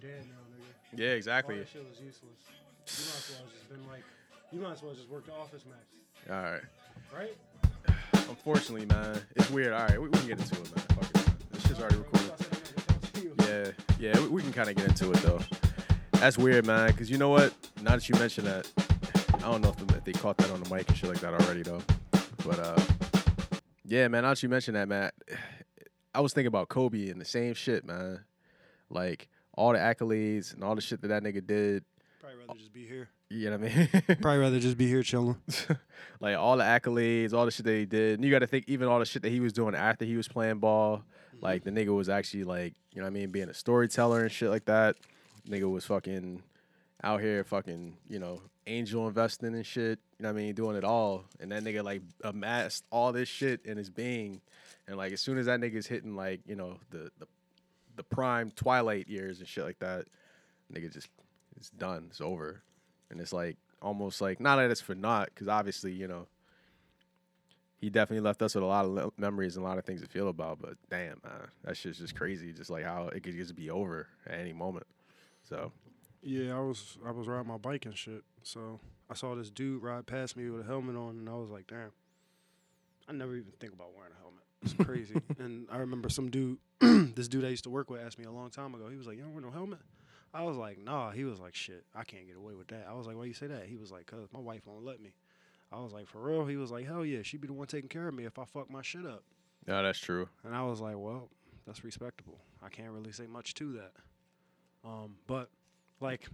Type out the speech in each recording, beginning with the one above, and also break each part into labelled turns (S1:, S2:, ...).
S1: dead now, nigga.
S2: Yeah, exactly.
S1: All that shit was useless. You might as well just been like, you might as well just work the office match,
S2: All right.
S1: right?
S2: Unfortunately, man, it's weird. All right, we, we can get into it, man. Fuck it. This shit's already recorded. Yeah, yeah, we, we can kind of get into it though. That's weird, man. Because you know what? Now that you mention that, I don't know if, the, if they caught that on the mic and shit like that already though. But uh, yeah, man. Now that you mention that, man, I was thinking about Kobe and the same shit, man. Like all the accolades and all the shit that that nigga did.
S1: Probably rather just be here.
S2: You know what I mean?
S1: Probably rather just be here chilling.
S2: like all the accolades, all the shit that he did. And you got to think even all the shit that he was doing after he was playing ball. Like the nigga was actually like, you know what I mean, being a storyteller and shit like that. Nigga was fucking out here fucking, you know, angel investing and shit. You know what I mean, doing it all. And that nigga like amassed all this shit in his being. And like as soon as that nigga's hitting like, you know, the the, the prime twilight years and shit like that, nigga just it's done. It's over. And it's like almost like not that it's for naught, because obviously, you know, he definitely left us with a lot of le- memories and a lot of things to feel about. But damn, man, that shit's just crazy. Just like how it could just be over at any moment. So
S1: Yeah, I was I was riding my bike and shit. So I saw this dude ride past me with a helmet on, and I was like, damn. I never even think about wearing a helmet. It's crazy. and I remember some dude, this dude I used to work with, asked me a long time ago. He was like, "You don't wear no helmet." I was like, "Nah." He was like, "Shit, I can't get away with that." I was like, "Why you say that?" He was like, "Cause my wife won't let me." I was like, "For real?" He was like, "Hell yeah, she'd be the one taking care of me if I fuck my shit up."
S2: no, that's true.
S1: And I was like, well, that's respectable. I can't really say much to that. Um, but like,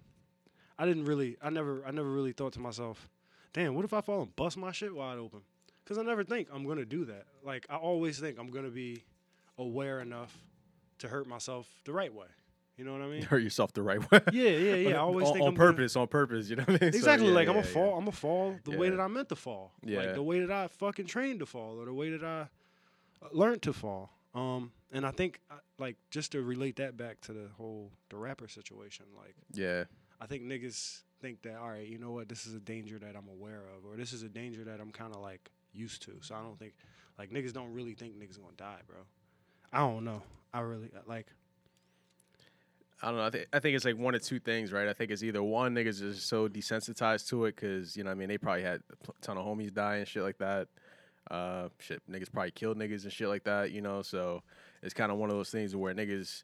S1: I didn't really, I never, I never really thought to myself, damn, what if I fall and bust my shit wide open? Because I never think I'm gonna do that. Like, I always think I'm gonna be aware enough to hurt myself the right way. You know what I
S2: You
S1: mean?
S2: hurt yourself the right way.
S1: yeah, yeah, yeah. I always
S2: on,
S1: think
S2: on
S1: I'm gonna-
S2: purpose, on purpose. You know what I mean? So,
S1: Exactly.
S2: yeah,
S1: like I'm
S2: yeah,
S1: gonna fall. I'm gonna fall the way
S2: Yeah.
S1: that I meant to fall.
S2: Yeah.
S1: Like the way that I fucking trained to fall, or the way that I uh, learned to fall. Um, and I think uh, like just to relate that back to the whole the rapper situation. Like
S2: Yeah.
S1: I think niggas think that all right, you know what? This is a danger that I'm aware of, or this is a danger that I'm kind of like used to. So I don't think like niggas don't really think niggas gonna die, bro. I don't know. I really uh, like.
S2: I don't know. I, th- I think it's like one of two things, right? I think it's either one, niggas just so desensitized to it because, you know what I mean? They probably had a pl- ton of homies die and shit like that. Uh, shit, niggas probably killed niggas and shit like that, you know? So it's kind of one of those things where niggas,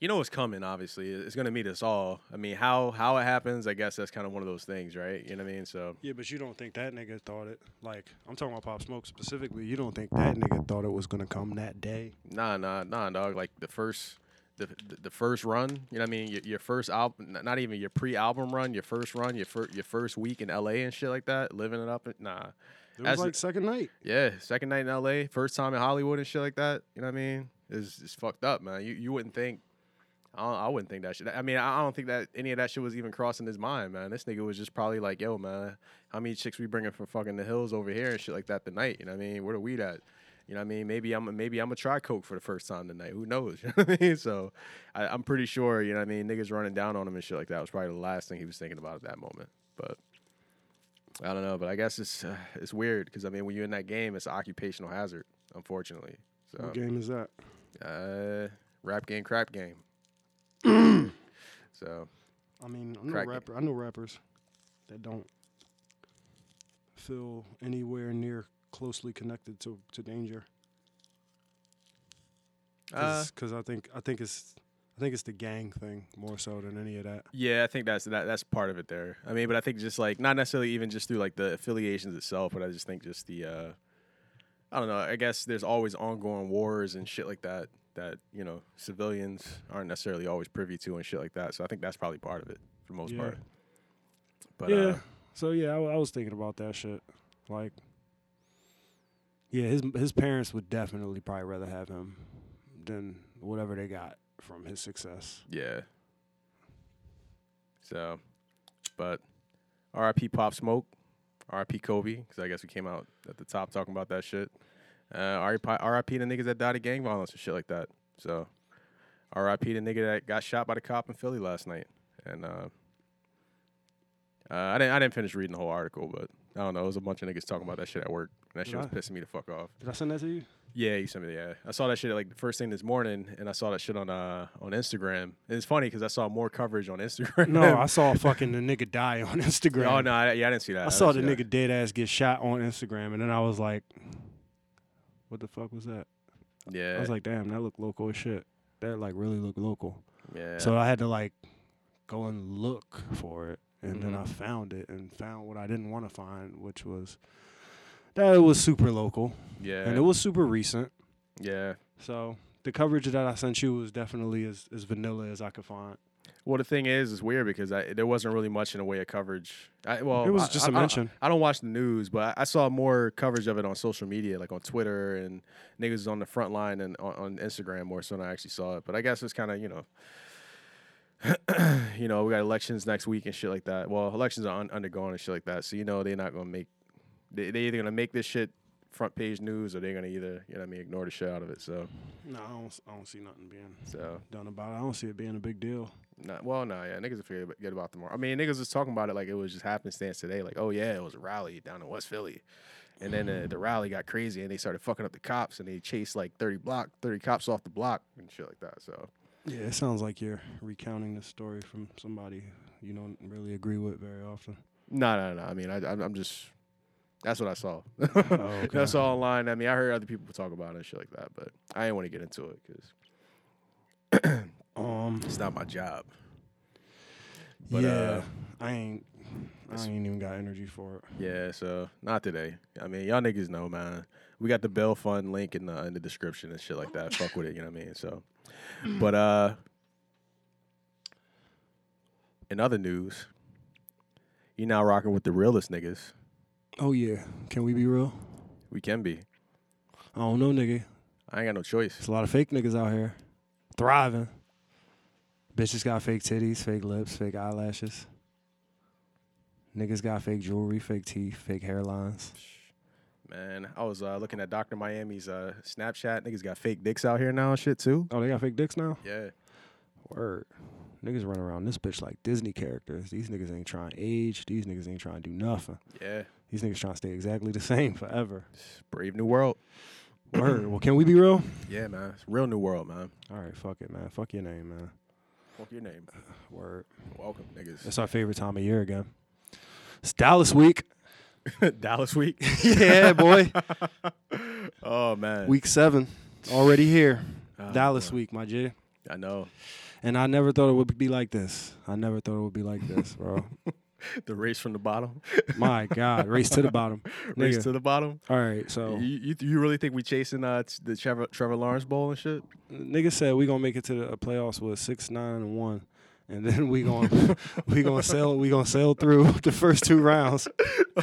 S2: you know, it's coming, obviously. It- It's going to meet us all. I mean, how how it happens, I guess that's kind of one of those things, right? You know what I mean? So,
S1: Yeah, but you don't think that nigga thought it. Like, I'm talking about Pop Smoke specifically. You don't think that nigga thought it was gonna come that day.
S2: nah, nah, nah, dog. Like the first. The, the, the first run, you know what I mean? Your, your first album, not even your pre-album run, your first run, your, fir- your first week in LA and shit like that, living it up. Nah,
S1: It
S2: As
S1: was like second night.
S2: Yeah, second night in LA, first time in Hollywood and shit like that. You know what I mean? Is is fucked up, man. You you wouldn't think. I, don't, I wouldn't think that shit. I mean, I I don't think that any of that shit was even crossing his mind, man. This nigga was just probably like, "Yo, man, how many chicks we bringing from fucking the hills over here and shit like that tonight?" You know what I mean? Where the weed at? You know what I mean? Maybe I'm maybe I'm a try coke for the first time tonight. Who knows? You know what I mean? So I, I'm pretty sure. You know what I mean? Niggas running down on him and shit like that was probably the last thing he was thinking about at that moment. But I don't know, but I guess it's uh, it's weird because I mean, when you're in that game, it's an occupational hazard, unfortunately. So,
S1: What game is that?
S2: uh, rap game, crap game. so
S1: I mean, I know
S2: Crack it.
S1: rapper. I know rappers that don't feel anywhere near closely connected to to danger.
S2: uh,
S1: Because I think I think it's I think it's the gang thing more so than any of that.
S2: yeah, I think that's that, that's part of it there. I mean, but I think just like not necessarily even just through like the affiliations itself, but I just think just the uh, I don't know. I guess there's always ongoing wars and shit like that that you know civilians aren't necessarily always privy to and shit like that. So I think that's probably part of it for the most
S1: Yeah.
S2: part. But
S1: yeah.
S2: uh,
S1: so yeah, I, wa- I was thinking about that shit. Like, yeah, his his parents would definitely probably rather have him than whatever they got from his success.
S2: Yeah. So, but R.I.P. Pop Smoke, R.I.P. Kobe, because I guess we came out at the top talking about that shit. Uh, R.I.P. R.I.P. the niggas that died of gang violence and shit like that. So, R.I.P. the nigga that got shot by the cop in Philly last night. And uh, uh, I didn't I didn't finish reading the whole article, but I don't know. It was a bunch of niggas talking about that shit at work. And that
S1: Did
S2: shit was
S1: I?
S2: pissing me the fuck off.
S1: Did I send that to you?
S2: Yeah, you sent me. the- Yeah, I saw that shit like the first thing this morning, and I saw that shit on uh on Instagram. And it's funny because I saw more coverage on Instagram.
S1: No, I saw fucking the nigga die on Instagram.
S2: Oh no, I, yeah, I didn't see that.
S1: I saw the
S2: didn't see
S1: nigga dead ass get shot on Instagram, and then I was like, "What the fuck was that?"
S2: that. Yeah,
S1: I was like, "Damn, that looked local as shit. That like really looked local."
S2: yeah.
S1: So I had to like go and look for it, and then
S2: Mhm.
S1: I found it and found what I didn't want to find, which was that it was super local
S2: yeah,
S1: and it was super recent.
S2: yeah.
S1: So the coverage that I sent you was definitely as, as vanilla as I could find.
S2: Well, the thing is, it's weird because I, there wasn't really much in the way of coverage. I, well,
S1: it
S2: I-
S1: was just
S2: I-
S1: a
S2: I-
S1: mention.
S2: I don't watch the news, but I I saw more coverage of it on social media, like on Twitter and niggas on the front line and on, on Instagram more so than I actually saw it. But I guess it's kind of you know, you know, we got elections next week and shit like that. Well, elections are un- undergone and shit like that, so you know they're not gonna make they they either gonna make this shit front page news or they're gonna either you know what I mean ignore the shit out of it. So
S1: no, I don't, s- I don't see nothing being
S2: so
S1: done about it. I don't see it being a big deal.
S2: not, well, no, yeah, niggas will forget about tomorrow. I mean, niggas was talking about it like it was just happenstance today. Like, oh yeah, it was a rally down in West Philly, and then uh, the rally got crazy, and they started fucking up the cops, and they chased like thirty block, thirty cops off the block and shit like that. So
S1: Yeah, it sounds like you're recounting this story from somebody you don't really agree with very often.
S2: no, no, no. I mean, I, I'm I'm just that's what I saw.
S1: Oh, okay.
S2: That's all online. I mean, I heard other people talk about it and shit like that, but I didn't want to get into it because
S1: Um,
S2: it's not my job. But,
S1: yeah,
S2: uh,
S1: I ain't. I
S2: it's-
S1: ain't even got energy for it.
S2: Yeah, so not today. I mean, y'all niggas know, man. We got the Bell Fund link in the in the description and shit like that. Fuck with it, you know what I mean? So, but uh, in other news, you now rocking with the realest niggas.
S1: Oh yeah, can we be real?
S2: We can be.
S1: I don't know, nigga.
S2: I ain't got no choice.
S1: There's a lot of fake niggas out here, thriving. Bitches got fake titties, fake lips, fake eyelashes. Niggas got fake jewelry, fake teeth, fake hairlines.
S2: Man, I was uh, looking at Dr. Miami's uh, Snapchat. Niggas got fake dicks out here now and shit too.
S1: Oh, they got fake dicks now.
S2: Yeah.
S1: Word. Niggas run around this bitch like Disney characters. These niggas ain't trying to age. These niggas ain't trying to do nothing.
S2: Yeah.
S1: These niggas trying to stay exactly the same forever.
S2: Brave New World.
S1: Word. Well, can we be real?
S2: Yeah, man. It's real New World, man.
S1: All right, fuck it, man. Fuck your name, man.
S2: Fuck your name.
S1: Word.
S2: Welcome, niggas.
S1: That's our favorite time of year again. It's Dallas week.
S2: Dallas week.
S1: yeah, boy.
S2: Oh man.
S1: Week seven. Already here.
S2: Oh,
S1: Dallas
S2: boy.
S1: week, my J.
S2: I know.
S1: And I never thought it would be like this. I never thought it would be like this, bro.
S2: The race from the bottom,
S1: my God. Race to the bottom.
S2: race
S1: Nigga.
S2: to the bottom.
S1: All right, so.
S2: You, you you really think we chasing uh t- the Trevor Trevor Lawrence Bowl and shit?
S1: Niggas said we gonna make it to the uh, playoffs with six, nine, and one, and then we gonna we gonna sail we gonna sail through the first two rounds,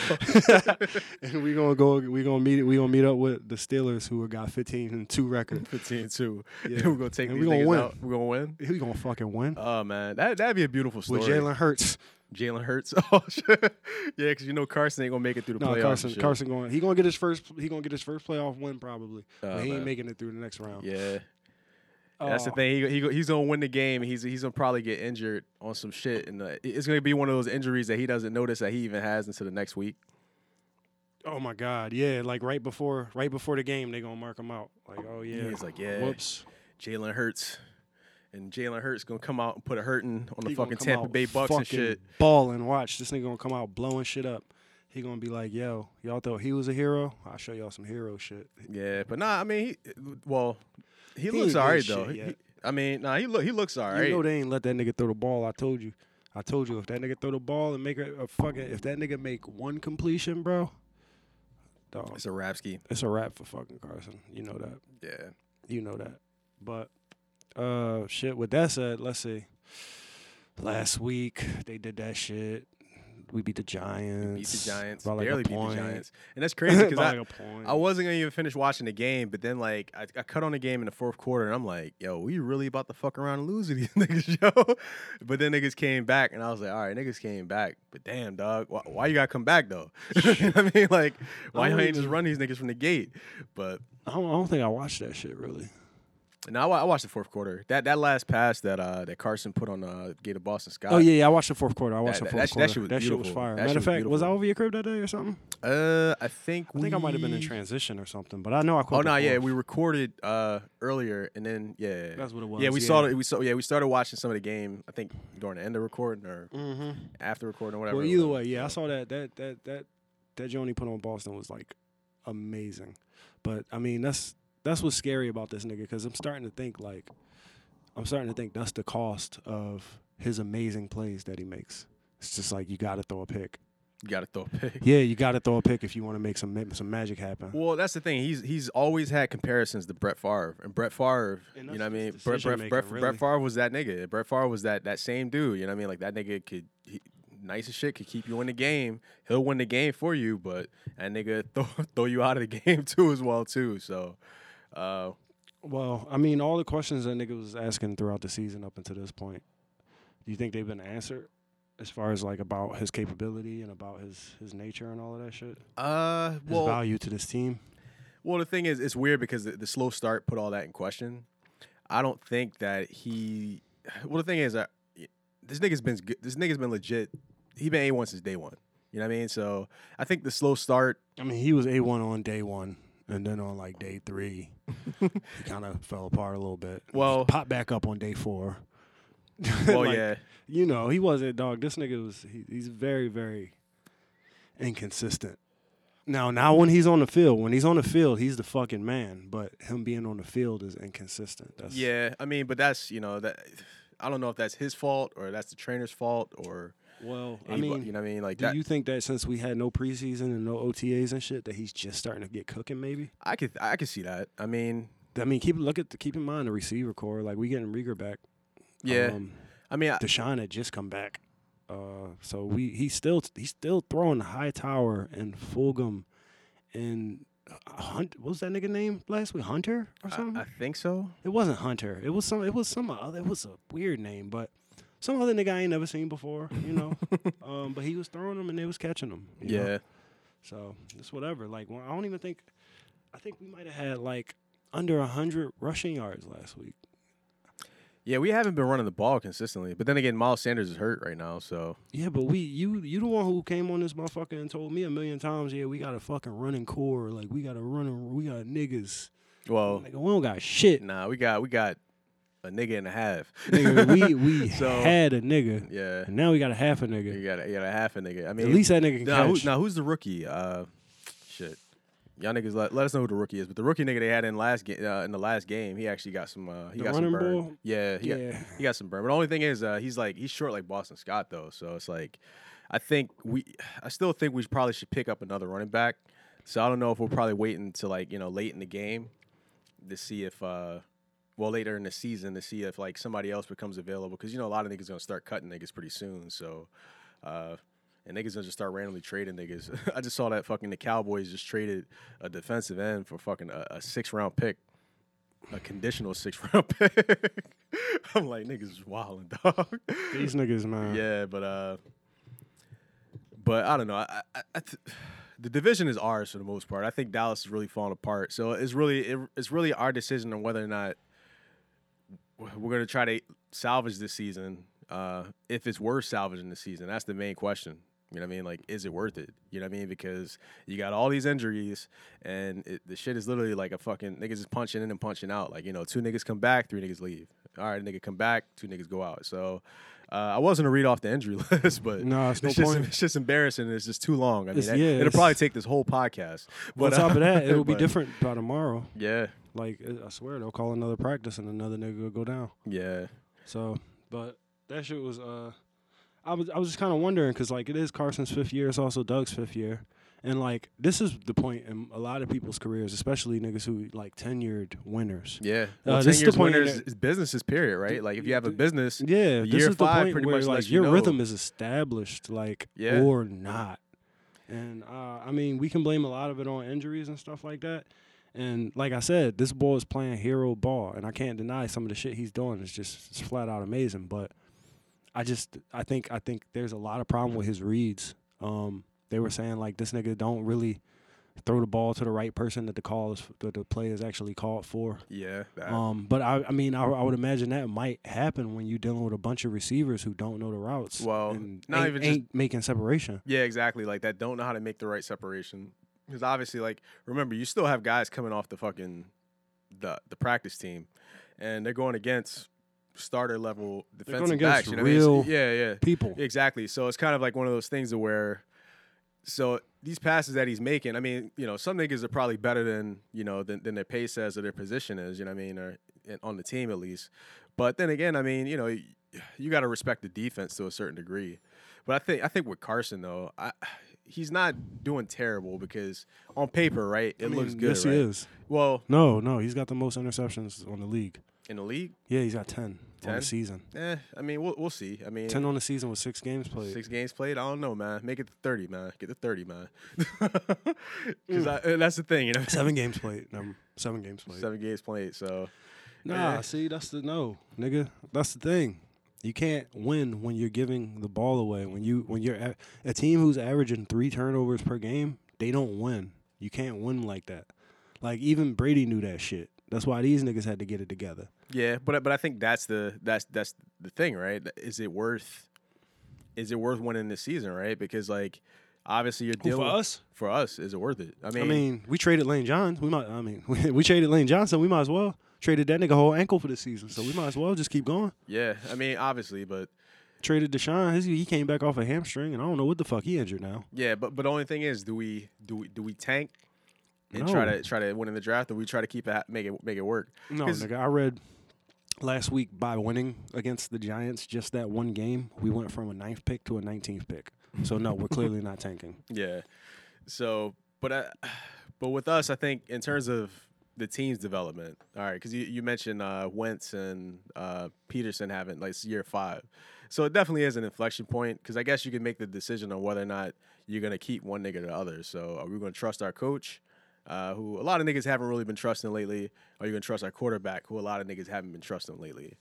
S1: and we gonna go we gonna meet we gonna meet up with the Steelers who got fifteen and two record.
S2: 15-2.
S1: Yeah.
S2: we're gonna take
S1: And
S2: these
S1: we gonna
S2: niggas
S1: win.
S2: out. We're gonna win.
S1: We gonna fucking win
S2: Oh man, that that'd be a beautiful story.
S1: with Jalen Hurts.
S2: Jalen Hurts. Oh shit. yeah, because you know Carson ain't gonna make it through the
S1: No,
S2: playoffs.
S1: Carson
S2: and shit.
S1: Carson going he gonna get his first he gonna get his first playoff win probably.
S2: Oh,
S1: but he ain't
S2: man.
S1: making it through the next round.
S2: Yeah, that's the
S1: Oh,
S2: thing. He, he go- he's gonna win the game. He's he's gonna probably get injured on some shit, and uh, it's gonna be one of those injuries that he doesn't notice that he even has until the next week.
S1: Oh my God, yeah! Like right before right before the game they gonna mark him out. Like oh yeah,
S2: He's like, yeah.
S1: whoops.
S2: Jalen Hurts. And Jalen Hurts gonna come out and put a hurting on the
S1: He gonna
S2: fucking
S1: come
S2: Tampa
S1: out
S2: Bay Bucks and shit.
S1: Balling, watch this nigga gonna come out blowing shit up. He gonna be like, "Yo, y'all thought he was a hero? I'll show y'all some hero shit."
S2: Yeah, but nah, I mean, he, well, he,
S1: ain't
S2: looks
S1: done
S2: alright
S1: shit
S2: though. He-
S1: yet.
S2: he- I mean, nah, he look he looks alright.
S1: You know they ain't let that nigga throw the ball. I told you, I told you, if that nigga throw the ball and make a, a fucking, if that nigga make one completion, bro, dog,
S2: it's a Rapsky.
S1: it's a wrap for fucking Carson. You know that.
S2: Yeah,
S1: You know that. But uh shit, with that said, let's see. Last week they did that shit. We beat the Giants.
S2: beat the Giants.
S1: by like a
S2: barely beat the
S1: point.
S2: Giants, and that's crazy because
S1: By
S2: I,
S1: like a point.
S2: I wasn't gonna even finish watching the game, but then like I, I cut on the game in the fourth quarter, and I'm like, yo, we really about to fuck around and lose to these niggas, yo. But then niggas came back, and I was like, all right, niggas came back, but damn, dog, why, why you gotta come back though? you know what I mean, like, why
S1: I
S2: you
S1: don't
S2: ain't just
S1: even-
S2: run these niggas from the gate? But
S1: I don't, I don't think I watched that shit really.
S2: No, I, wa- I watched the fourth quarter. That that last pass that uh that Carson put on uh Gator Boston Scott.
S1: Oh yeah, yeah. I watched the fourth quarter. I watched
S2: That-
S1: the
S2: that-
S1: fourth
S2: that
S1: quarter.
S2: shit was beautiful.
S1: fire.
S2: That
S1: Matter
S2: shit
S1: of
S2: was
S1: fact, was I
S2: beautiful.
S1: over your crib that day or something?
S2: Uh, I think
S1: I
S2: we,
S1: think I might have been in transition or something, but I know I caught.
S2: Oh
S1: the
S2: no, yeah,
S1: fourth.
S2: we recorded uh earlier, and then yeah,
S1: That's what it was.
S2: yeah, we saw it. We saw yeah, we started watching some of the game. I think during the end of recording or
S1: Mm-hmm.
S2: after recording or whatever.
S1: Well,
S2: it
S1: either
S2: was.
S1: way, yeah, I saw that that that that that Joni put on Boston was like amazing, but I mean that's that's what's scary about this nigga because I'm starting to think like I'm starting to think that's the cost of his amazing plays that he makes. It's just like you got to throw a pick.
S2: you got to throw a pick.
S1: Yeah, you got to throw a pick if you want to make some ma- some magic happen.
S2: Well, that's the thing. He's he's always had comparisons to Brett Favre, and Brett Favre,
S1: And that's
S2: you know what I
S1: just
S2: mean. Brett,
S1: decision
S2: Brett,
S1: making,
S2: Brett,
S1: really.
S2: Brett Favre was that nigga. Brett Favre was that that same dude. You know what I mean? Like that nigga could he, nice as shit could keep you in the game. He'll win the game for you, but that nigga throw throw you out of the game too as well too. So, uh,
S1: Well, I mean, all the questions that nigga was asking throughout the season up until this point, do you think they've been answered as far as like about his capability and about his his nature and all of that shit?
S2: uh,
S1: His
S2: well,
S1: value to this team?
S2: Well, the thing is, it's weird because the, the slow start put all that in question. I don't think that he. Well, the thing is, uh, this nigga's been good. This nigga's been legit. He been a one since day one. You know what I mean? So I think the slow start.
S1: I mean, he was a one on day one, and then on like day three, he kind of fell apart a little bit.
S2: Well-
S1: popped back up on day four.
S2: Well,
S1: Like,
S2: yeah,
S1: you know, he wasn't dog. This nigga was he, he's very very inconsistent. Now, now when he's on the field, when he's on the field, he's the fucking man. But him being on the field is inconsistent. That's,
S2: yeah. I mean, but that's you know that. I don't know if that's his fault or that's the trainer's fault or
S1: Well, I
S2: anybody,
S1: mean,
S2: you know what I mean? Like
S1: do
S2: that,
S1: you think that since we had no preseason and no OTAs and shit, that he's just starting to get cooking? Maybe.
S2: I could I could see that. I mean,
S1: I mean, keep look at the, keep in mind the receiver core. Like we getting Rieger back.
S2: yeah.
S1: Um,
S2: I mean, I,
S1: Deshaun had just come back. Uh, so we he's still he's still throwing Hightower and Fulgham and uh, Hunt. What was that nigga name last week? Hunter or
S2: I,
S1: something?
S2: I think so.
S1: it wasn't Hunter. It was some. It was some other. It was a weird name, but some other nigga I ain't never seen before. You know. um, but he was throwing them and they was catching them. you know?
S2: Yeah.
S1: So it's whatever. Like well, I don't even think. I think we might have had like under hundred rushing yards last week.
S2: Yeah, we haven't been running the ball consistently. But then again, Miles Sanders is hurt right now, so
S1: Yeah, but we you you the one who came on this motherfucker and told me a million times, yeah, we got a fucking running core, like we got a running, we got niggas,
S2: well,
S1: like we don't got shit.
S2: Oh. nah, we got we got a nigga and a half.
S1: Nigga, we we
S2: So-
S1: had a nigga,
S2: yeah,
S1: and now we got a half a
S2: you
S1: nigga.
S2: got a, you got a half a nigga. I mean,
S1: At least that nigga can
S2: now, who,
S1: catch.
S2: now who's the rookie? Uh, shit, y'all niggas let, let us know who the rookie is. But the rookie nigga they had in last game uh, in the last game, he actually got some uh, he
S1: The
S2: got some
S1: running
S2: burn.
S1: ball?
S2: Yeah, he got,
S1: yeah,
S2: He got some burn. But the only thing is, uh, he's like he's short like Boston Scott though. So it's like, I think we, I still think we probably should pick up another running back. So I don't know if we're probably waiting to like you know late in the game to see if, uh, well later in the season to see if like somebody else becomes available because you know a lot of niggas gonna start cutting niggas pretty soon. So. Uh, and niggas gonna just start randomly trading niggas. I just saw that fucking the Cowboys just traded a defensive end for fucking a, a six round pick a conditional six round pick. I'm like, niggas is wilding, dog.
S1: these niggas, man.
S2: yeah, but uh, but I don't know. I, I, I th- the division is ours for the most part. I think Dallas is really falling apart. So it's really it, it's really our decision on whether or not we're gonna try to salvage this season. Uh, if it's worth salvaging this season, that's the main question. You know what I mean? Like, is it worth it? You know what I mean? Because you got all these injuries, and it, the shit is literally like a fucking niggas is punching in and punching out. Like, you know, two niggas come back, three niggas leave. All right, nigga come back, two niggas go out. So, uh, I wasn't to read off the injury list, but
S1: No, it's no
S2: just,
S1: point.
S2: It's just embarrassing. and It's just too long. I mean,
S1: It's-
S2: that,
S1: yeah,
S2: it'll
S1: it's-
S2: probably take this whole podcast.
S1: But on top of that, it'll be
S2: uh, but-
S1: different by tomorrow.
S2: Yeah,
S1: Like I- I swear, they'll call another practice and another nigga will go down.
S2: yeah.
S1: So, but that shit was uh, I was I was just kind of wondering because like it is Carson's fifth year, it's also Doug's fifth year, and like this is the point in a lot of people's careers, especially niggas who like tenured winners.
S2: Yeah. Well,
S1: Uh,
S2: 10
S1: this is the
S2: years
S1: point in
S2: winners
S1: it-
S2: is businesses, period, right? Like, if you have a business,
S1: Yeah, this
S2: Year
S1: is the
S2: five
S1: point
S2: pretty
S1: where
S2: much
S1: like
S2: lets you
S1: your
S2: know.
S1: rhythm is established, like
S2: Yeah.
S1: or not. And uh, I mean, we can blame a lot of it on injuries and stuff like that. And like I said, this boy is playing hero ball, and I can't deny some of the shit he's doing is just it's flat out amazing. But I just I think I think there's a lot of problem with his reads. Um, they were saying like this nigga don't really throw the ball to the right person that the call is that the play is actually called for.
S2: Yeah. That.
S1: Um, but I, I mean, I, I would imagine that might happen when you're dealing with a bunch of receivers who don't know the routes.
S2: Well,
S1: and
S2: not
S1: ain't,
S2: even just-
S1: ain't making separation.
S2: yeah, exactly. Like that don't know how to make the right separation. Because obviously, like, remember, you still have guys coming off the fucking the the practice team and they're going against starter level
S1: going
S2: defensive
S1: against
S2: backs. You know what I mean? It's-
S1: real
S2: Yeah, yeah.
S1: People,
S2: Exactly. So it's kind of like one of those things to where, so these passes that he's making, I mean, you know, some niggas are probably better than you know than, than their pace says or their position is. You know what I mean, or in- on the team at least. But then again, I mean, you know, y- you got to respect the defense to a certain degree. But I think I think with Carson though, I, he's not doing terrible because on paper, right, it
S1: I
S2: looks
S1: mean,
S2: good.
S1: Yes,
S2: right?
S1: he is.
S2: Well,
S1: No, no, he's got the most interceptions on the league.
S2: in the league,
S1: Yeah, he's got ten, on
S2: 10?
S1: the season.
S2: eh? I mean, we'll we'll see. I mean,
S1: Ten on the season with six games played.
S2: Six games played. I don't know, man. Make it to thirty, man. Get to thirty, man. Because that's the thing, you know.
S1: Seven games played. Number seven games played.
S2: Seven games played. So
S1: Nah,
S2: Yeah.
S1: see, that's the no, nigga. That's the thing. You can't win when you're giving the ball away. When you when you're a, a team who's averaging three turnovers per game, they don't win. You can't win like that. Like even Brady knew that shit. That's why these niggas had to get it together.
S2: yeah, but I- but I think that's the that's that's the thing, right? Is it worth? Is it worth winning this season, right? Because like, obviously you're dealing
S1: us?
S2: For us, is it worth it? I mean,
S1: I mean, we traded Lane Johnson. We might. I mean, we, traded Lane Johnson. We might as well traded that nigga whole ankle for the season. So we might as well just keep going.
S2: yeah, I mean, obviously, but
S1: Traded Deshaun. His, he came back off a hamstring, and I don't know what the fuck he injured now.
S2: yeah, but but the only thing is, do we do we do we tank? And try
S1: No.
S2: to try to win in the draft, or we try to keep it ha- make it make it work.
S1: No,
S2: 'Cause-
S1: nigga, I read last week by winning against the Giants just that one game, we went from a ninth pick to a nineteenth pick. So no, we're clearly not tanking.
S2: Yeah. So, but I, but with us, I think in terms of the team's development, all right, because you, you mentioned uh, Wentz and uh, Peterson haven't like it's year five, so it definitely is an inflection point because I guess you can make the decision on whether or not you're gonna keep one nigga or the other. So, are we gonna trust our coach? Uh, who a lot of niggas haven't really been trusting lately. Are you gonna trust our quarterback, who a lot of niggas haven't been trusting lately?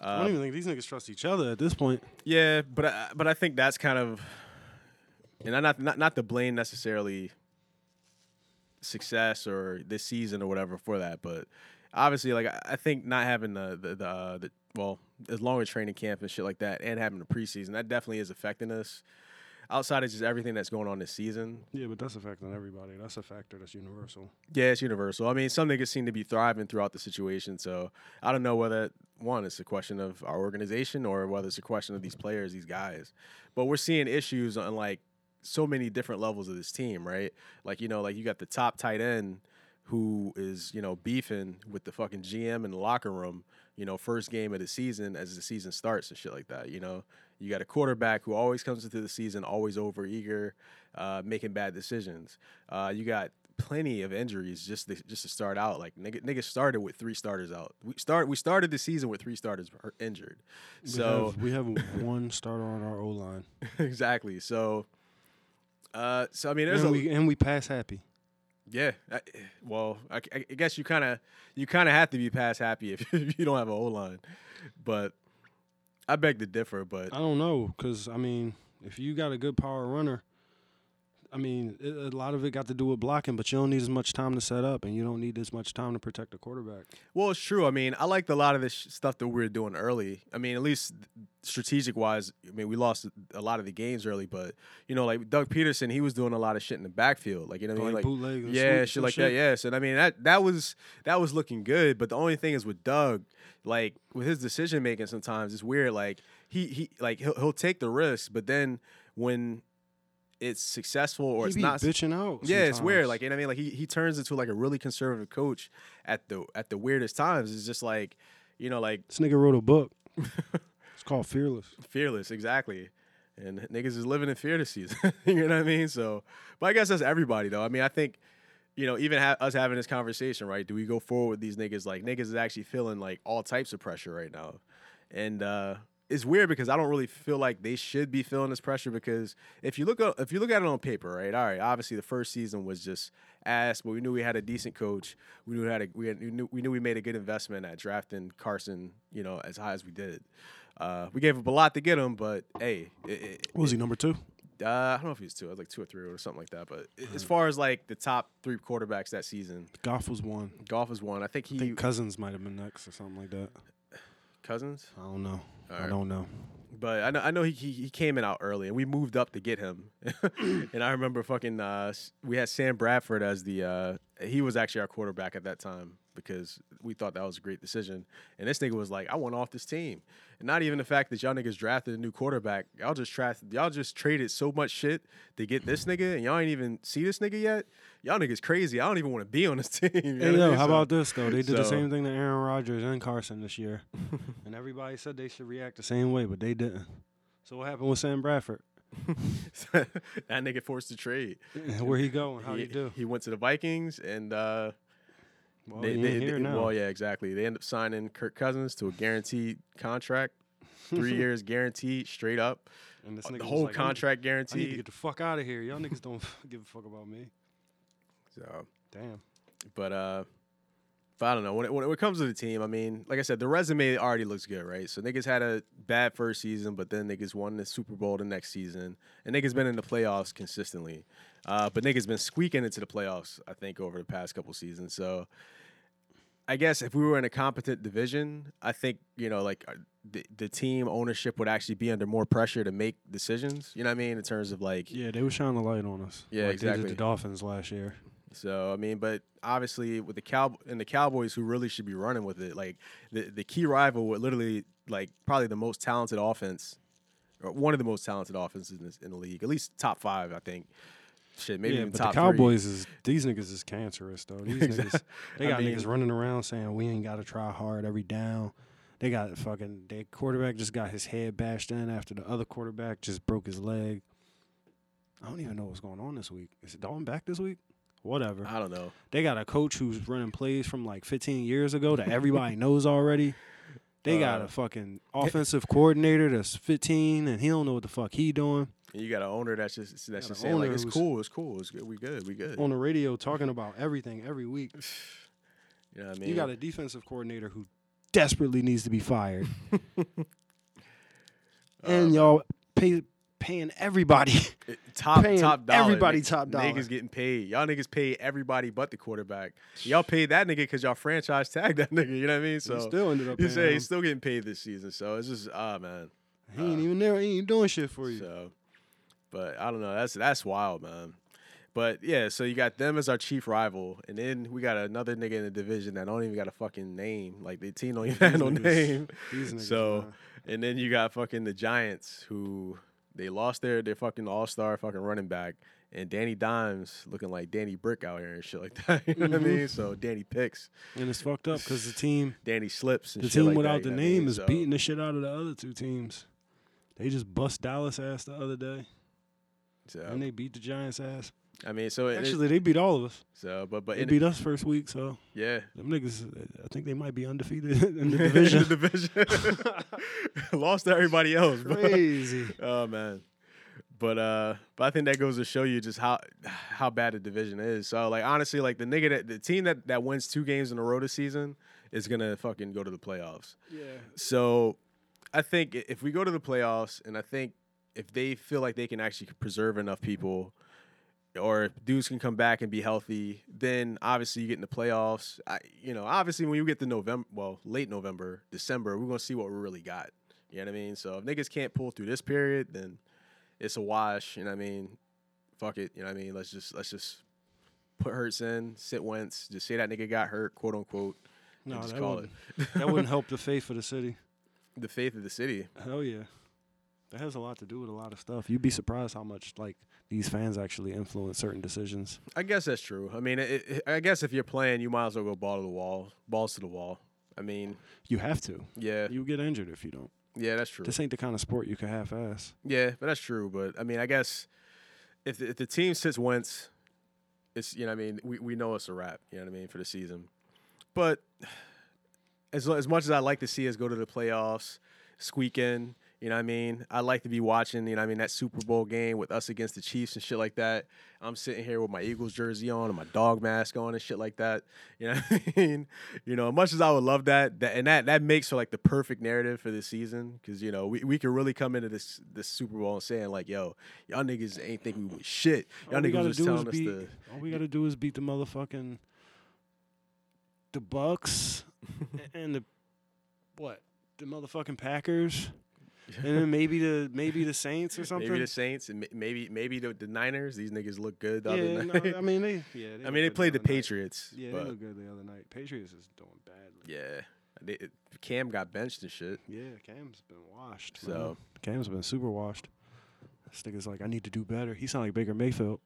S2: Uh,
S1: I don't even think these niggas trust each other at this point.
S2: Yeah, but I, but I think that's kind of, and I'm not not not to blame necessarily success or this season or whatever for that, but obviously, like I, I think not having the the, the, uh, the well as long as training camp and shit like that, and having the preseason, that definitely is affecting us. Outside of just everything that's going on this season,
S1: Yeah, but that's a fact on everybody. That's a factor that's universal.
S2: yeah, it's universal. I mean, some niggas seem to be thriving throughout the situation. So I don't know whether one it's a question of our organization or whether it's a question of these players, these guys. But we're seeing issues on like so many different levels of this team, right? Like you know, like you got the top tight end who is you know beefing with the fucking GM in the locker room. You know, first game of the season as the season starts and shit like that. You know, you got a quarterback who always comes into the season always over eager, uh, making bad decisions. Uh, you got plenty of injuries just to, just to start out. Like nigga, niggas started with three starters out. We start we started the season with three starters are injured. So
S1: we have, we have one starter on our O line,
S2: exactly. So uh, so I mean, there's
S1: and
S2: a
S1: we and we pass happy.
S2: yeah. I, well, I, I guess you kind of you kind of have to be pass happy if, if you don't have a O line. But I beg to differ. But
S1: I don't know, cause I mean, if you got a good power runner, I mean, it, a lot of it got to do with blocking, but you don't need as much time to set up, and you don't need as much time to protect the quarterback.
S2: Well, it's true. I mean, I liked a lot of this sh- stuff that we were doing early. I mean, at least strategic wise, I mean, we lost a lot of the games early, but you know, like Doug Peterson, he was doing a lot of shit in the backfield. Like, you know what I mean?
S1: Like bootlegs and
S2: yeah,
S1: sweeps
S2: shit
S1: and
S2: like that.
S1: shit?
S2: Yes. And I mean, that that was that was looking good, but the only thing is with Doug, like with his decision making sometimes it's weird like he he like he'll, he'll take the risks, but then when it's successful or
S1: he
S2: it's
S1: be
S2: not
S1: bitching out.
S2: yeah, it's weird.
S1: sometimes.
S2: Like you know what I mean? Like he, he turns into like a really conservative coach at the at the weirdest times. It's just like, you know, like
S1: This nigga wrote a book. it's called Fearless.
S2: fearless, exactly. And niggas is living in fear this season. you know what I mean? So but I guess that's everybody though. I mean, I think, you know, even ha- us having this conversation, right? Do we go forward with these niggas? Like niggas is actually feeling like all types of pressure right now. And uh it's weird because I don't really feel like they should be feeling this pressure because if you look at, if you look at it on paper, right? All right, obviously the first season was just ass, but we knew we had a decent coach. We knew we had a, we, had, we knew we knew we made a good investment at drafting Carson, you know, as high as we did. Uh, we gave up a lot to get him, but hey, it, it,
S1: What was he number two?
S2: uh, Uh, I don't know if he was two. I was like two or three or something like that. But as
S1: Hmm.
S2: far as like the top three quarterbacks that season,
S1: Goff was one.
S2: golf was one. I think
S1: I
S2: he
S1: think Cousins might have been next or something like that.
S2: cousins.
S1: I don't know. I
S2: Alright.
S1: don't know.
S2: But I know I know he, he he came in out early, and we moved up to get him. and I remember fucking uh, s- we had Sam Bradford as the uh, he was actually our quarterback at that time because we thought that was a great decision. And this nigga was like, I want off this team. And not even the fact that y'all niggas drafted a new quarterback. Y'all just tra- y'all just traded so much shit to get this nigga, and y'all ain't even see this nigga yet. Y'all niggas crazy. I don't even want to be on this team. You know
S1: Hey,
S2: what I
S1: yo,
S2: mean?
S1: how
S2: So-
S1: about this though? They did the
S2: so-
S1: same thing to Aaron Rodgers and Carson this year, and everybody said they should react the same way, but they didn't. So what happened with Sam Bradford?
S2: that nigga forced to trade?
S1: Where he going? How
S2: he,
S1: you do?
S2: He went to the Vikings and. uh
S1: Well,
S2: they,
S1: he
S2: they-
S1: ain't
S2: they-
S1: here now.
S2: Well, yeah, exactly. They end up signing Kirk Cousins to a guaranteed contract, three years guaranteed, straight up.
S1: and this nigga
S2: The
S1: was
S2: whole
S1: like, I need-
S2: contract
S1: I need to
S2: guaranteed.
S1: get the fuck out of here. Y'all niggas don't give a fuck about me.
S2: So,
S1: Damn.
S2: but uh, but I don't know. When it, when it comes to the team, I mean, like I said, the resume already looks good, right? So niggas had a bad first season, but then niggas won the Super Bowl the next season, and niggas been in the playoffs consistently. Uh, but niggas been squeaking into the playoffs, I think, over the past couple seasons. So. I guess if we were in a competent division, I think you know, like uh, the, the team ownership would actually be under more pressure to make decisions. You know what I mean? In terms of like,
S1: Yeah, they were shining a light on us.
S2: Yeah,
S1: like They
S2: exactly.
S1: did the Dolphins last year.
S2: so I mean, but obviously with the cow and the Cowboys, who really should be running with it, like the the key rival, with literally like probably the most talented offense, or one of the most talented offenses in, this, in the league, at least top five, I think. Shit, maybe
S1: yeah,
S2: even
S1: but
S2: top
S1: the Cowboys is these niggas is cancerous though. These
S2: Exact-
S1: niggas, they
S2: I
S1: got
S2: mean-
S1: niggas running around saying we ain't got to try hard every down. They got fucking their quarterback just got his head bashed in after the other quarterback just broke his leg. I don't even know what's going on this week. Is Dalton back this week? Whatever.
S2: three. I don't know.
S1: They got a coach who's running plays from like 15 years ago that everybody knows already. They got
S2: Uh,
S1: a fucking offensive coordinator that's 15 and he don't know what the fuck he doing.
S2: And you got an owner that's just that's
S1: an
S2: just saying like
S1: owner
S2: it's
S1: who's-
S2: cool, it's cool, it's good, we good, we good.
S1: On the radio talking about everything every week.
S2: You know what I mean?
S1: You got a defensive coordinator who desperately needs to be fired. and
S2: Um,
S1: y'all pay, paying everybody.
S2: It- top
S1: paying
S2: top dollar.
S1: everybody
S2: Niggas-
S1: top dollar.
S2: Niggas getting paid. Y'all niggas paid everybody but the quarterback. Y'all paid that nigga because y'all franchise tagged that nigga. You know what I mean? So
S1: he still ended up
S2: you
S1: paying
S2: say
S1: him.
S2: he's still getting paid this season. So it's just ah man.
S1: He ain't even there. He ain't doing shit for you.
S2: So, but I don't know. That's that's wild, man. But yeah, so you got them as our chief rival, and then we got another nigga in the division that don't even got a fucking name. Like the team don't even have no
S1: niggas-
S2: name.
S1: these niggas,
S2: So,
S1: man.
S2: and then you got fucking the Giants who they lost their their fucking all star fucking running back and Danny Dimes looking like Danny Brick out here and shit like that. You know what I
S1: Mm-hmm.
S2: mean? So Danny picks,
S1: and it's fucked up because the team,
S2: Danny slips. And
S1: the
S2: shit
S1: team
S2: like that,
S1: without
S2: you
S1: the
S2: know what I mean?
S1: name is
S2: So-
S1: beating the shit out of the other two teams. They just bust Dallas ass the other day, and
S2: So,
S1: they beat the Giants ass.
S2: I mean, so it,
S1: Actually, they beat all of us.
S2: so but but
S1: They
S2: in,
S1: beat us first week, so
S2: yeah.
S1: them niggas. I think they might be undefeated in the
S2: In
S1: division.
S2: the division. Lost to everybody else. bro.
S1: Crazy.
S2: Oh man. But uh but I think that goes to show you just how how bad the division is. So like honestly, like the nigga that the team that, that wins two games in a row this season is gonna fucking go to the playoffs.
S1: Yeah.
S2: So I think i- if we go to the playoffs and I think if they feel like they can actually preserve enough people or if dudes can come back and be healthy, then obviously you get in the playoffs. I, you know, obviously when you get to November, well, late November, December, we're going to see what we really got. You know what I mean? So if niggas can't pull through this period, then it's a wash, you know what I mean? Fuck it, you know what I mean? Let's just let's just put Hurts in, sit Wentz, just say that nigga got hurt, quote unquote. and
S1: No,
S2: just
S1: that
S2: call
S1: wouldn't, that wouldn't help the faith of the city.
S2: the faith of the city.
S1: Hell yeah. That has a lot to do with a lot of stuff. You'd be surprised how much like these fans actually influence certain decisions.
S2: I guess that's true. I mean, it, it, I guess if you're playing, you might as well go ball to the wall, balls to the wall. I mean,
S1: You have to.
S2: yeah,
S1: You get injured if you don't.
S2: yeah, that's true.
S1: This ain't the kind of sport you can half-ass.
S2: Yeah, but that's true. But I mean, I guess if the, if the team sits Wentz, it's you know, what I mean, we, we know it's a wrap. You know what I mean for the season. But as lo- as much as I like to see us go to the playoffs, squeak in, You know what I mean? I like to be watching, you know what I mean, that Super Bowl game with us against the Chiefs and shit like that. I'm sitting here with my Eagles jersey on and my dog mask on and shit like that. You know what I mean? You know, much as I would love that, that and that that makes for like the perfect narrative for this season. Cause you know, we, we can really come into this this Super Bowl and saying, like, yo, y'all niggas ain't think we was shit. Y'all
S1: All we
S2: niggas
S1: gotta
S2: was
S1: do is
S2: telling us
S1: beat.
S2: to
S1: All we gotta do is beat the motherfucking the Bucks a- and the what the motherfucking Packers, and then maybe the maybe the Saints or something.
S2: Maybe the Saints and ma- maybe maybe the, the Niners. These niggas look good. The
S1: yeah,
S2: other night.
S1: no, I mean they. Yeah,
S2: I
S1: look
S2: mean, they
S1: good
S2: played the
S1: other night.
S2: Patriots.
S1: Yeah,
S2: but
S1: they looked good the other night. Patriots is doing badly.
S2: yeah, they, it- Cam got benched and shit.
S1: Yeah, Cam's been washed. man.
S2: So
S1: Cam's been super washed. This nigga's like, I need to do better. He sound like Baker Mayfield.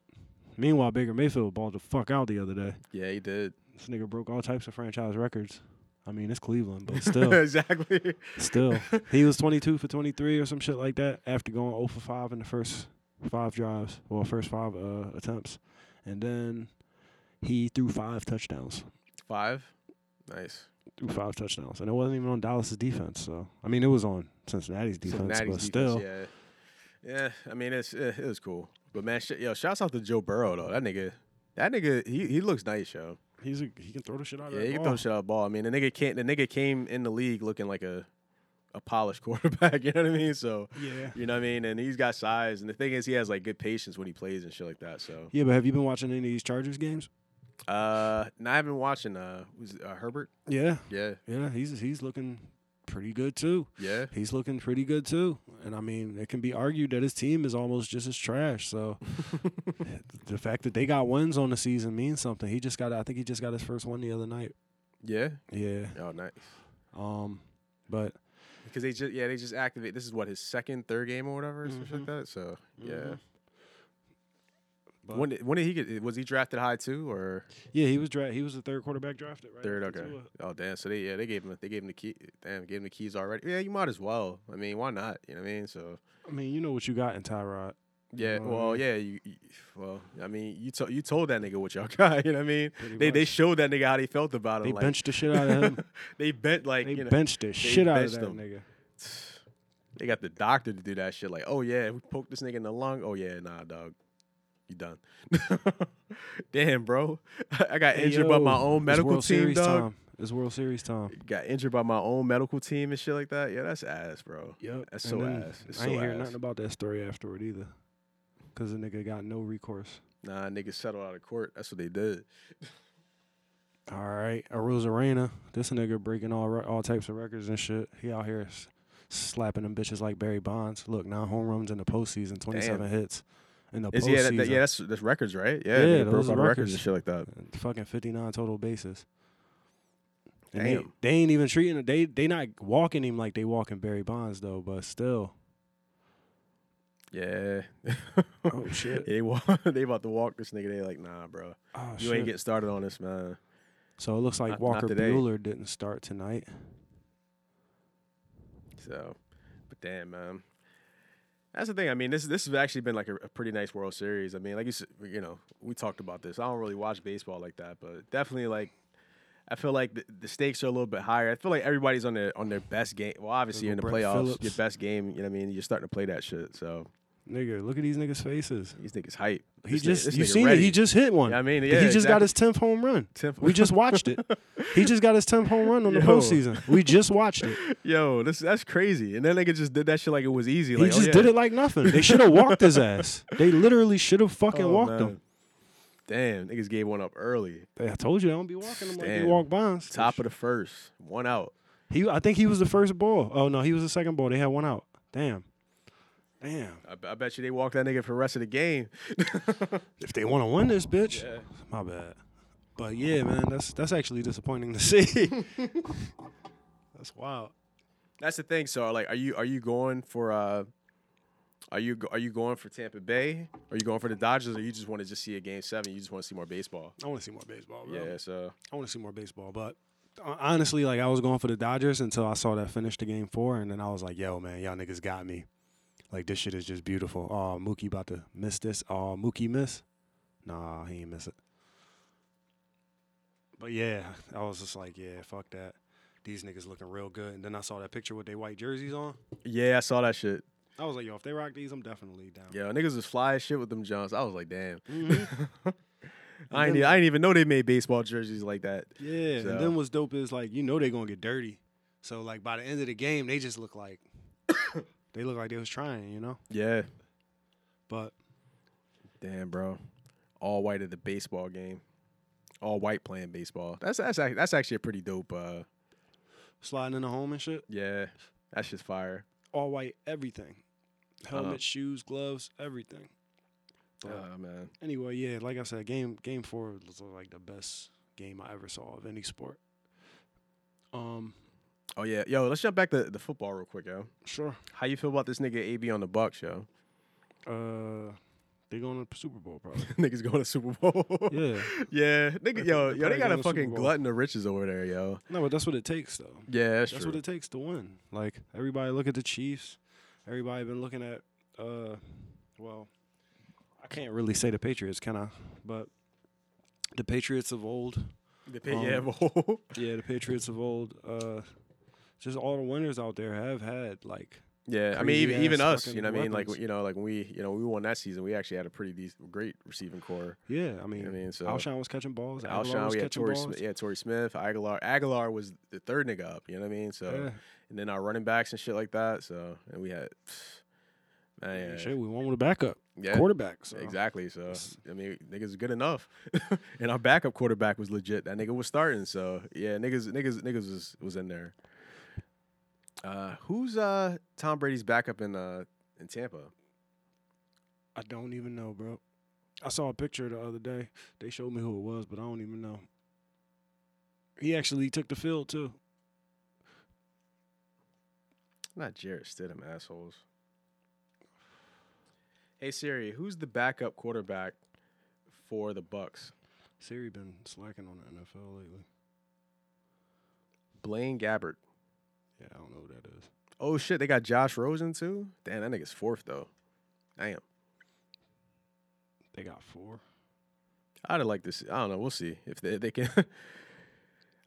S1: Meanwhile, Baker Mayfield balled the fuck out the other day.
S2: yeah, he did.
S1: This nigga broke all types of franchise records. I mean, it's Cleveland, but still,
S2: exactly.
S1: still, he was 22 for 23 or some shit like that after going 0 for 5 in the first five drives, well, first five uh, attempts, and then he threw five touchdowns.
S2: Five. Nice.
S1: Threw five touchdowns, and it wasn't even on Dallas' defense. So, I mean, it was on Cincinnati's defense,
S2: Cincinnati's
S1: but still,
S2: defense, yeah, yeah. I mean, it's eh, it was cool. But man, sh- yo, shouts out to Joe Burrow though. That nigga, that nigga, he he looks nice, yo.
S1: he's a, he can throw the shit out of
S2: Yeah,
S1: that
S2: he can
S1: ball.
S2: throw shit out the ball. I mean, the nigga can't. The nigga came in the league looking like a a polished quarterback. You know what I mean? So.
S1: Yeah.
S2: You know what I mean? And he's got size. And the thing is, he has like good patience when he plays and shit like that. So,
S1: Yeah, but have you been watching any of these Chargers games?
S2: uh, now I've been watching, uh, was it, uh, Herbert?
S1: Yeah,
S2: Yeah.
S1: yeah, he's he's looking pretty good too.
S2: Yeah.
S1: He's looking pretty good too. And I mean, it can be argued that his team is almost just as trash. So the fact that they got wins on the season means something. He just got I think he just got his first one the other night.
S2: Yeah.
S1: Yeah.
S2: Oh, nice.
S1: Um but
S2: Because they just, yeah, they just activate. This is what, his second, third game or whatever, or some shit
S1: Mhm.
S2: like that. So, yeah.
S1: Mhm. But-
S2: When, did, when did he get, eh, was he drafted high too or
S1: yeah, he was dra- he was the third quarterback drafted, right?
S2: third?
S1: after
S2: Okay.
S1: Tua.
S2: Oh, damn. So they, yeah, they gave him, they gave him the key. Damn, gave him the keys already. Yeah, you might as well. I mean, why not? You know what I mean? So,
S1: I mean, you know what you got in Tyrod.
S2: Yeah,
S1: know what I
S2: well,
S1: mean?
S2: yeah, you, you well, I mean, you told you told that nigga what y'all got. You know what I mean?
S1: pretty
S2: They they
S1: much.
S2: showed that nigga how they felt about it.
S1: they
S2: like,
S1: benched the shit out of him.
S2: they bent like
S1: They
S2: you know
S1: benched the shit out of
S2: benched
S1: that
S2: him.
S1: nigga.
S2: they got the doctor to do that shit. Like, oh yeah, we poked this nigga in the lung. Oh yeah, nah, dog, you done. Damn, bro, I got
S1: Hey,
S2: injured by my
S1: yo,
S2: own
S1: it's
S2: medical
S1: World
S2: team,
S1: Series
S2: dog.
S1: Time. It's World Series time.
S2: Got injured by my own medical team and shit like that. Yeah, that's ass, bro.
S1: Yep.
S2: That's
S1: and
S2: so
S1: then
S2: ass. It's
S1: I ain't
S2: so
S1: hear
S2: ass.
S1: nothing about that story afterward either. Cause the nigga got no recourse.
S2: Nah, niggas settled out of court. That's what they did.
S1: All right, a Rosarena. This nigga breaking all re- all types of records and shit. He out here s- slapping them bitches like Barry Bonds. Look, nine home runs in the postseason, twenty seven hits in the
S2: Is
S1: postseason.
S2: yeah, that, that- yeah, that's that's records, right? Yeah,
S1: Yeah,
S2: nigga broke
S1: those
S2: all
S1: are
S2: the records
S1: records.
S2: and shit like that.
S1: And fucking fifty nine total bases. And they,
S2: Damn.
S1: they ain't even treating him. They they not walking him like they walking Barry Bonds though. But still,
S2: Yeah.
S1: oh shit,
S2: they wa- they about to walk this nigga. They like, nah, bro.
S1: oh
S2: You
S1: shit.
S2: ain't getting started on this, man.
S1: so it looks like
S2: Not- not
S1: Walker
S2: today.
S1: Bueller didn't start tonight.
S2: So, but damn, man. That's the thing. I mean, this this has actually been like a, a pretty nice World Series. I mean, like you s- you know, we talked about this. I don't really watch baseball like that, but definitely like I feel like the, the stakes are a little bit higher. I feel like everybody's on their on their best game. Well, obviously
S1: go
S2: in the
S1: Brett
S2: playoffs, your
S1: Phillips.
S2: best game. You know what I mean? You're starting to play that shit. So
S1: Nigga, look at these niggas' faces.
S2: these niggas hype.
S1: He
S2: This ni-
S1: just
S2: this
S1: you
S2: nigga
S1: seen it.
S2: ready.
S1: He just hit one.
S2: Yeah, I mean,
S1: he
S2: yeah,
S1: just got
S2: exactly.
S1: his tenth home run.
S2: Tenth-
S1: We just watched it. he just got his tenth home run on the
S2: Yo.
S1: postseason. We just watched it.
S2: Yo, this that's crazy. And that nigga just did that shit like it was easy.
S1: He
S2: like,
S1: just
S2: oh, yeah.
S1: did it like nothing. They should have walked his ass. They literally should have fucking
S2: Oh,
S1: walked
S2: man.
S1: him.
S2: Damn, niggas gave one up early.
S1: I told you they don't be walking him like they
S2: Damn.
S1: walk Bonds.
S2: Top of the first, one out.
S1: He, I think he was the first ball. Oh no, he was the second ball. They had one out. Damn. Damn.
S2: I, I bet you they walked that nigga for the rest of the game.
S1: If they want to win this, bitch. My bad. But yeah, man, that's that's actually disappointing to see. that's wild.
S2: That's the thing. So like, are you are you going for uh, are you go- are you going for Tampa Bay? Are you going for the Dodgers? Or you just want to just see a game seven? You just want to see more baseball?
S1: I want to see more baseball, bro.
S2: Yeah. So
S1: I want to see more baseball, but hon- honestly, like I was going for the Dodgers until I saw that finish to game four, and then I was like, "Yo, man, y'all niggas got me. Like this shit is just beautiful. Oh, Mookie about to miss this. Oh, Mookie miss. Nah, he ain't miss it. But yeah, I was just like, yeah, fuck that. these niggas looking real good. And then I saw that picture with their white jerseys on.
S2: Yeah, I saw that shit.
S1: I was like, yo, if they rock these, I'm definitely down.
S2: Yo, niggas was fly as shit with them Johns. I was like, damn.
S1: Mhm.
S2: I
S1: then-
S2: ain't, e- I ain't even know they made baseball jerseys like that.
S1: Yeah.
S2: So-
S1: And then what's dope is like you know they gonna get dirty. So like by the end of the game, they just look like they look like they was trying, you know.
S2: Yeah.
S1: But
S2: Damn, bro. All white at the baseball game. All white playing baseball. That's that's ac- that's actually a pretty dope. Uh,
S1: sliding in the home and shit,
S2: yeah, that's just fire.
S1: all white everything,
S2: Uh-huh.
S1: helmet, shoes, gloves, everything. But
S2: Oh man,
S1: anyway, yeah, like I said, game game four was like the best game I ever saw of any sport. Um,
S2: oh yeah, yo, let's jump back to the football real quick, yo.
S1: sure.
S2: How you feel about this nigga AB on the Bucks, yo?
S1: Uh, they going to the Super Bowl probably.
S2: Niggas going to Super Bowl.
S1: yeah.
S2: yeah, nigga, yo,
S1: They're
S2: yo, they
S1: probably
S2: got
S1: going to
S2: a
S1: Super
S2: fucking
S1: Bowl.
S2: glutton of riches over there, yo.
S1: No, but that's what it takes though.
S2: Yeah, that's,
S1: That's
S2: true.
S1: what it takes to win. Like everybody look at the Chiefs. Everybody been looking at uh well, I can't really say the Patriots, can I? But the Patriots of old.
S2: They
S1: um,
S2: pay- yeah, but-
S1: Yeah, the Patriots of old, uh just all the winners out there have had like
S2: yeah. I mean, even,
S1: crazy-ass
S2: even us, you
S1: fucking
S2: know, what I mean, like
S1: weapons.
S2: you know, like when we, you know, we won that season. We actually had a pretty decent, great receiving core.
S1: yeah, I
S2: You
S1: mean,
S2: know what I mean, so
S1: Alshon was catching balls, Aguilar
S2: Alshon,
S1: was
S2: yeah,
S1: catching
S2: Torrey
S1: balls.
S2: Smith, yeah, Torrey Smith, Aguilar. Aguilar was the third nigga up. You know what I mean? So,
S1: yeah.
S2: and then our running backs and shit like that. So, and we had, man,
S1: yeah,
S2: yeah,
S1: Shit, we won with a backup
S2: yeah,
S1: quarterback. So.
S2: exactly. So,
S1: It's-
S2: I mean, niggas good enough. and our backup quarterback was legit. That nigga was starting. So, yeah, niggas, niggas, niggas was, was in there. Uh, who's uh Tom Brady's backup in uh in Tampa?
S1: I don't even know, bro. I saw a picture the other day. They showed me who it was, but I don't even know. He actually took the field too.
S2: Not Jarrett Stidham, assholes. Hey Siri, who's the backup quarterback for the Bucks?
S1: Siri been slacking on the NFL lately.
S2: Blaine Gabbert.
S1: Yeah, I don't know who that is.
S2: Oh shit, they got Josh Rosen too. Damn, that nigga's fourth though. Damn,
S1: They got four.
S2: I'd have liked to see. I don't know. We'll see if they, they can.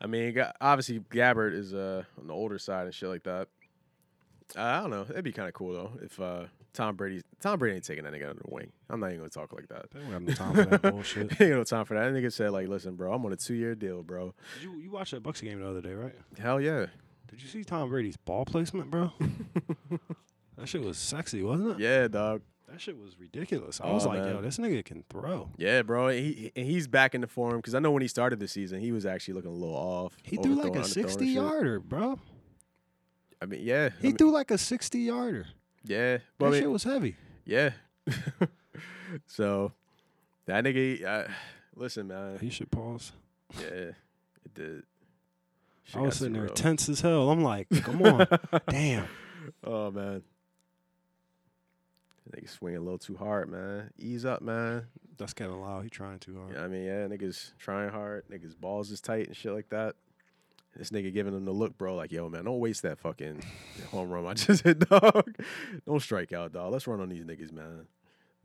S2: I mean, ga- obviously Gabbert is uh, on the older side and shit like that. Uh, I don't know. It'd be kind of cool though if uh, Tom Brady. Tom Brady ain't taking that nigga under the wing. I'm not even gonna talk like that.
S1: They don't have no time for that bullshit. Did
S2: Ain't no time for that. That nigga said like, listen, bro, I'm on a two year deal, bro.
S1: You you watched that Bucks game the other day, right?
S2: Hell yeah.
S1: Did you see Tom Brady's ball placement, bro? that shit was sexy, wasn't it?
S2: Yeah, dog.
S1: That shit was ridiculous. I was
S2: Oh,
S1: like,
S2: man.
S1: yo, this nigga can throw.
S2: Yeah, bro. He he- he's back into form because I know when he started the season, he was actually looking a little off.
S1: He threw like
S2: overthrowing,
S1: a
S2: underthrowing and
S1: 60
S2: shit.
S1: yarder, bro.
S2: I mean, yeah. I
S1: He
S2: mean,
S1: threw like a 60 yarder.
S2: yeah.
S1: That
S2: But I mean,
S1: shit was heavy.
S2: yeah. so that nigga, uh, listen, man.
S1: He should pause.
S2: Yeah, it did. Shit
S1: I
S2: got
S1: was sitting
S2: too
S1: there
S2: real.
S1: tense as hell. I'm like, come on, damn.
S2: Oh man. Nigga swinging a little too hard, man. Ease up, man.
S1: That's kind of loud. He trying too hard.
S2: You know what I mean? Yeah, niggas trying hard. Niggas balls is tight and shit like that. This nigga giving him the look, bro. Like, yo, man, don't waste that fucking home run I just hit, dog. don't strike out, dog. Let's run on these niggas, man.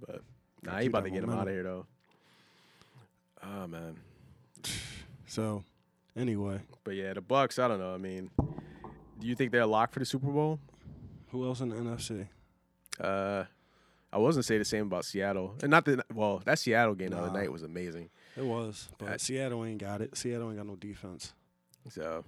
S2: But nah,
S1: Gotta
S2: he
S1: keep
S2: about
S1: that
S2: to get him out of
S1: momentum.
S2: here, though. Ah, man.
S1: So, anyway,
S2: But yeah, the Bucks. I don't know. I mean, do you think they're locked for the Super Bowl?
S1: who else in the NFC?
S2: Uh, I wasn't say the same about Seattle, and not that. Well, that Seattle game the other
S1: Nah.
S2: night was amazing.
S1: It was, but
S2: I-
S1: Seattle ain't got it. Seattle ain't got no defense.
S2: So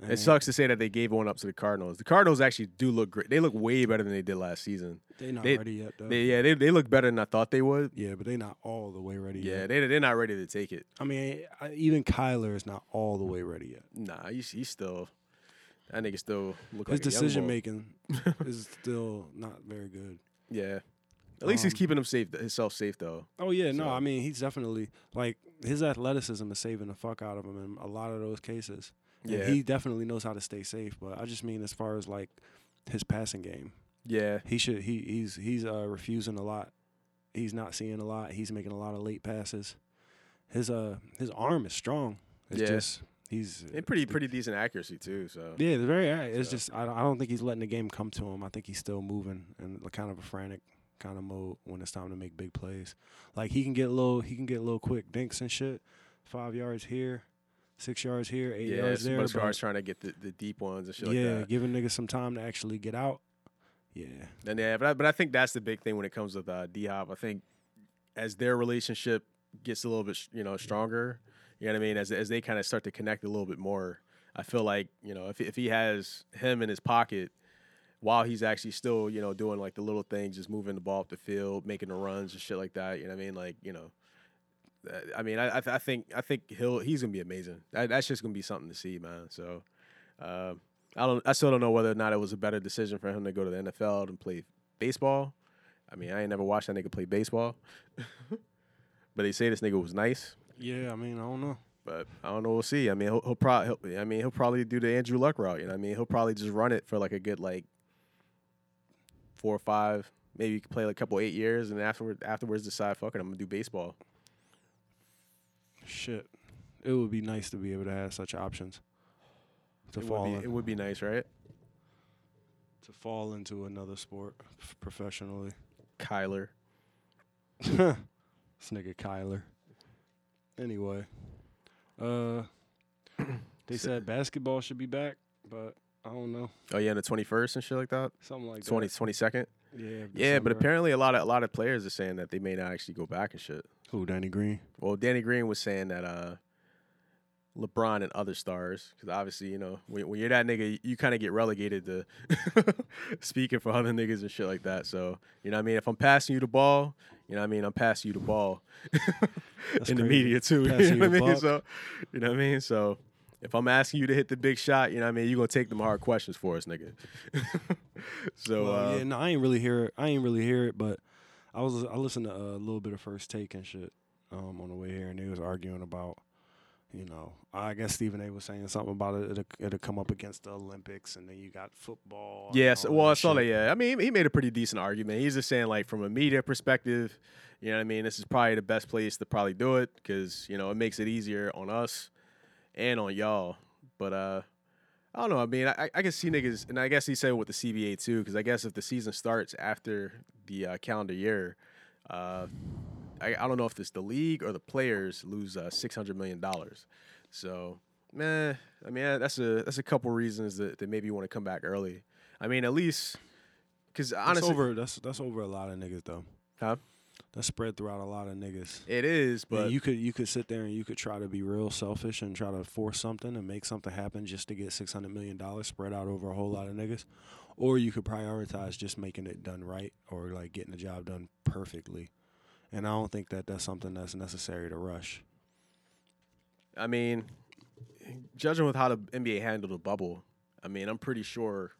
S1: And
S2: It sucks to say that they gave one up to the Cardinals. The Cardinals actually do look great. They look way better than they did last season.
S1: They not
S2: they-
S1: ready yet, though.
S2: They, yeah, they, they look better than I thought they would.
S1: yeah, but they not all the way ready
S2: Yeah,
S1: yet.
S2: they they're not ready to take it.
S1: I mean, I, even Kyler is not all the way ready yet.
S2: Nah, he's, he's still that nigga still look
S1: His
S2: like
S1: decision
S2: a young bull.
S1: making is still not very good.
S2: Yeah, at least he's
S1: Um,
S2: keeping him safe, himself safe though.
S1: Oh yeah, no,
S2: So-
S1: I mean he's definitely like his athleticism is saving the fuck out of him in a lot of those cases. And
S2: Yeah.
S1: he definitely knows how to stay safe. But I just mean as far as like his passing game,
S2: Yeah,
S1: he should he he's he's uh, refusing a lot. He's not seeing a lot. He's making a lot of late passes. His uh his arm is strong. It's
S2: Yeah.
S1: just he's
S2: and pretty pretty decent accuracy too. So
S1: yeah, it's very. It's
S2: So-
S1: just I, don't- I don't think he's letting the game come to him. I think he's still moving in the kind of a frantic kind of mode when it's time to make big plays. Like he can get low, he can get low quick dinks and shit. Five yards here, six yards here, eight
S2: Yeah,
S1: yards
S2: it's a
S1: there.
S2: bunch of
S1: but
S2: guards trying to get the, the deep ones and shit like
S1: yeah,
S2: that.
S1: giving niggas some time to actually get out. Yeah,
S2: And yeah, but I, but I think that's the big thing when it comes with uh, D Hop. I think as their relationship gets a little bit, you know, stronger, you know what I mean. As as they kind of start to connect a little bit more, I feel like you know if if he has him in his pocket while he's actually still you know doing like the little things, just moving the ball up the field, making the runs and shit like that. You know what I mean? Like you know. uh, I mean, I, I, th- I think I think he'll he's gonna be amazing. That, that's just gonna be something to see, man. So, um, I don't. I still don't know whether or not it was a better decision for him to go to the NFL and play baseball. I mean, I ain't never watched that nigga play baseball, but they say this nigga was nice.
S1: yeah. I mean, I don't know.
S2: But I don't know. We'll see. I mean, he'll, he'll probably. I mean, he'll probably do the Andrew Luck route. You know, what I mean, he'll probably just run it for like a good like four or five. Maybe you could play like a couple eight years, and afterward afterwards decide, fuck it, I'm gonna do baseball.
S1: Shit, it would be nice to be able to have such options to
S2: It
S1: fall
S2: would, be,
S1: in-
S2: it would be nice, right?
S1: to fall into another sport f- professionally.
S2: Kyler.
S1: this nigga Kyler. Anyway, uh, they
S2: So-
S1: said basketball should be back, but I don't know.
S2: Oh yeah, and the twenty first and shit like that.
S1: Something like
S2: Twenty twenty second.
S1: that. Yeah,
S2: Yeah, but
S1: December.
S2: apparently a lot of a lot of players are saying that they may not actually go back and shit.
S1: Who, Danny Green?
S2: Well, Danny Green was saying that uh, LeBron and other stars, because obviously you know when, when you're that nigga, you kind of get relegated to speaking for other niggas and shit like that. So you know what I mean. If I'm passing you the ball, you know what I mean. I'm passing you the ball
S1: That's
S2: in the
S1: crazy.
S2: media too.
S1: Passing
S2: you know
S1: you the
S2: what I mean?
S1: buck.
S2: So you know what I mean. So if I'm asking you to hit the big shot, you know what I mean. You're gonna take them hard questions for us, nigga. so
S1: Well,
S2: uh,
S1: yeah, no, I ain't really hear it. I ain't really hear it, but I was I listened to a little bit of First Take and shit um, on the way here, and they was arguing about, you know, I guess Stephen A. was saying something about it. It'll, it'll come up against the Olympics, and then you got football. and
S2: Yes,
S1: all
S2: well,
S1: that
S2: I saw
S1: shit.
S2: that. Yeah, I mean, he made a pretty decent argument. He's just saying, like, from a media perspective, you know what I mean. This is probably the best place to probably do it because you know it makes it easier on us and on y'all. But uh, I don't know. I mean, I, I can see niggas, and I guess he said with the CBA too, because I guess if the season starts after the uh, calendar year, uh, I, I don't know if it's the league or the players lose uh, six hundred million dollars. So, man, I mean eh, that's a that's a couple reasons that, that maybe you want to come back early. I mean, at least because
S1: That's
S2: honestly,
S1: over that's that's over a lot of niggas though.
S2: Huh?
S1: That's spread throughout a lot of niggas.
S2: it is,
S1: But
S2: but
S1: you could you could sit there and you could try to be real selfish and try to force something and make something happen just to get six hundred million dollars spread out over a whole lot of niggas, or you could prioritize just making it done right or like getting the job done perfectly. And I don't think that that's something that's necessary to rush.
S2: I mean, judging with how the NBA handled the bubble, I mean, I'm pretty sure.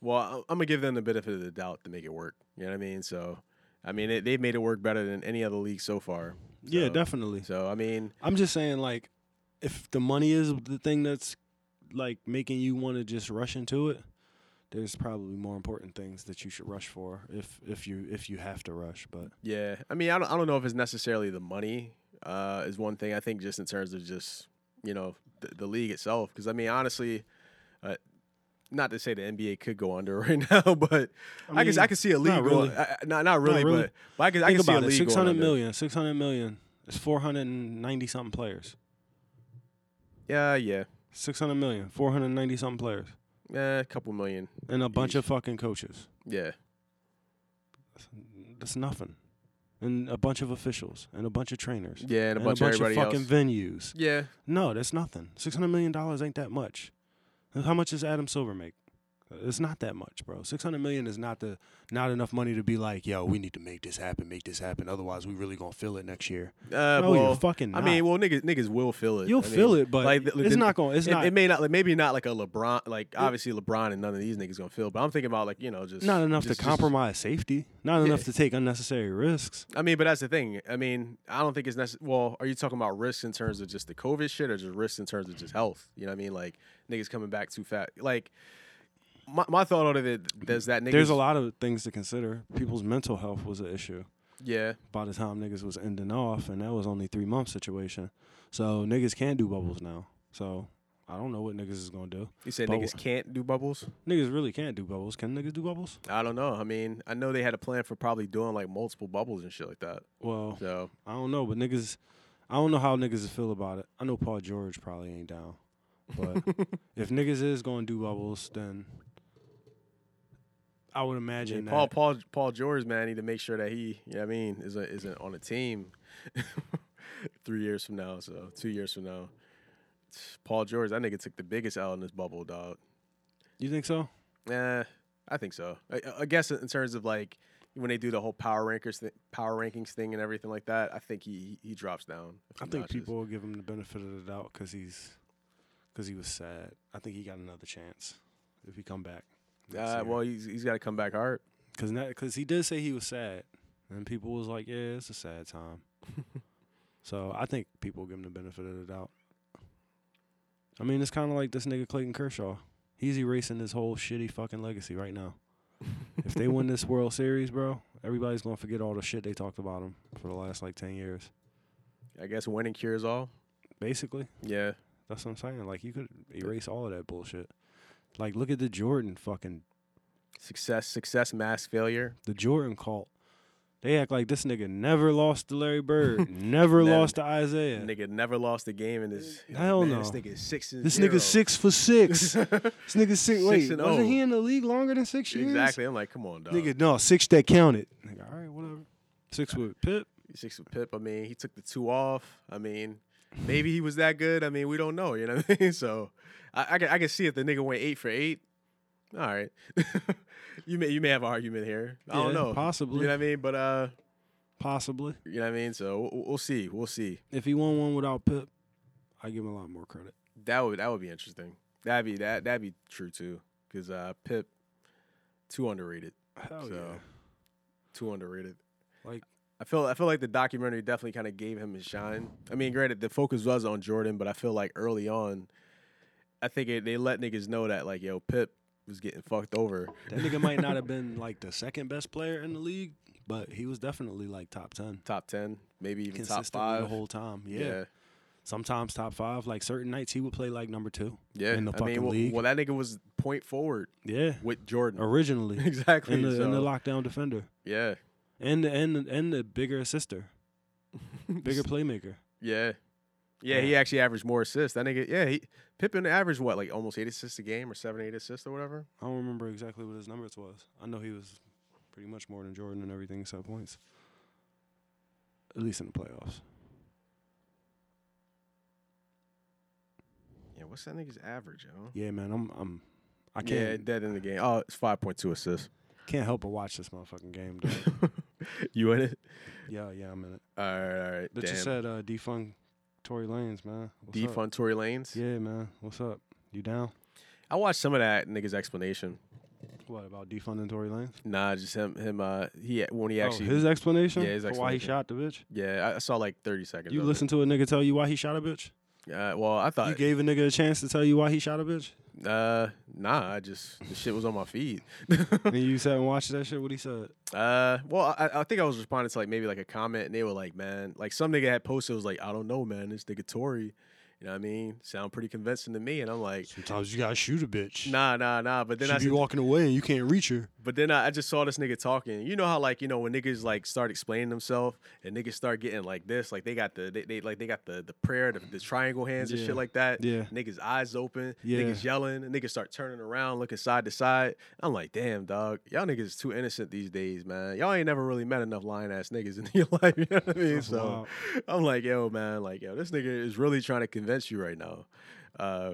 S2: Well, I- I'm gonna give them the benefit of the doubt to make it work. You know what I mean? So, I mean, it, they've made it work better than any other league so far.
S1: yeah,
S2: So-
S1: definitely.
S2: So, I mean,
S1: I'm just saying, like, if the money is the thing that's like making you want to just rush into it, there's probably more important things that you should rush for if if you if you have to rush. But
S2: Yeah, I mean, I don't, I don't know if it's necessarily the money uh, is one thing. I think just in terms of just you know the, the league itself, because I mean, honestly, uh, not to say the NBA could go under right now, but I, guess I
S1: mean,
S2: could see a
S1: not
S2: league
S1: really.
S2: going- I- I- not not really,
S1: really.
S2: but, but I could I
S1: think
S2: could see a
S1: about it.
S2: league
S1: Six
S2: going
S1: hundred
S2: under.
S1: million. Six hundred million. It's four hundred and ninety something players.
S2: Yeah, yeah,
S1: Six hundred million. Four hundred ninety something players,
S2: yeah, a couple million.
S1: and a bunch
S2: Yeesh.
S1: of fucking coaches.
S2: Yeah,
S1: That's, that's nothing. And a bunch of officials, and a bunch of trainers,
S2: yeah, and a bunch, of everybody
S1: fucking
S2: else.
S1: venues.
S2: yeah,
S1: No, that's nothing. Six hundred million dollars ain't that much. And How much does Adam Silver make? It's not that much, bro. Six hundred million is not the not enough money to be like, yo, we need to make this happen, make this happen. Otherwise, we really gonna feel it next year.
S2: uh,
S1: no, you're
S2: well,
S1: fucking.
S2: I
S1: not.
S2: mean, well, niggas, niggas will feel it.
S1: you'll
S2: I mean,
S1: feel it, but
S2: like, the-
S1: it's
S2: the-
S1: not gonna. It's
S2: It,
S1: not.
S2: it may not, like, maybe not like a LeBron, like obviously LeBron and none of these niggas gonna feel, but I'm thinking about like you know just
S1: not enough
S2: just-
S1: to
S2: just-
S1: compromise safety. Not
S2: Yeah.
S1: enough to take unnecessary risks.
S2: I mean, but that's the thing. I mean, I don't think it's necessary. Well, are you talking about risks in terms of just the COVID shit, or just risks in terms of just health? You know what I mean? Like niggas coming back too fat. Like my, my thought on it, there's that niggas.
S1: There's a lot of things to consider. People's mental health was an issue
S2: Yeah,
S1: by the time niggas was ending off, and that was only three month situation. So niggas can do bubbles now. So I don't know what niggas is gonna do.
S2: you said
S1: But
S2: niggas can't do bubbles.
S1: Niggas really can't do bubbles. Can niggas do bubbles?
S2: I don't know. I mean, I know they had a plan for probably doing like multiple bubbles and shit like that.
S1: Well,
S2: So
S1: I don't know, but niggas. I don't know how niggas feel about it. I know Paul George probably ain't down, but if niggas is gonna do bubbles, then I would
S2: Yeah,
S1: imagine
S2: Paul
S1: that.
S2: Paul Paul George man need to make sure that he you know what I mean is a, is a, on a team three years from now so two years from now Paul George that nigga took the biggest out in this bubble dog
S1: You think so?
S2: eh I think so I, I guess in terms of like when they do the whole power rankers th- power rankings thing and everything like that I think he he drops down
S1: I
S2: a few
S1: think
S2: notches.
S1: people will give him the benefit of the doubt because he's because he was sad. I think he got another chance if he come back.
S2: uh, well he's he's got to come back hard
S1: because because he did say he was sad, and people was like, "Yeah, it's a sad time." so I think people give him the benefit of the doubt. I mean, it's kind of like this nigga Clayton Kershaw. He's erasing his whole shitty fucking legacy right now. if they win this World Series, bro, everybody's gonna forget all the shit they talked about him for the last like ten years.
S2: I guess winning cures all
S1: Basically,
S2: yeah
S1: that's what I'm saying. Like you could erase all of that bullshit. Like look at the Jordan fucking
S2: success success mass failure
S1: the Jordan cult. They act like this nigga never lost to Larry Bird, never
S2: Never.
S1: lost to Isaiah.
S2: nigga never lost a game in this
S1: Hell
S2: man, this
S1: no.
S2: nigga is six and
S1: This
S2: zero.
S1: nigga six for six. this nigga six.
S2: Six
S1: Wait,
S2: and
S1: wasn't
S2: oh.
S1: he in the league longer than six years?
S2: Exactly. I'm like, come on, dog.
S1: Nigga, no six that counted. Nigga, all right, whatever. Six with Pip.
S2: Six with Pip. I mean, he took the two off. I mean, maybe he was that good. I mean, we don't know. You know what I mean? So, I, I can I can see if the nigga went eight for eight. All right, you may you may have an argument here. I
S1: Yeah,
S2: don't know.
S1: possibly.
S2: You know what I mean? But uh,
S1: Possibly,
S2: you know what I mean. So we'll, we'll see. We'll see.
S1: if he won one without Pip, I give him a lot more credit.
S2: That would that would be interesting. That'd be that that'd be true too. Cause uh, Pip, too underrated.
S1: Hell
S2: so, too underrated.
S1: Like-
S2: I feel I feel like the documentary definitely kind of gave him his shine. I mean, granted, the focus was on Jordan, but I feel like early on, I think it, they let niggas know that like, yo, Pip was getting fucked over.
S1: yeah, that nigga might not have been like the second best player in the league, but he was definitely like top ten,
S2: top ten, maybe even top
S1: consistently
S2: five.
S1: the whole time. yeah,
S2: yeah,
S1: sometimes top five. Like certain nights, he would play like number two.
S2: yeah.
S1: in the
S2: I
S1: fucking
S2: mean, well,
S1: league.
S2: well, that nigga was point forward
S1: Yeah,
S2: with Jordan.
S1: originally
S2: exactly.
S1: in the, in the
S2: so,
S1: lockdown defender
S2: yeah,
S1: and the, and the, and the bigger assister, bigger playmaker.
S2: yeah. Yeah, he actually averaged more assists. That nigga, yeah, he Pippen averaged what, like almost eight assists a game or seven, eight assists or whatever?
S1: I don't remember exactly what his numbers was. I know he was pretty much more than Jordan and everything except points, at least in the playoffs.
S2: Yeah, what's that nigga's average, yo?
S1: Yeah, man, I'm I'm I
S2: Yeah,
S1: can't
S2: dead in the game. Oh, it's five point two assists.
S1: can't help but watch this motherfucking game. Dude.
S2: you in it?
S1: yeah, yeah, I'm in it.
S2: All right, all right.
S1: But you
S2: damn.
S1: said uh, defund Tory Lanes, man. What's up?
S2: defund Tory Lanes.
S1: Yeah, man. What's up? You down?
S2: I watched some of that nigga's explanation.
S1: What about defunding Tory Lanes?
S2: Nah, just him. Him. Uh, he when he
S1: Oh,
S2: actually.
S1: his explanation.
S2: Yeah, his
S1: for why he
S2: explanation.
S1: shot the bitch.
S2: yeah, I- I saw like thirty seconds.
S1: You
S2: of
S1: listen to a nigga tell you why he shot a bitch?
S2: It. Uh, well, I
S1: You
S2: thought.
S1: gave a nigga a chance to tell you why he shot a bitch?
S2: uh, nah, I just the shit was on my feed.
S1: and you sat and watched that shit, what he said.
S2: Uh, well, I, I think I was responding to like maybe like a comment, and they were like, "Man, like some nigga had posted was like, I don't know, man, this nigga Tory." You know what I mean? Sound pretty convincing to me, and I'm like,
S1: Sometimes you gotta shoot a bitch.
S2: Nah, nah, nah. But then I
S1: she be
S2: said-
S1: walking away and you can't reach her.
S2: But then I, I just saw this nigga talking. You know how like you know when niggas like start explaining themselves and niggas start getting like this, like they got the they, they like they got the the prayer, the, the triangle hands and
S1: Yeah.
S2: shit like that.
S1: Yeah.
S2: Niggas eyes open,
S1: Yeah.
S2: niggas yelling, and niggas start turning around, looking side to side. I'm like, damn, dog, y'all niggas is too innocent these days, man. Y'all ain't never really met enough lying ass niggas in your life. You know what I mean?
S1: That's
S2: so
S1: wild.
S2: I'm like, yo, man, like yo, this nigga is really trying to convince you right now. Uh,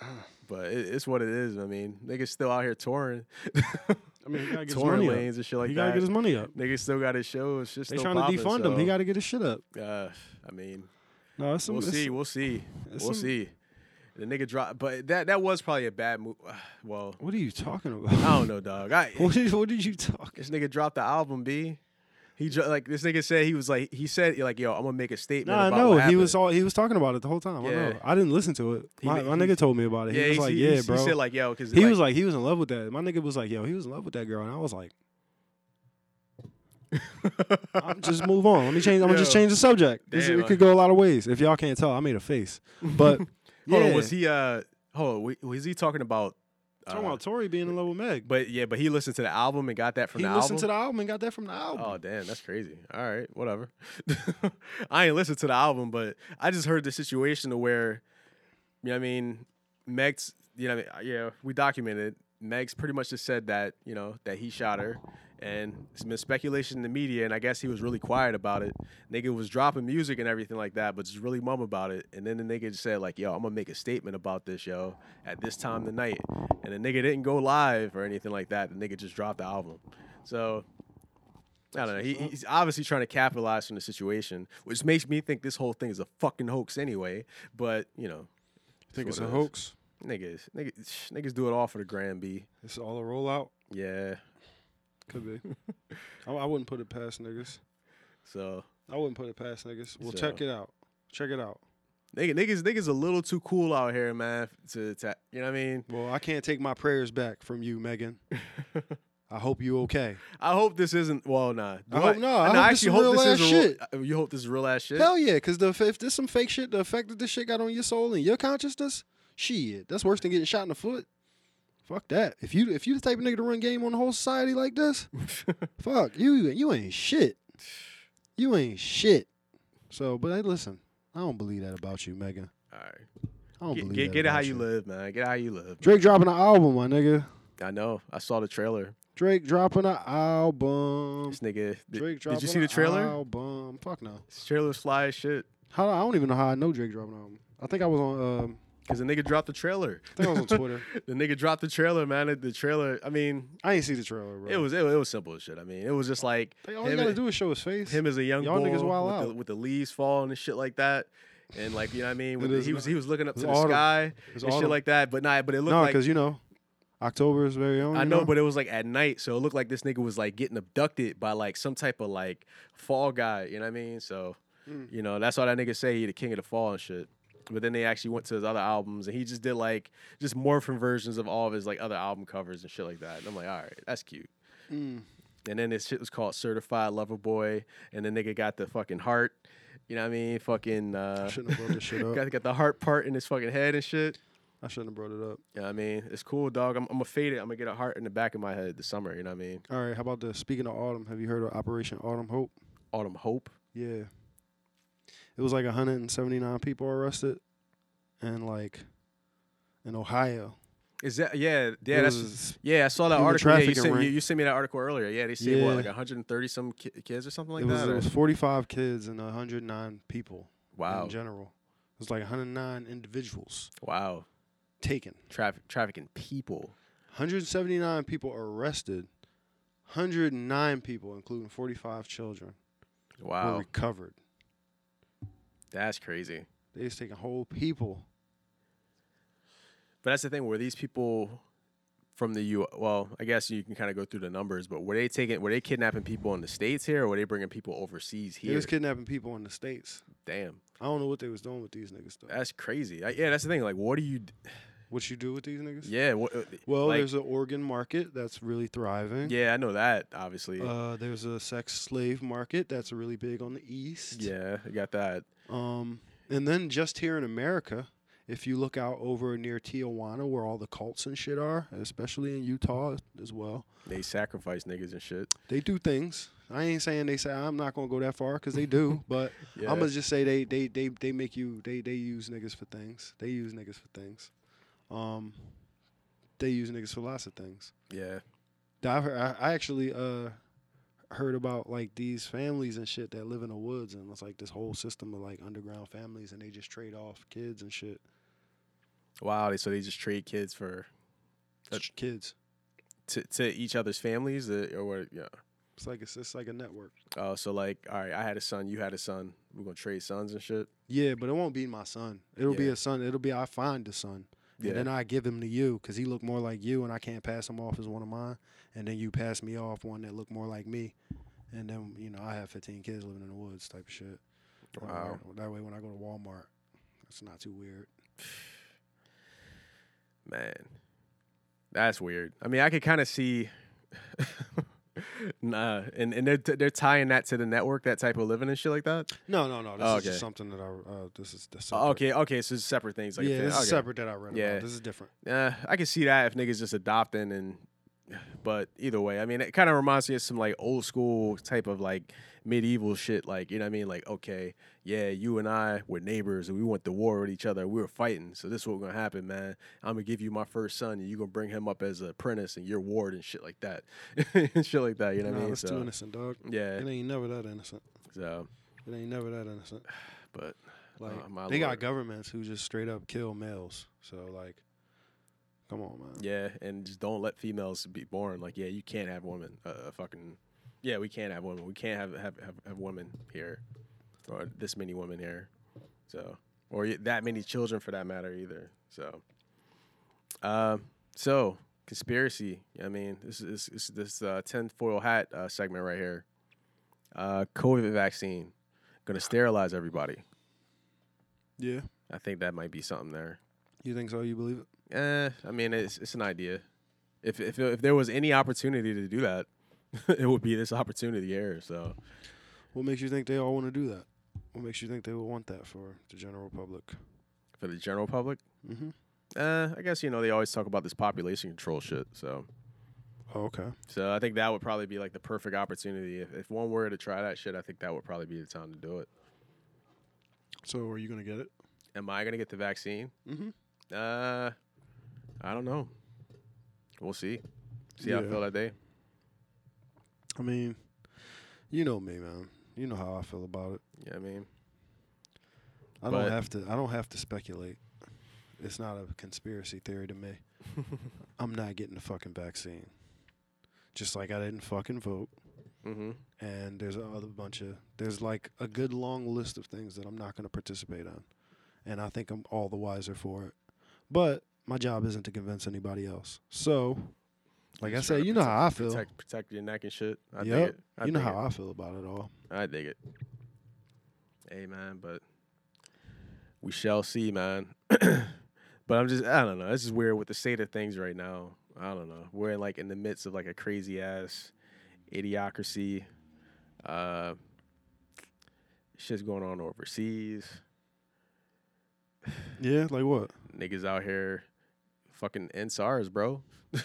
S2: but it, it's what it is. I mean, niggas still out here touring.
S1: I mean, he gotta get his
S2: touring
S1: money up.
S2: lanes and shit like
S1: he gotta
S2: that.
S1: get his money up.
S2: Niggas still got his shows. Shit's
S1: They
S2: still
S1: trying
S2: popping,
S1: to defund him. He
S2: so,
S1: gotta get his shit up.
S2: Uh, I mean,
S1: No, it's some,
S2: we'll
S1: it's-
S2: see. We'll see.
S1: it's
S2: We'll
S1: some-
S2: see. The nigga dropped, but that that was probably a bad move. Well,
S1: What are you talking
S2: I
S1: about?
S2: don't know, dog. I,
S1: what, did, what did you talk?
S2: this nigga dropped the album, b. He dro- like this nigga said he was like he said like yo I'm gonna make a statement.
S1: Nah,
S2: about
S1: no,
S2: what
S1: he was
S2: happened."
S1: all he was talking about it the whole time. I know.
S2: Yeah.
S1: I didn't listen to it.
S2: He
S1: My,
S2: ma-
S1: my
S2: he-
S1: nigga told me about it. He
S2: yeah,
S1: was
S2: he-
S1: like,
S2: he,
S1: "Yeah,
S2: he
S1: bro."
S2: said like yo because
S1: he was like, he was in love with that. My nigga was like, "Yo, he was in love with that girl," and I was like, I'm just move on. Let me change. I'm gonna just
S2: Yo.
S1: change the subject. This-
S2: Damn,
S1: it could
S2: I-
S1: go a lot of ways. If y'all can't tell, I made a face. But yeah,
S2: Hold on, was he uh hold on, wa- was he talking about
S1: Talking about Tori being in love with Meg.
S2: But yeah, but he listened to the album and got that from
S1: he
S2: the
S1: listened
S2: album.
S1: to the album and got that from the album.
S2: Oh damn, that's crazy. All right, whatever. I ain't listened to the album, but I just heard the situation to where, you know, what I mean, Meg's, you know, what I mean, uh, yeah, we documented. it. Meg's pretty much just said that, you know, that he shot her, and it's been speculation in the media, and I guess he was really quiet about it. Nigga was dropping music and everything like that, but just really mum about it. And then the nigga just said like, "Yo, I'm gonna make a statement about this, yo, at this time of the night." And the nigga didn't go live or anything like that. The nigga just dropped the album. So I don't know. He, he's obviously trying to capitalize from the situation, which makes me think this whole thing is a fucking hoax anyway. But you know,
S1: think
S2: it's
S1: it's
S2: what
S1: a
S2: it is.
S1: hoax.
S2: niggas, niggas, niggas do it all for the grand B.
S1: It's all a rollout.
S2: Yeah.
S1: Could be. I, I wouldn't put it past niggas.
S2: So
S1: I wouldn't put it past niggas. Well,
S2: So-
S1: check it out. Check it out.
S2: nigga, niggas, niggas a little too cool out here, man. To, to you know what I mean?
S1: Well, I can't take my prayers back from you, Megan. I hope you okay.
S2: I hope this isn't. Well, nah. Do
S1: I hope- no, I hope this is real ass
S2: a real- uh, You hope this is real ass shit.
S1: Hell yeah, because the, if there's some fake shit, the effect that this shit got on your soul and your consciousness, shit, that's worse than getting shot in the foot. Fuck that. If you if you the type of nigga to run game on the whole society like this, fuck you. You ain't shit. You ain't shit. So, but hey, listen, I don't believe that about you, Megan.
S2: all right.
S1: I don't
S2: Get,
S1: believe
S2: get,
S1: that
S2: get it
S1: about
S2: how you live, man. Get it how you live.
S1: Drake dropping an album, my nigga.
S2: I know. I saw the trailer.
S1: Drake dropping an album.
S2: This nigga. Did,
S1: Drake dropping uh,
S2: did you see
S1: an
S2: the trailer?
S1: Album. Fuck no.
S2: This trailer's fly as shit.
S1: How I don't even know how I know Drake dropping an album. I think I was on. Um,
S2: Cause the nigga dropped the trailer.
S1: I think I was on Twitter.
S2: The nigga dropped the trailer, man. The- The trailer. I mean,
S1: I ain't see the trailer, bro.
S2: it was it, was- it was simple as shit. I mean, it was just like
S1: They, all you
S2: him-
S1: gotta do is show his face.
S2: him as a young
S1: Y'all
S2: boy
S1: niggas wild
S2: with, The,
S1: out.
S2: with the leaves falling and shit like that, and like you know what I mean. With
S1: It
S2: the-
S1: is
S2: he was
S1: not-
S2: he was looking up
S1: it's
S2: to the
S1: autumn.
S2: sky
S1: It's
S2: and shit
S1: autumn.
S2: like that. But not, but it looked
S1: no,
S2: like
S1: because you know, October is very own.
S2: I
S1: you
S2: know, but it was like at night, so it looked like this nigga was like getting abducted by like some type of like fall guy. You know what I mean? So,
S1: Mm.
S2: you know, that's all that nigga say he the king of the fall and shit. But then they actually went to his other albums, and he just did like just morphing versions of all of his like other album covers and shit like that. And I'm like, all right, that's cute.
S1: Mm.
S2: And then this shit was called Certified Lover Boy, and the nigga got the fucking heart. You know what I mean? Fucking uh,
S1: I shouldn't have brought this shit up.
S2: got got the heart part in his fucking head and shit.
S1: I shouldn't have brought it up.
S2: You know what I mean? It's cool, dog. I'm, I'm gonna fade it. I'm gonna get a heart in the back of my head this summer. You know what I mean?
S1: All right, how about this? Speaking of autumn, have you heard of Operation Autumn Hope?
S2: Autumn Hope.
S1: Yeah. It was like 179 people arrested, and like in Ohio.
S2: Is that yeah?
S1: It
S2: Yeah, that's
S1: was-
S2: yeah. I saw that
S1: human
S2: article. Yeah, you
S1: trafficking
S2: sent you,
S1: ring.
S2: you sent me that article earlier. Yeah, they say
S1: Yeah.
S2: what like 130 some ki- kids or something like
S1: it was,
S2: that.
S1: it
S2: or-
S1: was 45 kids and 109 people
S2: wow,
S1: in general. It was like 109 individuals
S2: wow.
S1: taken.
S2: Traffic trafficking people.
S1: 179 people arrested. 109 people, including 45 children, were
S2: Wow,
S1: recovered.
S2: that's crazy.
S1: They just taking whole people.
S2: But that's the thing. Were these people from the U? Well, I guess you can kind of go through the numbers. But were they taking? Were they kidnapping people in the states here, or were they bringing people overseas
S1: They
S2: here?
S1: was kidnapping people in the states.
S2: Damn,
S1: I don't know what they was doing with these niggas though.
S2: that's crazy. I, yeah, that's the thing. Like, what do you? d-
S1: What you do with these niggas?
S2: Yeah, what? uh,
S1: Well,
S2: like,
S1: there's an organ market that's really thriving.
S2: yeah, I know that. Obviously,
S1: Uh, there's a sex slave market that's really big on the east.
S2: yeah, I got that.
S1: Um, and then just here in America, if you look out over near Tijuana, where all the cults and shit are, especially in Utah as well,
S2: They sacrifice niggas and shit.
S1: they do things. I ain't saying they say I'm not gonna go that far because they do, but I'm gonna just say they they they they make you they they use niggas for things. They use niggas for things. Um, they use niggas for lots of things.
S2: yeah.
S1: I've heard, I, I actually uh heard about like these families and shit that live in the woods and it's like this whole system of like underground families and they just trade off kids and shit.
S2: Wow. they- So they just trade kids for Uh,
S1: Ch- kids. to
S2: to, to each other's families uh, or what? Yeah.
S1: It's like it's it's like a network.
S2: Oh, so like, all right, I had a son, you had a son. We're gonna trade sons and shit.
S1: Yeah, but it won't be my son. It'll be
S2: Yeah.
S1: a son. It'll be I find the son.
S2: Yeah.
S1: And then I give him to you because he look more like you, and I can't pass him off as one of mine. And then you pass me off one that look more like me, and then you know I have 15 kids living in the woods type of shit. That way-
S2: Wow.
S1: That way, when I go to Walmart, it's not too weird.
S2: Man, that's weird. I mean, I could kind of see. nah, and and they're they're tying that to the network, that type of living and shit like that.
S1: No, no, no. This
S2: Oh,
S1: is
S2: okay.
S1: just something that I. Uh, this is the
S2: Oh, okay, okay, so it's separate things. Like
S1: yeah, this
S2: okay.
S1: is separate that I read.
S2: Yeah.
S1: about. this is different.
S2: Uh, I can see that if niggas just adopting and, but either way, I mean, it kind of reminds me of some like old school type of like medieval shit. Like you know what I mean? Like okay, yeah, you and I were neighbors and we went to war with each other. We were fighting, so this is what gonna happen, man. I'm gonna give you my first son, and you gonna bring him up as an apprentice and your ward and shit like that, and shit like that. You know what
S1: nah,
S2: I mean?
S1: that's too
S2: So
S1: innocent, dog.
S2: yeah,
S1: It ain't never that innocent.
S2: so
S1: It ain't never that innocent.
S2: but
S1: Like
S2: Uh, my
S1: they got
S2: lord.
S1: governments who just straight up kill males. So like, come on, man.
S2: Yeah, and just don't let females be born. Like, yeah, you can't have women. Uh, uh, fucking, yeah, we can't have women. We can't have have, have have women here, or this many women here, so or y- that many children for that matter either. So, uh, so conspiracy. I mean, this is this this uh, tinfoil hat uh, segment right here. Uh, COVID vaccine gonna sterilize everybody.
S1: Yeah,
S2: I think that might be something there.
S1: you think so? You believe it?
S2: Eh, I mean, it's it's an idea. If if if there was any opportunity to do that, it would be this opportunity here. So
S1: What makes you think they all want to do that? What makes you think they would want that for the general public?
S2: for the general public,
S1: Mm-hmm.
S2: uh, I guess you know they always talk about this population control shit. So
S1: Oh, okay.
S2: so I think that would probably be like the perfect opportunity. If if one were to try that shit, I think that would probably be the time to do it.
S1: So are you gonna get it?
S2: Am I gonna get the vaccine?
S1: Mm-hmm.
S2: Uh, I don't know. We'll see. See how I
S1: Yeah.
S2: feel that day.
S1: I mean, you know me, man. You know how I feel about it.
S2: Yeah, I mean,
S1: I
S2: But-
S1: don't have to. I don't have to speculate. It's not a conspiracy theory to me. I'm not getting the fucking vaccine. Just like I didn't fucking vote.
S2: mm-hmm.
S1: and there's a other bunch of there's like a good long list of things that I'm not going to participate on, and I think I'm all the wiser for it. But my job isn't to convince anybody else. So, like I
S2: Just try
S1: said,
S2: to
S1: you know how I feel.
S2: protect protect your neck and shit. I dig
S1: Yep.
S2: it. I
S1: you know
S2: dig it.
S1: how I feel about it all.
S2: I dig it. Hey man, but we shall see, man. but I'm just I don't know. This is weird with the state of things right now. I don't know. We're in like in the midst of like a crazy ass idiocracy. Uh shit's going on overseas.
S1: Yeah, like what?
S2: Niggas out here fucking NSARS, bro.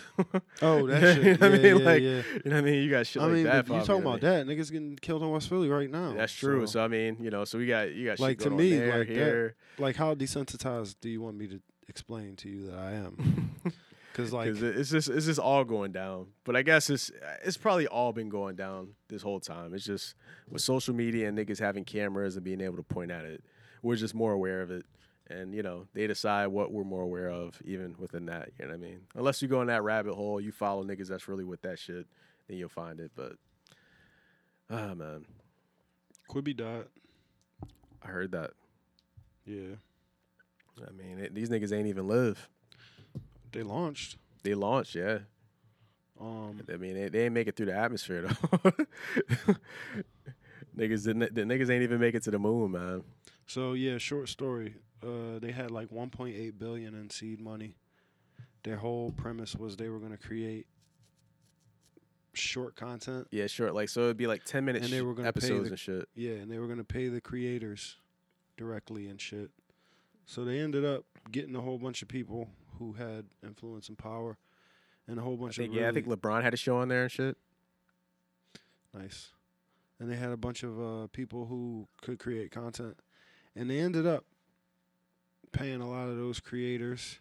S1: Oh, that
S2: You
S1: shit.
S2: know what I
S1: Yeah,
S2: mean?
S1: yeah,
S2: Like,
S1: yeah.
S2: You know what I mean? You got shit
S1: I
S2: like
S1: mean,
S2: that.
S1: but you
S2: popping,
S1: talking
S2: know what I
S1: about that? Niggas getting killed in West Philly right now.
S2: mean? That's true. So,
S1: So,
S2: I mean, you know, so we got you got shit
S1: Like, to
S2: going on
S1: me,
S2: there,
S1: like that-
S2: here.
S1: like, how desensitized do you want me to explain to you that I am? Because like,
S2: because it's just it's just all going down. But I guess it's it's probably all been going down this whole time. It's just with social media and niggas having cameras and being able to point at it, we're just more aware of it. And you know they decide what we're more aware of, even within that. You know what I mean? Unless you go in that rabbit hole, you follow niggas that's really with that shit, then you'll find it. But ah man,
S1: Quibby died.
S2: I heard that.
S1: Yeah,
S2: I mean it, these niggas ain't even live.
S1: they launched.
S2: They launched, yeah.
S1: Um,
S2: I mean, they, they ain't make it through the atmosphere though. niggas didn't. The niggas ain't even make it to the moon, man.
S1: So yeah, short story. Uh, they had like 1.8 billion in seed money. Their whole premise was they were going to create short content.
S2: Yeah, sure. Like, so it'd be like ten minute
S1: And they
S2: sh-
S1: were gonna pay
S2: episodes
S1: the-
S2: and shit.
S1: Yeah, and they were going to pay the creators directly and shit. So they ended up getting a whole bunch of people who had influence and power, and a whole
S2: I
S1: bunch
S2: think,
S1: of really
S2: yeah, I think LeBron had a show on there and shit.
S1: nice. And they had a bunch of uh, people who could create content, and they ended up paying a lot of those creators.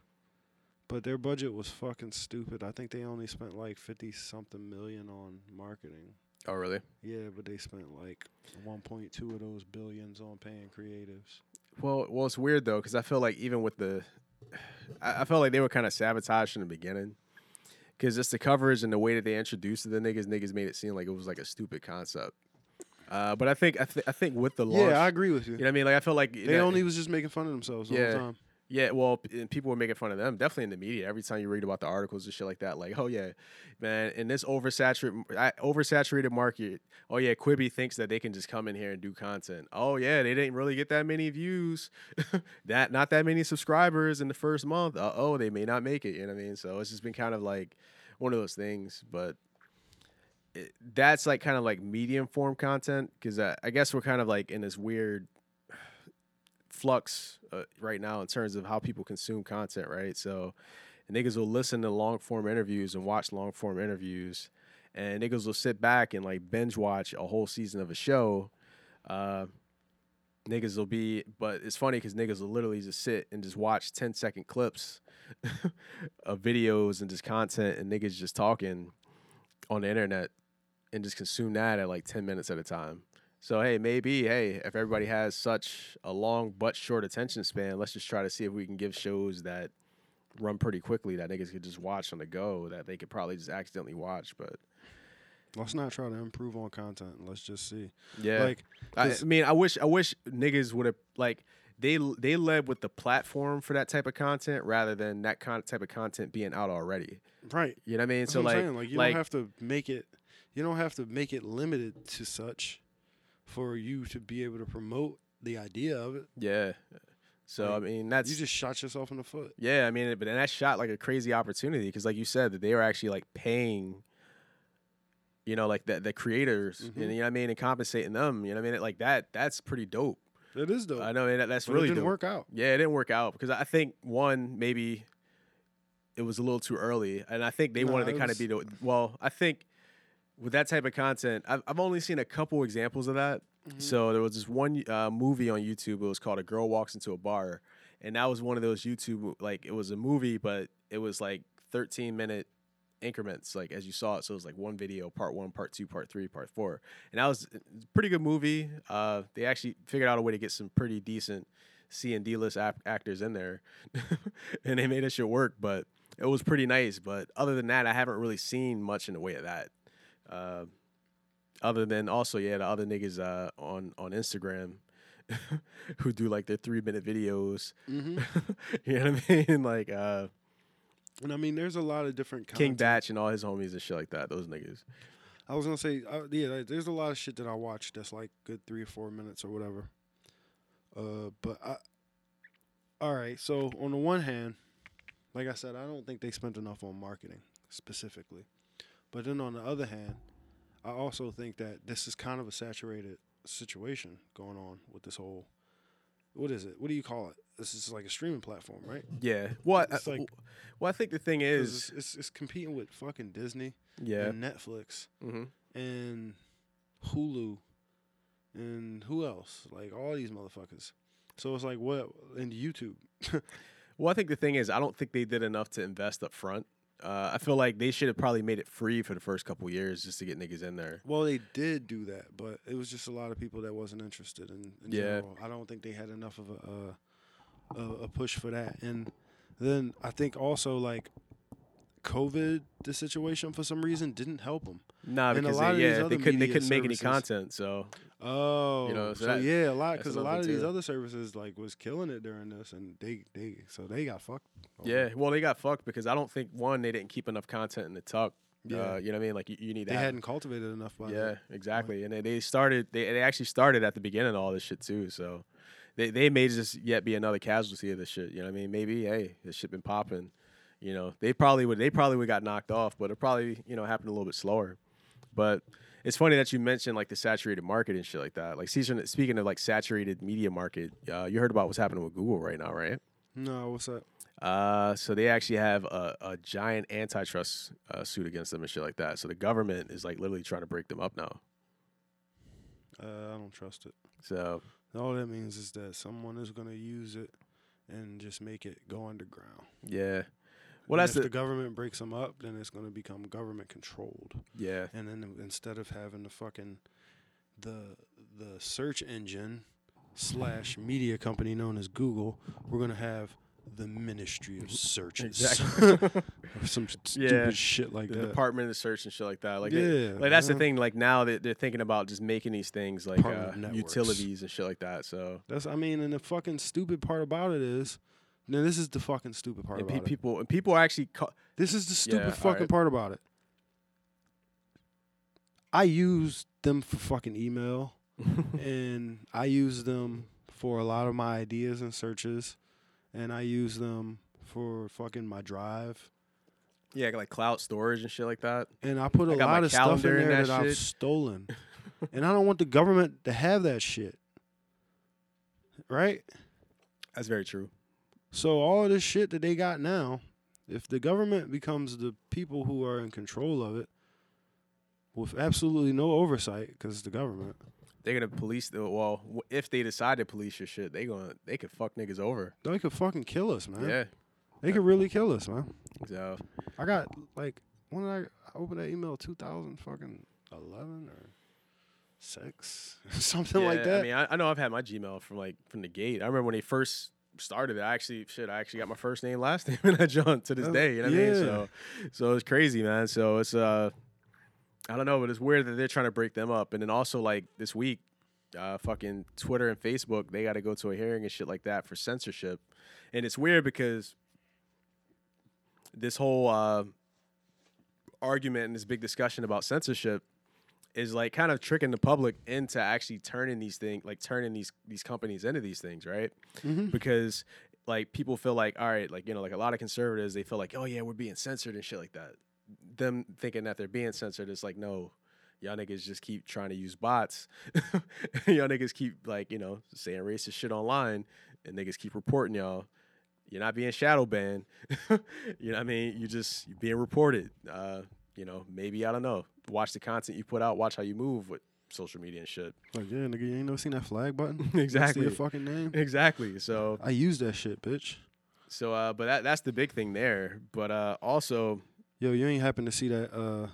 S1: But their budget was fucking stupid. I think they only spent like fifty something million on marketing.
S2: Oh, really?
S1: Yeah, but they spent like one point two of those billions on paying creatives.
S2: Well, well, it's weird though, because I feel like even with the, I, I felt like they were kind of sabotaged in the beginning, because just the coverage and the way that they introduced the niggas, niggas made it seem like it was like a stupid concept. Uh, but I think I, th- I think with the launch,
S1: Yeah, I agree with you.
S2: you know what I mean? Like I feel like
S1: They only was just making fun of themselves the
S2: Yeah.
S1: whole time.
S2: Yeah, well, p- and people were making fun of them. Definitely in the media, every time you read about the articles and shit like that, like, oh yeah, man, in this oversaturated, I- oversaturated market, oh yeah, Quibi thinks that they can just come in here and do content. Oh yeah, they didn't really get that many views, that not that many subscribers in the first month. Uh oh, they may not make it. You know what I mean? So it's just been kind of like one of those things. But it, that's like kind of like medium form content because I, I guess we're kind of like in this weird flux uh, right now in terms of how people consume content, right? So niggas will listen to long form interviews and watch long form interviews, and niggas will sit back and like binge watch a whole season of a show. Uh, niggas will be, but it's funny because niggas will literally just sit and just watch 10 second clips of videos and just content and niggas just talking on the internet and just consume that at like 10 minutes at a time. So hey, maybe hey, if everybody has such a long but short attention span, let's just try to see if we can give shows that run pretty quickly that niggas could just watch on the go that they could probably just accidentally watch. But
S1: Let's not try to improve on content. Let's just see.
S2: yeah,
S1: Like,
S2: I,
S1: 'cause-
S2: I mean, I wish I wish niggas would have like they they led with the platform for that type of content rather than that kind of type of content being out already.
S1: right.
S2: You know what I mean?
S1: That's
S2: so
S1: what I'm
S2: like
S1: saying. like you don't have to make it. You don't have to make it limited to such for you to be able to promote the idea of it.
S2: yeah. So
S1: Like,
S2: I mean, that's
S1: You just shot yourself in the foot.
S2: Yeah, I mean, it- but then that shot like a crazy opportunity because, like you said, that they were actually like paying, you know, like the the creators,
S1: Mhm.
S2: you know what I mean, and compensating them. You know what I mean? Like that, that's pretty dope.
S1: It is dope.
S2: I know and that, that's
S1: but
S2: really
S1: it didn't
S2: dope.
S1: work out.
S2: Yeah, it didn't work out because I think one maybe it was a little too early, and I think they
S1: No,
S2: wanted to
S1: it
S2: kind
S1: was-
S2: of be the well. I think with that type of content, I've I've only seen a couple examples of that.
S1: Mhm.
S2: So there was this one uh, movie on YouTube. It was called A Girl Walks Into a Bar, and that was one of those YouTube like it was a movie, but it was like 13 minute increments, like as you saw it. So it was like one video, part one, part two, part three, part four, and that was it's a pretty good movie. Uh, they actually figured out a way to get some pretty decent C and D list ap- actors in there, and they made it shit work. But it was pretty nice. But other than that, I haven't really seen much in the way of that. Uh, other than also, yeah, the other niggas uh, on on Instagram who do like their three minute videos.
S1: Mhm.
S2: you know what I mean? Like uh,
S1: And I mean, there's a lot of different
S2: King
S1: content.
S2: Batch and all his homies and shit like that. Those niggas.
S1: I was gonna say, uh, yeah, like, there's a lot of shit that I watch that's like good three or four minutes or whatever. Uh, but I, all right. So on the one hand, like I said, I don't think they spent enough on marketing specifically. But then on the other hand, I also think that this is kind of a saturated situation going on with this whole. What is it? What do you call it? This is like a streaming platform, right?
S2: Yeah. Well, I,
S1: It's like-
S2: well, I think the thing
S1: 'Cause
S2: is,
S1: it's, it's, it's competing with fucking Disney
S2: yeah.
S1: and Netflix
S2: hmm
S1: and Hulu and who else? Like all these motherfuckers. So it's like what and YouTube.
S2: Well, I think the thing is, I don't think they did enough to invest up front. Uh, I feel like they should have probably made it free for the first couple years just to get niggas in there.
S1: Well, they did do that, but it was just a lot of people that wasn't interested in, in
S2: Yeah.
S1: general. I don't think they had enough of a, a a- a push for that. And then I think also like COVID, the situation for some reason didn't help them.
S2: Nah,
S1: And a
S2: because
S1: lot of
S2: they,
S1: these
S2: yeah, they
S1: other
S2: couldn't they
S1: media
S2: couldn't make any
S1: services-
S2: content. So
S1: Oh,
S2: know, so
S1: so,
S2: that-
S1: yeah, a lot
S2: that's
S1: because a
S2: another
S1: lot
S2: thing
S1: of these
S2: too.
S1: other services like was killing it during this, and they they so they got fucked. over.
S2: yeah, well, they got fucked because I don't think one they didn't keep enough content in the tuck.
S1: Yeah.
S2: Uh, you know what I mean? Like you, you need to
S1: they
S2: have-
S1: hadn't cultivated enough by
S2: Yeah, exactly. And they, they started they, they actually started at the beginning of all this shit too. So they, they may just yet be another casualty of this shit. You know what I mean? Maybe, hey, this shit been popping. You know, they probably would they probably would got knocked off, but it probably, you know, happened a little bit slower. But it's funny that you mentioned like the saturated market and shit like that. Like season speaking of like saturated media market, uh, you heard about what's happening with Google right now, right?
S1: No, what's up?
S2: Uh, so they actually have a, a giant antitrust uh, suit against them and shit like that. So the government is like literally trying to break them up now.
S1: Uh, I don't trust it.
S2: So
S1: All that means is that someone is going to use it and just make it go underground.
S2: Yeah. Well,
S1: And
S2: that's
S1: if
S2: the,
S1: the government breaks them up, then it's going to become government controlled.
S2: yeah.
S1: And then instead of having the fucking the the search engine slash media company known as Google, we're going to have the Ministry of Searches
S2: Mm-hmm. Exactly.
S1: or some stupid
S2: Yeah.
S1: shit like
S2: the
S1: that.
S2: Department of Search and shit like that. Like, they-
S1: yeah,
S2: like that's the
S1: man.
S2: thing. Like now that they're thinking about just making these things like
S1: Department
S2: uh,
S1: of Networks.
S2: utilities and shit like that. So
S1: That's I mean, and the fucking stupid part about it is, now this is the fucking stupid part
S2: and
S1: about
S2: pe-
S1: it.
S2: people and people are actually ca-
S1: This is the stupid
S2: Yeah, all
S1: fucking
S2: right.
S1: part about it. I use them for fucking email, and I use them for a lot of my ideas and searches, and I use them for fucking my drive,
S2: Yeah, like cloud storage and shit like that.
S1: And I put a
S2: I got my
S1: lot of stuff in
S2: calendar
S1: there
S2: in
S1: that,
S2: that
S1: I've
S2: shit.
S1: stolen. and I don't want the government to have that shit. Right?
S2: That's very true.
S1: So all of this shit that they got now, if the government becomes the people who are in control of it with absolutely no oversight because it's the government.
S2: They're gonna police the well. w- If they decide to police your shit, they gonna they could fuck niggas over.
S1: They could fucking kill us, man.
S2: Yeah.
S1: They could really kill us, man.
S2: So
S1: I got like when did I, I opened that email 2000 fucking 11 or 6 something like
S2: yeah,
S1: that.
S2: I mean, I, I know I've had my Gmail from like from the gate. I remember when they first started it. I actually shit, I actually got my first name, last name, and I jumped to this
S1: Oh,
S2: day. You know what I
S1: yeah.
S2: mean? So so it's crazy, man. So it's uh I don't know, but it's weird that they're trying to break them up. And then also like this week, uh fucking Twitter and Facebook, they gotta go to a hearing and shit like that for censorship. And it's weird because this whole uh argument and this big discussion about censorship is like kind of tricking the public into actually turning these things like turning these these companies into these things right
S1: Mm-hmm.
S2: because like people feel like all right like you know like a lot of conservatives they feel like oh yeah we're being censored and shit like that them thinking that they're being censored is like no y'all niggas just keep trying to use bots y'all niggas keep like you know saying racist shit online and niggas keep reporting y'all you're not being shadow banned you know what i mean you just you're being reported uh you know maybe i don't know watch the content you put out watch how you move with social media and shit
S1: like yeah, nigga, you ain't never seen that flag button next to
S2: Exactly.
S1: your fucking name.
S2: exactly so
S1: I use that shit, bitch.
S2: So, uh, but that that's the big thing there. But uh, also,
S1: Yo, you ain't happen to see that uh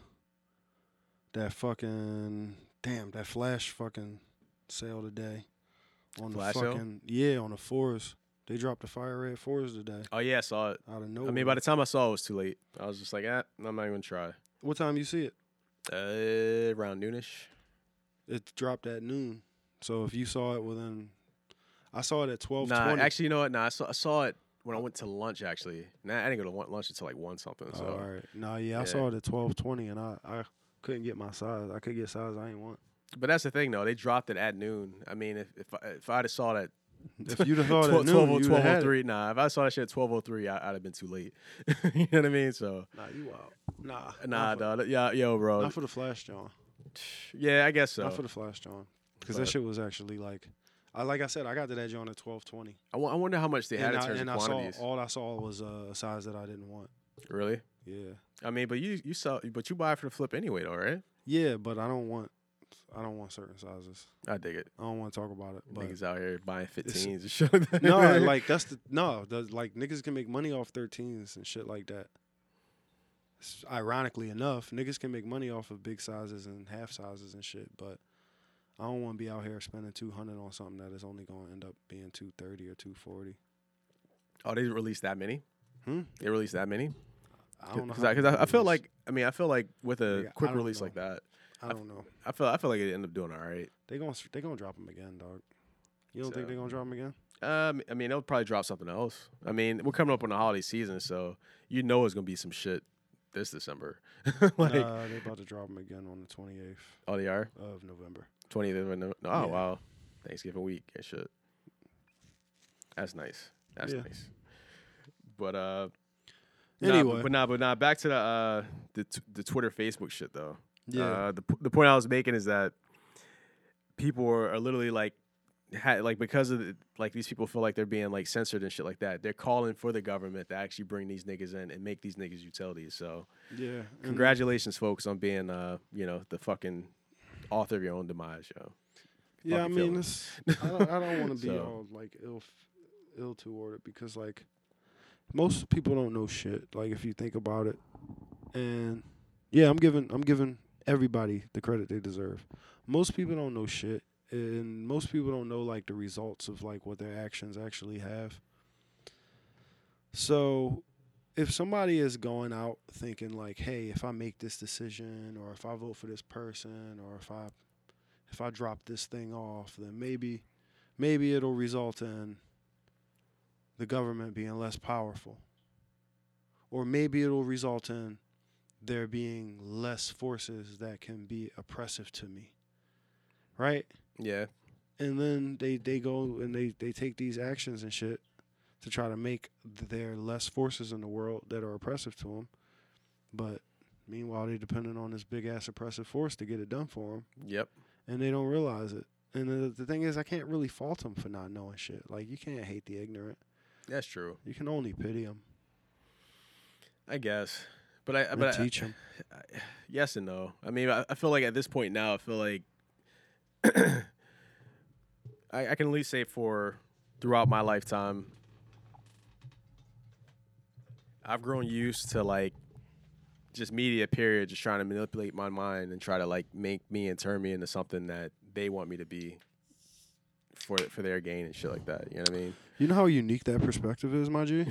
S1: that fucking damn that flash fucking sale today on
S2: Flash
S1: the
S2: sale?
S1: fucking yeah on the forest. They dropped the fire red forest today
S2: oh yeah, I saw it.
S1: out of nowhere.
S2: I mean, by the time I saw it, it was too late. I was just like, eh, I'm not even gonna try.
S1: what time you see it?
S2: Uh, around noonish.
S1: It dropped at noon. So if you saw it within, I saw it at twelve
S2: Nah,
S1: twenty.
S2: actually, you know what? Nah, I saw I saw it when I went to lunch. Actually, nah, I didn't go to lun- lunch until like one something.
S1: Oh,
S2: So
S1: all right. Nah, yeah, I
S2: yeah.
S1: saw it at twelve twenty, and I I couldn't get my size. I could get size I ain't want.
S2: But that's the thing, though. They dropped it at noon. I mean, if if I, if I'd have saw that
S1: If you'd have thought at noon,
S2: twelve
S1: you'd have had
S2: twelve
S1: it.
S2: oh three, nah, if I saw that shit at twelve oh three, I'd have been too late. you know what I mean? So
S1: Nah, you out. Nah,
S2: nah,
S1: not for,
S2: dog. Yeah, yo, bro.
S1: not for the flash, John.
S2: Yeah, I guess so.
S1: Not for the flash, John. Because that
S2: But-
S1: shit was actually like, I like I said, I got to that John at twelve twenty,
S2: I wo- I wonder how much they
S1: and,
S2: had in
S1: I,
S2: terms
S1: and
S2: of
S1: I saw
S2: quantities.
S1: all I saw was uh, a size that I didn't want.
S2: Really?
S1: Yeah,
S2: I mean, but you you sell, but you buy it for the flip anyway, though, right?
S1: yeah, but I don't want, I don't want certain sizes.
S2: I dig it.
S1: I don't want to talk about it. But
S2: Niggas out here buying
S1: It's-
S2: 15s and shit like that.
S1: no,
S2: man.
S1: like that's the no, the, like niggas can make money off thirteens and shit like that. S- Ironically enough, niggas can make money off of big sizes and half sizes and shit, but I don't want to be out here spending two hundred on something that is only going to end up being two thirty or two forty.
S2: oh, they released that many.
S1: Hmm?
S2: They released that many.
S1: I don't know.
S2: Because
S1: how
S2: I, 'cause
S1: big
S2: I, I
S1: it
S2: feel
S1: is.
S2: like, I mean, I feel like with a
S1: Nigga, I
S2: quick
S1: don't
S2: release like
S1: know.
S2: that,
S1: I don't know.
S2: I feel I feel like it end up doing all right.
S1: They gonna s- they gonna drop them again, dog. You don't think
S2: So-
S1: they gonna drop them again?
S2: Um, I mean, they'll probably drop something else. I mean, we're coming up on the holiday season, so you know it's gonna be some shit this December. like,
S1: nah, they about to drop them again on the twenty eighth
S2: oh, they are
S1: of November.
S2: 20th of no, oh
S1: Yeah.
S2: wow, Thanksgiving week and shit. That's nice. That's
S1: Yeah.
S2: nice. But uh, nah, but-
S1: Anyway,
S2: but nah, but nah. Back to the uh, the t- the Twitter, Facebook shit though.
S1: yeah,
S2: Uh, the p- the point I was making is that people are, are literally like. Ha- like because of the, like these people feel like they're being like censored and shit like that. They're calling for the government to actually bring these niggas in and make these niggas utilities. So
S1: yeah.
S2: Mm-hmm.
S1: and-
S2: congratulations, folks, on being uh you know the fucking author of your own demise, yo.
S1: Yeah, I
S2: fucking
S1: mean,
S2: feeling.
S1: it's, I don't, I don't want to be
S2: So.
S1: all like ill, f- ill toward it because like most people don't know shit. Like if you think about it, and yeah, I'm giving I'm giving everybody the credit they deserve. Most people don't know shit, and most people don't know like the results of like what their actions actually have. So if somebody is going out thinking like, "Hey, if I make this decision, or if I vote for this person, or if I if I drop this thing off, then maybe maybe it'll result in the government being less powerful, or maybe it'll result in there being less forces that can be oppressive to me, right?
S2: Yeah.
S1: and then they they go and they they take these actions and shit to try to make th- there less forces in the world that are oppressive to them But meanwhile, they dependent on this big ass oppressive force to get it done for them,
S2: Yep.
S1: and they don't realize it. And the, the thing is, I can't really fault them for not knowing shit. Like you can't hate the ignorant.
S2: That's true.
S1: You can only pity them
S2: I guess. But I
S1: and
S2: but I-
S1: teach them.
S2: yes and no. I mean, I, I feel like at this point now, I feel like I, I can at least say for throughout my lifetime, I've grown used to like just media period, just trying to manipulate my mind and try to like make me and turn me into something that they want me to be for for their gain and shit like that. You know what I mean?
S1: You know how unique that perspective is, my G.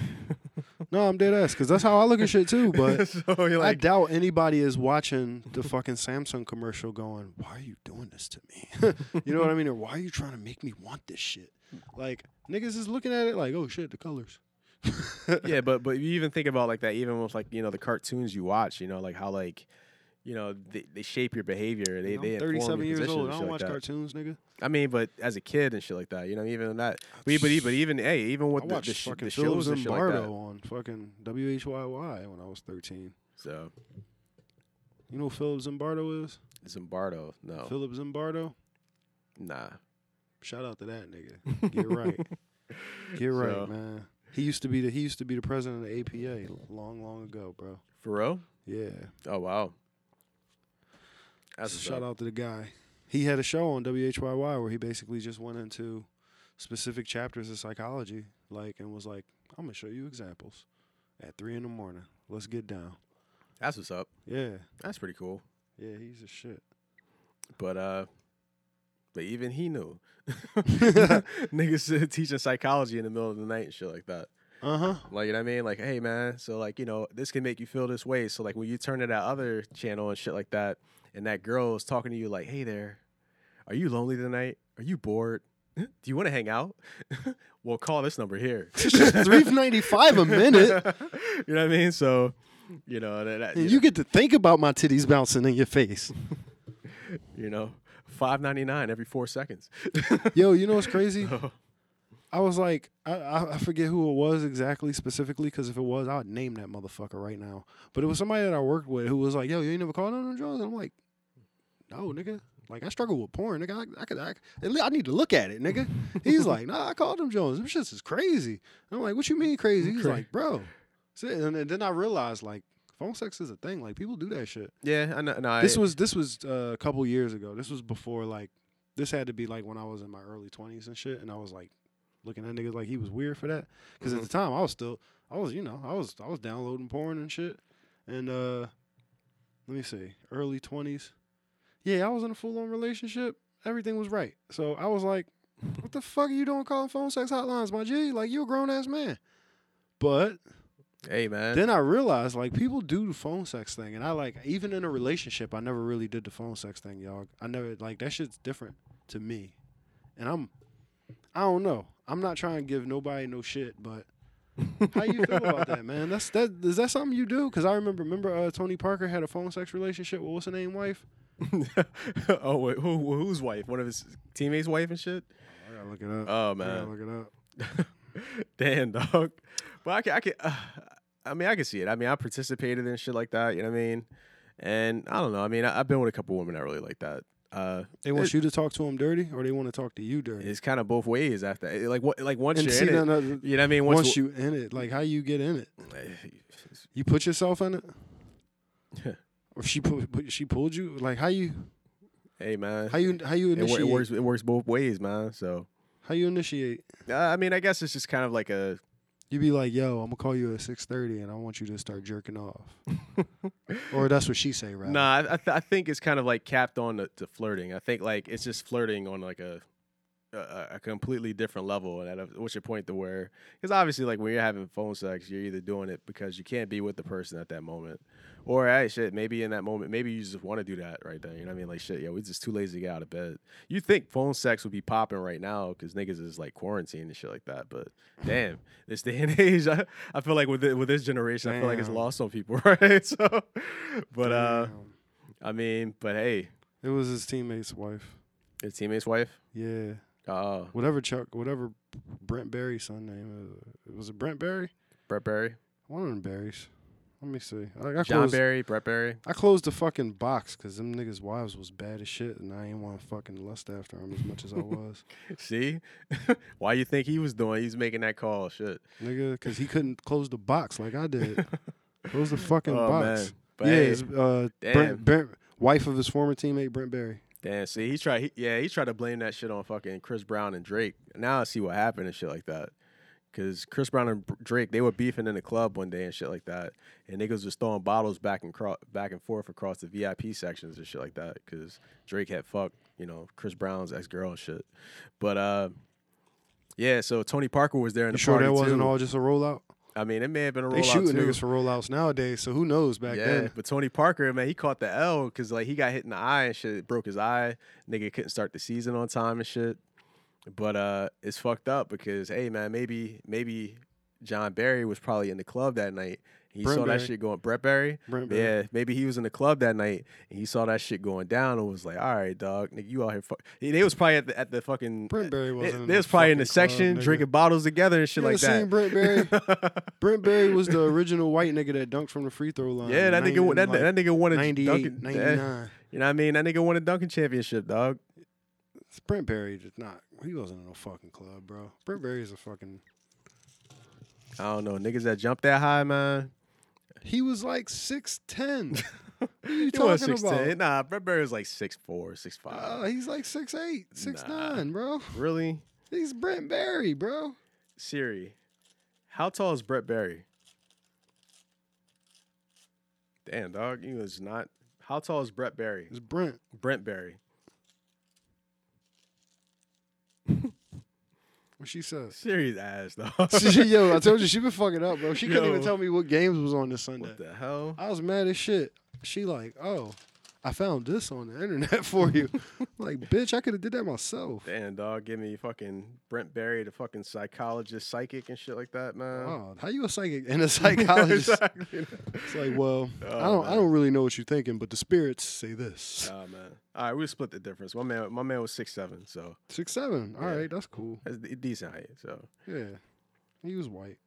S1: no, I'm dead ass because that's how I look at shit too. But
S2: so you're
S1: I
S2: like,
S1: doubt anybody is watching the fucking Samsung commercial going, "Why are you doing this to me?" you know what I mean? Or why are you trying to make me want this shit? Like niggas is looking at it like, "Oh shit, the colors."
S2: yeah, but but you even think about like that, even with like you know the cartoons you watch, you know like how like you know they, they shape your behavior. They
S1: I'm
S2: they inform
S1: 37
S2: your
S1: years
S2: position
S1: old. I
S2: and shit
S1: don't
S2: like
S1: watch
S2: that.
S1: cartoons, nigga.
S2: I mean, but as a kid and shit like that, you know, even that. We but e- but even hey, even
S1: I
S2: with the,
S1: watched
S2: the, sh-
S1: fucking
S2: the
S1: Phillips
S2: shows and
S1: and
S2: shit like
S1: Bardo
S2: that.
S1: on fucking WHYY when I was 13.
S2: So
S1: You know who Philip Zimbardo is?
S2: Zimbardo, no,
S1: Philip Zimbardo?
S2: nah,
S1: Shout out to that nigga. Get right. Get right,
S2: So-
S1: man. He used to be the he used to be the president of the APA long, long ago, bro.
S2: for real?
S1: Yeah.
S2: Oh wow. That's
S1: So
S2: what's
S1: shout
S2: up.
S1: out to the guy. He had a show on WHYY where he basically just went into specific chapters of psychology, like, and was like, "I'm gonna show you examples at three in the morning. Let's get down."
S2: That's what's up.
S1: Yeah,
S2: That's pretty cool.
S1: yeah, he's a shit.
S2: But uh, but even he knew. Niggas uh, teaching psychology in the middle of the night and shit like that.
S1: Uh huh.
S2: Like, you know what I mean? Like, hey, man, so, like, you know, this can make you feel this way. So, like, when you turn to that other channel and shit like that, and that girl is talking to you, like, hey there, are you lonely tonight? Are you bored? Do you want to hang out? well, call this number here.
S1: Three ninety five a minute,
S2: you know what I mean? So, you know, that, that-
S1: and
S2: you,
S1: you get to think about my titties bouncing in your face.
S2: know, you know, five ninety nine every four seconds.
S1: Yo, you know what's crazy?
S2: So,
S1: I was like, I, I I forget who it was exactly specifically, because if it was, I would name that motherfucker right now. But it was somebody that I worked with who was like, "Yo, you ain't never called on them drugs," and I'm like, "No, nigga. Like I struggle with porn, nigga. I, I could, I, at least I need to look at it, nigga." He's like, "Nah, I called them Jones. Them shits is crazy." And I'm like, "What you mean crazy?" He's
S2: Cra-
S1: like, "Bro," so, and, then- then I realized like phone sex is a thing. Like people do that shit.
S2: yeah, I know. No,
S1: This
S2: I-
S1: was this was uh, a couple years ago. This was before like this had to be like when I was in my early twenties and shit, and I was like looking at niggas like he was weird for that because at the time I was still I was you know I was I was downloading porn and shit, and uh let me see early twenties, yeah I was in a full on relationship. Everything was right, so I was like, "What the fuck are you doing calling phone sex hotlines, my G? Like you a grown ass man." But
S2: hey, man.
S1: then I realized like people do the phone sex thing, and I like even in a relationship, I never really did the phone sex thing, y'all. I never like that shit's different to me, and I'm, I don't know. I'm not trying to give nobody no shit, but how you feel about that, man? That's that is that something you do? Because I remember, remember uh, Tony Parker had a phone sex relationship with what's her name wife.
S2: oh, wait, who, whose wife? One of his teammates' wife and shit?
S1: I gotta look it up.
S2: Oh,
S1: I
S2: man.
S1: gotta look it up.
S2: Damn, dog. But I can, I can, uh, I mean, I can see it. I mean, I participated in shit like that. You know what I mean? And I don't know. I mean, I, I've been with a couple women that really like that. Uh,
S1: They want
S2: It-
S1: you to talk to him dirty, or they want to talk to you dirty.
S2: it's kind of both ways after. it- Like what? Like once
S1: And
S2: you're
S1: see,
S2: in
S1: no,
S2: it,
S1: no, th-
S2: you know what I mean?
S1: once,
S2: Once,
S1: you in it, like how you get in it. You put yourself in it, or she pu- pu- she pulled you. Like how you
S2: hey man,
S1: how you how you
S2: it, wor-
S1: initiate
S2: it works. It works both ways, man. So
S1: how you initiate.
S2: uh, I mean, I guess it's just kind of like a.
S1: You be like, yo, I'm gonna call you at six thirty, and I want you to start jerking off. or that's what she say, right?
S2: Nah, I, I, th- I think it's kind of like capped on to, to flirting. I think like it's just flirting on like a a, a completely different level, and at a, what's your point to where? Because obviously, like when you're having phone sex, you're either doing it because you can't be with the person at that moment, or hey, shit, maybe in that moment, maybe you just want to do that right there. You know what I mean? Like shit, yeah, we just too lazy to get out of bed. You think phone sex would be popping right now because niggas is like quarantined and shit like that, but damn, this day and age, I, I feel like with the, with this generation, I feel like it's
S1: Damn.
S2: lost on people, right? So, but uh.
S1: Damn.
S2: I mean, but hey,
S1: it was his teammate's wife.
S2: his teammate's wife.
S1: Yeah,
S2: Oh,
S1: whatever Chuck, whatever Brent Barry's son name. Is. uh, Was it Brent Barry?
S2: Brett Berry.
S1: One of them Barrys. Let me see. Like, I
S2: John
S1: closed,
S2: Barry, Brett Barry.
S1: I closed the fucking box because them niggas' wives was bad as shit, and I ain't want to fucking lust after them as much as I was,
S2: See, why you think he was doing? He was making that call. Shit.
S1: nigga, because he couldn't close the box like I did. Close the fucking
S2: Oh,
S1: box.
S2: man. But
S1: yeah,
S2: hey,
S1: it's, uh,
S2: damn.
S1: Brent, Brent, wife of his former teammate Brent Berry.
S2: Damn, see, he tried. He, yeah, he tried to blame that shit on fucking Chris Brown and Drake. Now I see what happened and shit like that. Cause Chris Brown and Br- Drake, they were beefing in the club one day and shit like that, and niggas was throwing bottles back and cro- back and forth across the VIP sections and shit like that. Cause Drake had fucked, you know, Chris Brown's ex girl and shit. But uh, yeah, so Tony Parker was there in
S1: You
S2: the
S1: sure
S2: party
S1: that wasn't
S2: too.
S1: all just a rollout?
S2: I mean, it may have been a
S1: They
S2: rollout
S1: shooting
S2: too.
S1: niggas for rollouts nowadays, so who knows back
S2: yeah,
S1: then?
S2: but Tony Parker, man, he caught the L because like he got hit in the eye and shit, It broke his eye. Nigga couldn't start the season on time and shit. But uh, it's fucked up because hey, man, maybe maybe John Barry was probably in the club that night. He
S1: Brent
S2: saw that
S1: Barry.
S2: shit going. Brett Barry.
S1: Brent Berry.
S2: Yeah, maybe he was in the club that night and he saw that shit going down and was like, "All right, dog, nigga, you out here." Fuck. They they was probably at the, at the fucking.
S1: Brent Berry
S2: They,
S1: wasn't.
S2: they was probably in the
S1: fucking club,
S2: section
S1: nigga.
S2: drinking bottles together and
S1: You
S2: shit
S1: ever
S2: like that.
S1: seen Brent Berry? Brent Berry was the original white nigga that dunked from the free throw line.
S2: yeah,
S1: in
S2: that
S1: 90
S2: nigga, that,
S1: like
S2: that nigga wanted
S1: 98,
S2: Dunkin',
S1: 99.
S2: You know what I mean? That nigga won a dunking championship, dog.
S1: Brent Berry did not. He wasn't in no fucking club, bro. Brent Berry's a fucking.
S2: I don't know. Niggas that jump that high, man.
S1: He was like six ten. what are you
S2: He was
S1: talking about?
S2: Nah, Brett Barry was like 6'4", 6'5".
S1: Uh, he's like six eight, six
S2: Nah.
S1: nine, bro.
S2: really?
S1: He's Brent Berry, bro.
S2: Siri, how tall is Brett Barry? Damn, dog. He was not. How tall is Brett Barry?
S1: It's Brent.
S2: Brent Barry.
S1: What she says.
S2: Siri's ass, dog.
S1: Yo, I told you she been fucking up, bro. She couldn't
S2: Yo.
S1: even tell me what games was on this Sunday.
S2: what the hell?
S1: I was mad as shit. She like, oh, I found this on the internet for you. like, bitch, I could have did that myself.
S2: Damn, dog. Give me fucking Brent Barry, the fucking psychologist, psychic, and shit like that, man.
S1: Wow, how you a psychic and a psychologist?
S2: Exactly.
S1: It's like, well,
S2: Oh,
S1: I don't,
S2: man.
S1: I don't really know what you're thinking, but the spirits say this.
S2: Oh man. All right, we split the difference. My man, my man was six seven, so
S1: Six seven. All right,
S2: Yeah.
S1: that's cool.
S2: that's de- decent height. So,
S1: Yeah, he was white,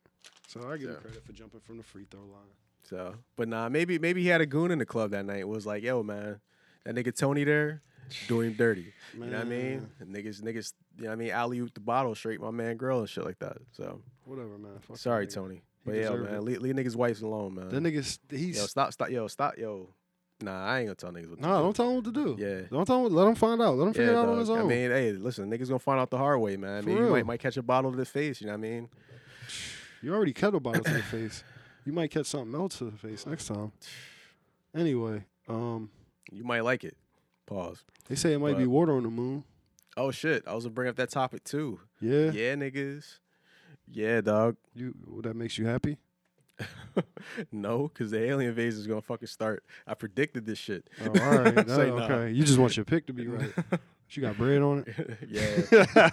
S1: so I give
S2: So.
S1: him credit for jumping from the free throw line.
S2: so, but nah, maybe maybe he had a goon in the club that night. Was like, yo, man, that nigga Tony there, doing him dirty. You know what I mean?
S1: Man,
S2: And niggas, niggas, you know what I mean? Alley oop the bottle straight, my man, girl and shit like that. So,
S1: Whatever, man. Fuck that
S2: sorry,
S1: nigga.
S2: Tony. But yeah,
S1: deserved
S2: man,
S1: it.
S2: leave, leave niggas' wives alone, man.
S1: That nigga's
S2: yo,
S1: he's
S2: stop, stop, yo, stop, yo. Nah, I ain't gonna tell niggas what. to
S1: nah.
S2: do.
S1: Don't tell him what to do.
S2: Yeah.
S1: Don't tell him. Let him find out. Let him figure it out on
S2: dog.
S1: his own.
S2: I mean, hey, listen, niggas gonna find out the hard way, man.
S1: For
S2: Maybe you might,
S1: real.
S2: might catch a bottle to the face, you know what I mean?
S1: You already kettle bottle to the face. You might catch something else to the face next time. Anyway, um,
S2: You might like it. Pause.
S1: they say it might be
S2: But-
S1: water on the moon.
S2: Oh shit! I was gonna bring up that topic too.
S1: Yeah,
S2: Yeah, niggas. Yeah, dog.
S1: you well, that makes you happy.
S2: no, because the alien invasion is gonna fucking start. I predicted this shit.
S1: Oh, all right, that-
S2: Say nah.
S1: okay. You just want your pick to be right. She got bread on it.
S2: yeah.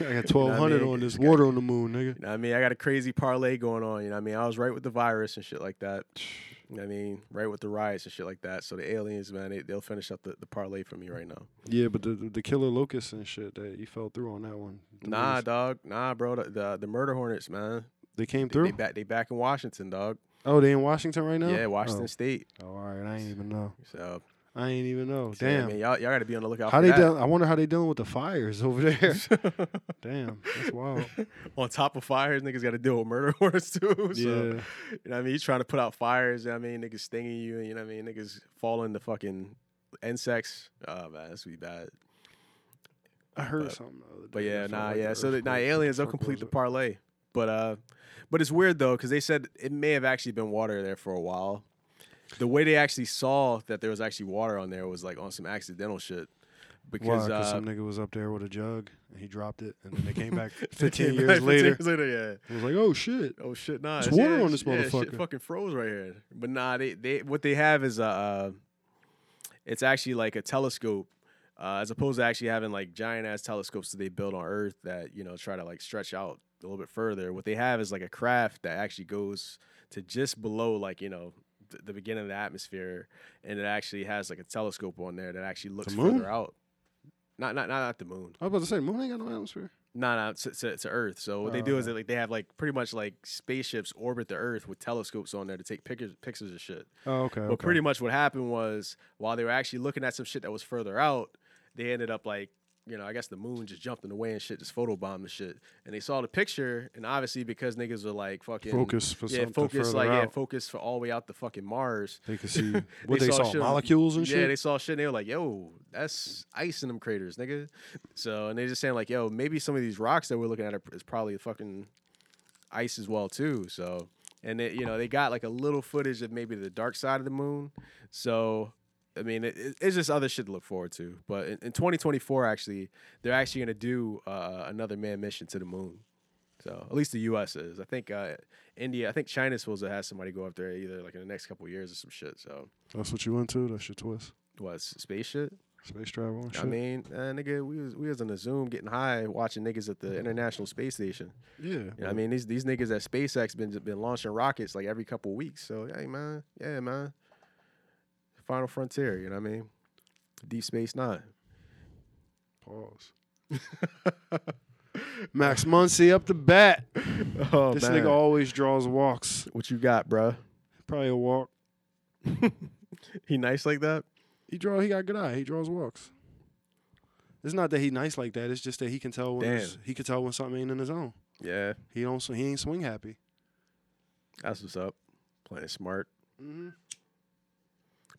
S1: I got twelve hundred
S2: mean?
S1: on this
S2: Got-
S1: water on the moon, nigga.
S2: You know what I mean, I got a crazy parlay going on. You know what I mean? I was right with the virus and shit like that. You know what I mean? Right with the riots and shit like that. So the aliens, man, they, they'll finish up the, the parlay for me right now.
S1: Yeah, but the the killer locusts and shit that you fell through on that one. The
S2: Nah,
S1: niggas-
S2: dog. Nah, bro. The the, the murder hornets, man.
S1: they came
S2: They, they
S1: through.
S2: back they back in Washington, dog.
S1: Oh, they in Washington right now.
S2: Yeah, Washington State.
S1: Oh, oh all right. I ain't even know.
S2: So
S1: I ain't even know.
S2: so, yeah,
S1: Damn.
S2: man, y'all y'all gotta be on the lookout.
S1: How
S2: for
S1: they
S2: that.
S1: deal? I wonder how they dealing with the fires over there. Damn, that's wild.
S2: on top of fires, niggas got to deal with murder hornets too. So,
S1: Yeah.
S2: you know what I mean? You trying to put out fires, you know what I mean? Niggas stinging you, and you know what I mean? Niggas falling to fucking insects. Oh, man, that's be bad.
S1: I heard
S2: But-
S1: something. The other
S2: But
S1: day that
S2: yeah,
S1: felt
S2: nah,
S1: like an
S2: yeah. So, the, nah,
S1: earthquake.
S2: aliens, they'll
S1: Fuck was
S2: complete the
S1: it?
S2: parlay. But, uh, but it's weird though, because they said it may have actually been water there for a while. The way they actually saw that there was actually water on there was like on some accidental shit.
S1: Why?
S2: Because
S1: 'Cause
S2: uh,
S1: some nigga was up there with a jug and he dropped it, and then they came back 15
S2: came
S1: years
S2: back
S1: later.
S2: yeah.
S1: It was like, oh shit.
S2: Oh shit, nah.
S1: It's water
S2: yeah,
S1: on this
S2: sh- yeah, Shit
S1: motherfucker.
S2: fucking froze right here. But nah, they, they what they have is uh, uh it's actually like a telescope. Uh, as opposed to actually having like giant ass telescopes that they build on Earth that you know try to like stretch out a little bit further, what they have is like a craft that actually goes to just below like you know th- the beginning of the atmosphere, and it actually has like a telescope on there that actually looks
S1: moon?
S2: further out. Not not not at the moon.
S1: I was about to say, moon ain't got no atmosphere.
S2: No, no, to, to, to Earth. So what they do
S1: Oh,
S2: is
S1: okay.
S2: that, like they have like pretty much like spaceships orbit the Earth with telescopes on there to take pictures pictures of shit.
S1: Oh, okay.
S2: But pretty much what happened was while they were actually looking at some shit that was further out, they ended up like, you know, I guess the moon just jumped in the way and shit, just photobombed the shit. And they saw the picture, and obviously because niggas were like fucking
S1: focus for
S2: yeah,
S1: something
S2: focus
S1: further
S2: like yeah,
S1: out.
S2: focus for all the way out to fucking Mars.
S1: they could see what they, saw,
S2: saw shit on-
S1: molecules and
S2: yeah,
S1: shit.
S2: they saw shit and they were like, yo, that's ice in them craters, nigga. So, and they just saying, like, yo, maybe some of these rocks that we're looking at are, is probably fucking ice as well, too. So, and it, you know, they got like a little footage of maybe the dark side of the moon. So, I mean, it, it- it's just other shit to look forward to. But in, in 2024, actually, they're actually going to do uh, another manned mission to the moon. So, at least the U.S. is. I think uh, India, I think China's supposed to have somebody go up there either like in the next couple of years or some shit. So,
S1: That's what you into. That's your twist.
S2: what s- space shit?
S1: Space travel and shit.
S2: I mean, uh, nigga, we was we was on the Zoom getting high, watching niggas at the International Space Station.
S1: yeah.
S2: You know what I mean, these these niggas at SpaceX been been launching rockets like every couple weeks. So hey, man, yeah, man, Final Frontier. You know what I mean? Deep Space Nine.
S1: Pause. Max Muncy up the bat.
S2: Oh
S1: this nigga always draws walks.
S2: what you got, bruh?
S1: Probably a walk.
S2: He nice like that?
S1: He draw. He got good eye. He draws walks. It's not that he nice like that. It's just that he can tell when it's-
S2: Damn.
S1: he can tell when something ain't in his own.
S2: Yeah,
S1: He don't. He ain't swing happy.
S2: that's what's up. Playing smart.
S1: Mm-hmm.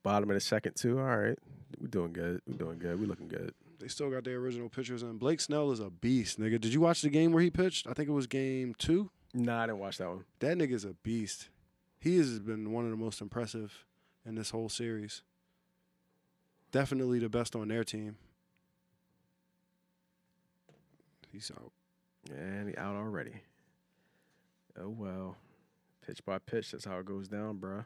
S2: Bottom of the second too. All right, we doing good. We doing good. We looking good.
S1: They still got their original pictures, and Blake Snell is a beast, nigga. Did you watch the game where he pitched? I think it was game two.
S2: Nah, I didn't watch that one.
S1: That nigga's a beast. He has been one of the most impressive in this whole series. Definitely the best on their team. He's out.
S2: And he out already. Oh well. Pitch by pitch, that's how it goes down, bruh.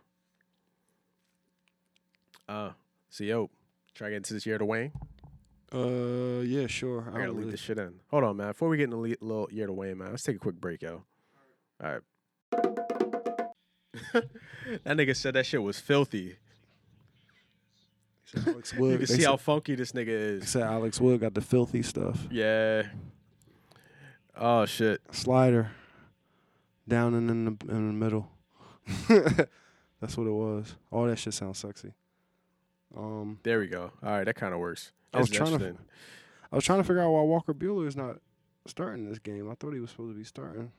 S2: Uh, so yo, try to get into this year to Wayne.
S1: Uh, yeah, sure.
S2: I gotta
S1: don't
S2: leave
S1: really-
S2: this shit in. Hold on, man. Before we get into le- little year to Wayne, man, let's take a quick break, yo. All right. that nigga said that shit was filthy.
S1: Alex
S2: You
S1: Wood.
S2: can
S1: they
S2: see
S1: said-
S2: how funky this nigga
S1: they
S2: is.
S1: said Alex Wood got the filthy stuff.
S2: Yeah. Oh shit.
S1: Slider down and in the in the middle. That's what it was. All that shit sounds sexy. Um,
S2: There we go. All right, that kind of works.
S1: I was
S2: That's
S1: trying to-
S2: interesting.
S1: I was trying to figure out why Walker Bueller is not starting this game. I thought he was supposed to be starting.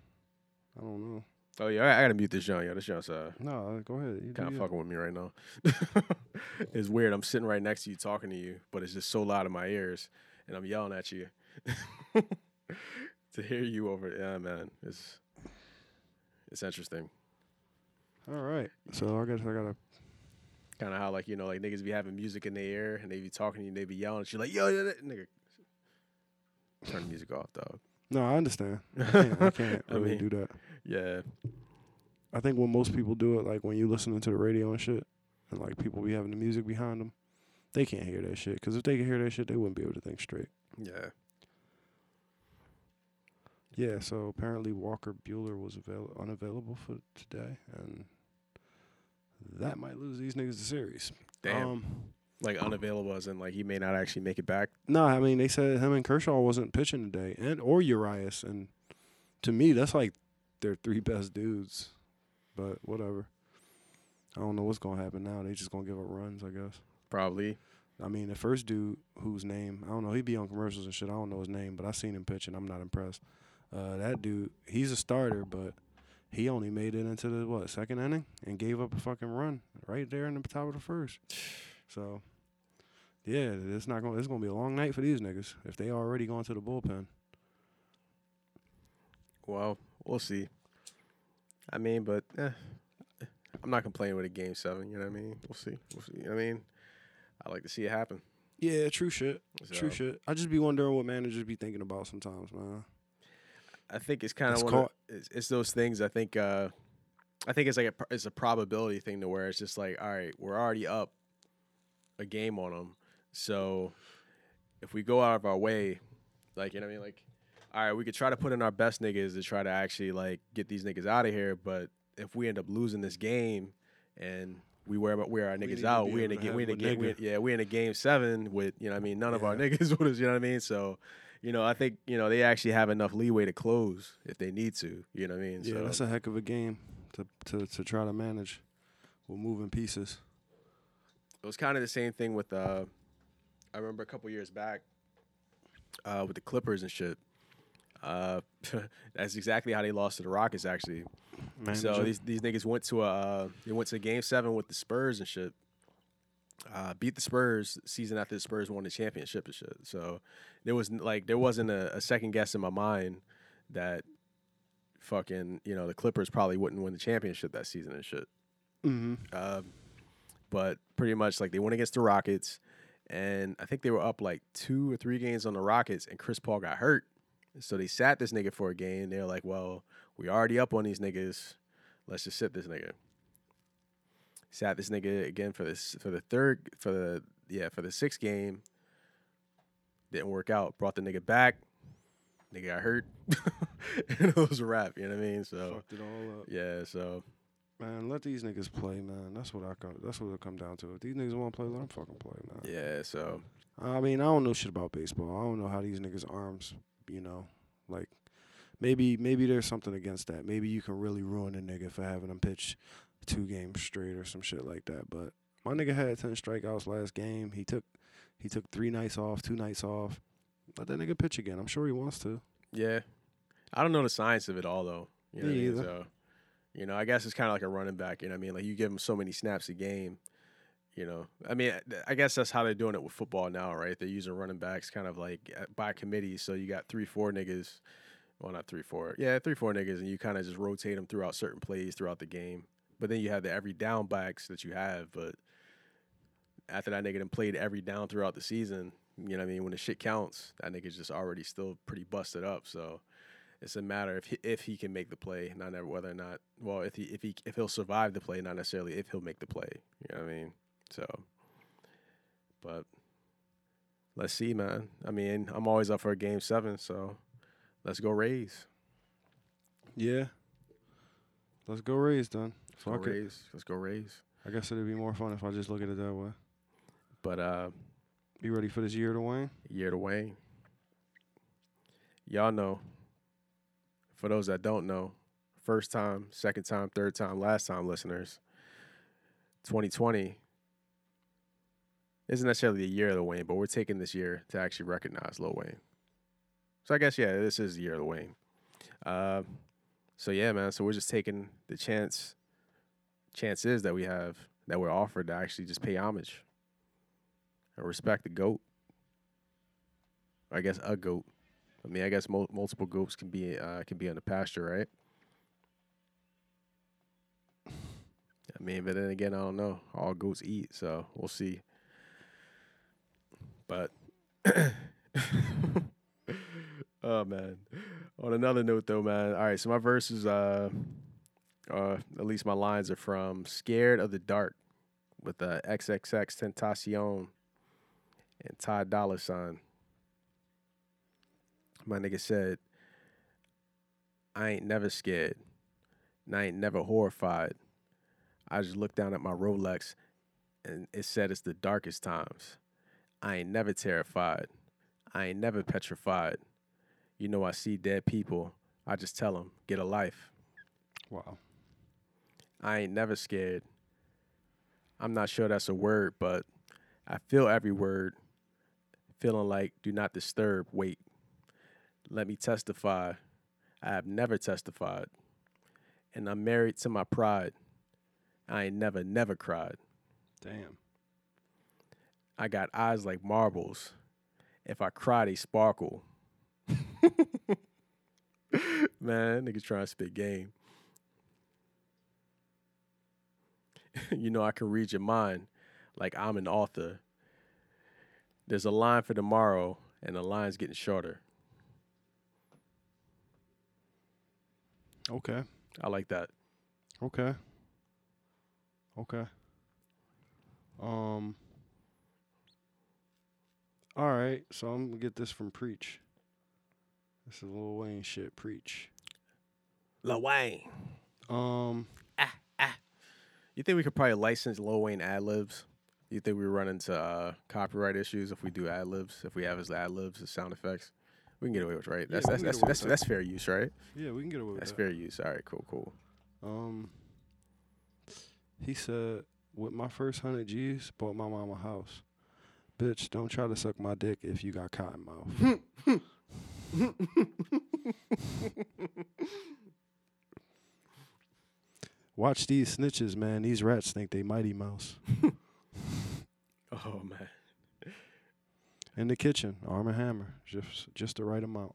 S1: I don't know.
S2: Oh yeah, I, I gotta mute this John. Yo, this John's uh,
S1: No, go ahead. You do
S2: kind of
S1: you.
S2: fucking with me right now. it's weird. I'm sitting right next to you talking to you, but it's just so loud in my ears, and I'm yelling at you to hear you over. Yeah, man, it's it's interesting.
S1: All right. So I guess I gotta.
S2: Kind of how like you know like niggas be having music in their ear and they be talking to you, and they be yelling at you like yo, yo, yo, nigga. Turn the music off, dog.
S1: No, I understand. I can't, I can't
S2: I
S1: really
S2: mean-
S1: do that.
S2: Yeah,
S1: I think when most people do it, like when you listening to the radio and shit, and like people be having the music behind them, they can't hear that shit. Because if they could hear that shit, they wouldn't be able to think straight.
S2: yeah.
S1: Yeah, so apparently Walker Bueller was avail- unavailable for today, and that might lose these niggas the series.
S2: Damn,
S1: Um,
S2: like unavailable as in like he may not actually make it back.
S1: no, I mean they said him and Kershaw wasn't pitching today, and or Urias, and to me that's like their three best dudes. But whatever. I don't know what's gonna happen now. They just gonna give up runs, I guess.
S2: Probably.
S1: I mean, the first dude whose name I don't know, he be on commercials and shit. I don't know his name, but I seen him pitch and I'm not impressed. Uh, that dude, he's a starter, but he only made it into the what second inning and gave up a fucking run right there in the top of the first. So, yeah, it's not going. to It's going to be a long night for these niggas if they already going to the bullpen.
S2: Well, we'll see. I mean, but eh, I'm not complaining with a game seven. You know what I mean? We'll see. We'll see. You know what I mean? I like to see it happen.
S1: Yeah, true shit. True
S2: So,
S1: shit. I just be wondering what managers be thinking about sometimes, man.
S2: I think it's kind of
S1: It's
S2: one. Of,
S1: called-
S2: it's, it's those things. I think. uh I think it's like a, pr- it's a probability thing to where it's just like, all right, we're already up a game on them, so if we go out of our way, like you know what I mean, like, all right, we could try to put in our best niggas to try to actually like get these niggas out of here, but if we end up losing this game and we wear wear our
S1: We need
S2: niggas
S1: to
S2: out,
S1: be
S2: we
S1: able
S2: in a
S1: to
S2: game,
S1: have
S2: we in a
S1: one
S2: game, we-
S1: nigga.
S2: yeah, we in a game seven with you know what I mean, none of our niggas with us, you know what I mean, so. you know, I think you know they actually have enough leeway to close if they need to. You know what I mean?
S1: Yeah,
S2: so,
S1: that's a heck of a game to, to, to try to manage with moving pieces.
S2: it was kind of the same thing with uh I remember a couple years back uh with the Clippers and shit. Uh that's exactly how they lost to the Rockets actually. So
S1: Managing.
S2: these these niggas went to a uh, they went to game 7 with the Spurs and shit. Uh, beat the Spurs season after the Spurs won the championship and shit. So there was n- like there wasn't a, a second guess in my mind that fucking, you know, the Clippers probably wouldn't win the championship that season and shit.
S1: Mhm.
S2: Um, but pretty much like they went against the Rockets, and I think they were up like two or three games on the Rockets, and Chris Paul got hurt, so they sat this nigga for a game. They're like, well, we already up on these niggas, let's just sit this nigga. Sat this nigga again for this for the third for the yeah for the sixth game. Didn't work out. Brought the nigga back. Nigga got hurt. and it was a wrap. You know what I mean? So
S1: Fucked it all up.
S2: yeah. So
S1: Man, let these niggas play, man. That's what I come that's what it come down to. If these niggas wanna play, let them fucking play, man.
S2: yeah. So
S1: I mean, I don't know shit about baseball. I don't know how these niggas' arms, you know, like maybe maybe there's something against that. Maybe you can really ruin a nigga for having him pitch two games straight or some shit like that. But my nigga had ten strikeouts last game. He took he took three nights off, two nights off. Let that nigga pitch again. I'm sure he wants to.
S2: Yeah. I don't know the science of it all though. You know
S1: Me
S2: what I mean?
S1: either.
S2: So, you know, I guess it's kind of like a running back, you know what I mean? Like you give them so many snaps a game, you know. I mean, I- I guess that's how they're doing it with football now, right? They're using running backs kind of like uh, by committee, so you got 3 4 niggas, well not 3 4. Yeah, 3 4 niggas and you kind of just rotate them throughout certain plays throughout the game. But then you have the every down backs that you have, but after that nigga done played every down throughout the season, you know what I mean? When the shit counts, that nigga's just already still pretty busted up. So it's a matter if he, if he can make the play, not ever whether or not. Well, if he if he if he'll survive the play, not necessarily if he'll make the play. You know what I mean? So, but let's see, man. I mean, I'm always up for a game seven, so let's go Rays.
S1: Yeah. Let's go Rays then.
S2: Let's go
S1: Fuck it.
S2: Rays. Let's go Rays.
S1: I guess it'd be more fun if I just look at it that way.
S2: But uh,
S1: You ready for this year to wane?
S2: year to Wayne. Y'all know. For those that don't know, first time, second time, third time, last time listeners, 2020 isn't necessarily the year of the Wayne, but we're taking this year to actually recognize Lil Wayne. So I guess yeah, this is the year of the Wayne. Uh, so yeah, man. So we're just taking the chance, chances that we have that we're offered to actually just pay homage and respect the goat. I guess a goat. I mean, I guess mul- multiple goats can be uh, can be on the pasture, right? I mean, but then again, I don't know. All goats eat, so we'll see. But oh man. On another note, though, man. All right, so my verses, uh, uh, at least my lines are from "Scared of the Dark" with uh, XXX Tentacion and Ty Dolla Sign my nigga said, I ain't never scared. And I ain't never horrified. I just looked down at my Rolex and it said it's the darkest times. I ain't never terrified. I ain't never petrified. You know, I see dead people. I just tell them, get a life.
S1: Wow.
S2: I ain't never scared. I'm not sure that's a word, but I feel every word. Feeling like, do not disturb, wait. Let me testify. I have never testified. And I'm married to my pride. I ain't never, never cried.
S1: Damn.
S2: I got eyes like marbles. If I cry, they sparkle. Man, niggas trying to spit game. you know, I can read your mind like I'm an author. There's a line for tomorrow, and the line's getting shorter.
S1: Okay.
S2: I like that.
S1: Okay. Okay. Um. All right, so I'm gonna get this from Preach. This is Lil Wayne shit. Preach.
S2: Lil Wayne.
S1: Um.
S2: You think we could probably license Lil Wayne ad libs? You think we run into uh, copyright issues if we do ad libs? If we have his ad libs, his sound effects? We can get away with right.
S1: Yeah,
S2: That's
S1: we
S2: that's
S1: can get
S2: that's
S1: away
S2: that's,
S1: with
S2: that's fair use, right?
S1: Yeah, we can get away with
S2: That's
S1: that.
S2: fair use. All right, cool, cool.
S1: Um, he said, "With my first hundred G's, bought my mom a house. Bitch, don't try to suck my dick if you got cotton mouth. Watch these snitches, man. These rats think they mighty mouse.
S2: Oh man.
S1: In the kitchen, arm and hammer, just just the right amount.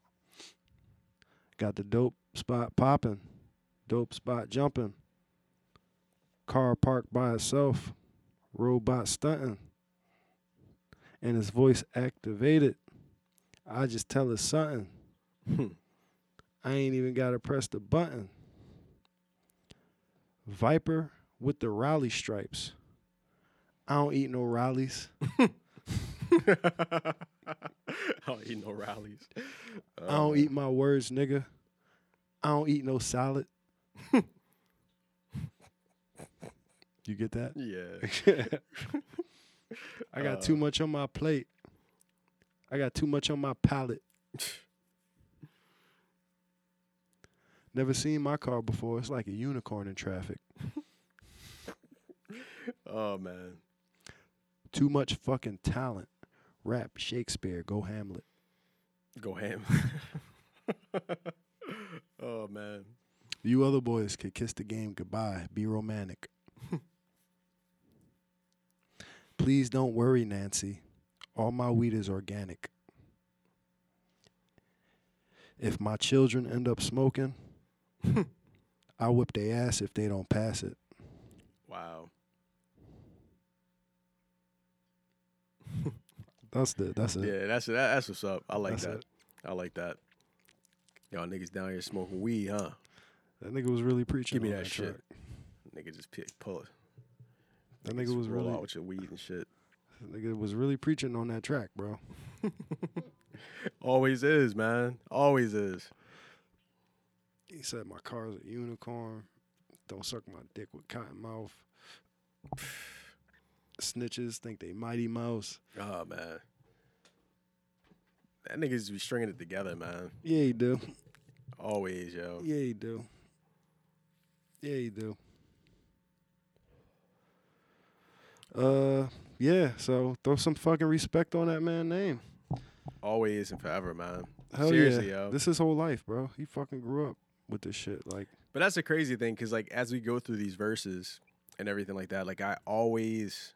S1: Got the dope spot popping, dope spot jumping. Car parked by itself, robot stunting, and his voice activated. I just tell it something.
S2: Hmm.
S1: I ain't even gotta press the button. Viper with the Raleigh stripes. I don't eat no Raleighs.
S2: I don't eat Oh, no rallies. Oh,
S1: I don't eat my words, nigga. I don't eat no salad. you get that?
S2: Yeah.
S1: I got too much on my plate. I got too much on my palate. Never seen my car before. It's like a unicorn in traffic.
S2: Oh man.
S1: Too much fucking talent. Rap, Shakespeare, go Hamlet.
S2: Go ham. oh man.
S1: You other boys could kiss the game goodbye. Be romantic. Please don't worry, Nancy. All my wheat is organic. If my children end up smoking, I whip their ass if they don't pass it.
S2: Wow.
S1: That's the that's it.
S2: Yeah, that's that, that's what's up. I like
S1: That's
S2: that.
S1: it.
S2: I like that. Y'all niggas down here smoking weed, huh?
S1: That nigga was really preaching.
S2: Give me
S1: on
S2: that shit.
S1: track.
S2: Nigga just pick, pull it.
S1: That nigga
S2: Just
S1: was
S2: roll
S1: really
S2: out with your weed and shit.
S1: that nigga was really preaching on that track, bro.
S2: Always is, man. Always is.
S1: He said my car's a unicorn. Don't suck my dick with cotton mouth. Snitches think they mighty mouse.
S2: Oh man. That niggas be stringing it together, man.
S1: Yeah, you do.
S2: Always, yo.
S1: Yeah, you do. Yeah, you do. Uh, yeah. So throw some fucking respect on that man name.
S2: Always and forever, man.
S1: Hell
S2: Seriously,
S1: yeah.
S2: yo.
S1: This his whole life, bro. He fucking grew up with this shit. Like,
S2: But that's a crazy thing because, like, as we go through these verses and everything like that, like, I always,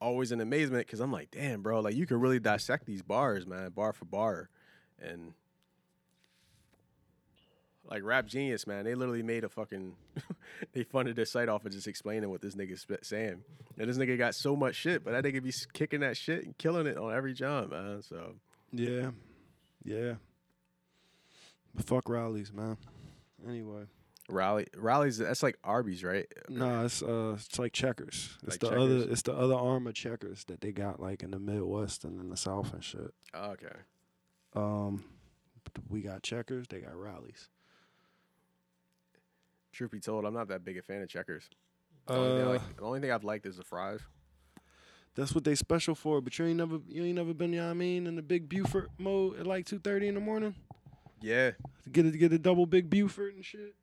S2: always in amazement because I'm like, damn, bro, like, you can really dissect these bars, man, bar for bar. And, like, Rap Genius, man, they literally made a fucking, they funded their site off of just explaining what this nigga's sp- saying. And this nigga got so much shit, but that nigga be s- kicking that shit and killing it on every job, man. So,
S1: yeah, yeah. But fuck rallies, man. Anyway.
S2: Raleigh, Raleigh's, that's like Arby's, right?
S1: No, it's uh, it's like checkers. It's
S2: Like
S1: the
S2: checkers?
S1: other, it's the other arm of checkers that they got like in the Midwest and in the South and shit.
S2: Oh, okay.
S1: Um, we got checkers. They got rallies.
S2: Truth be told, I'm not that big a fan of checkers. The only, thing I like, the only thing I've liked is the fries.
S1: Uh, that's what they special for. But you ain't never, you ain't never been, you know what I mean, in the big Buford mode at like two thirty in the morning.
S2: Yeah.
S1: Get it, get a double big Buford and shit.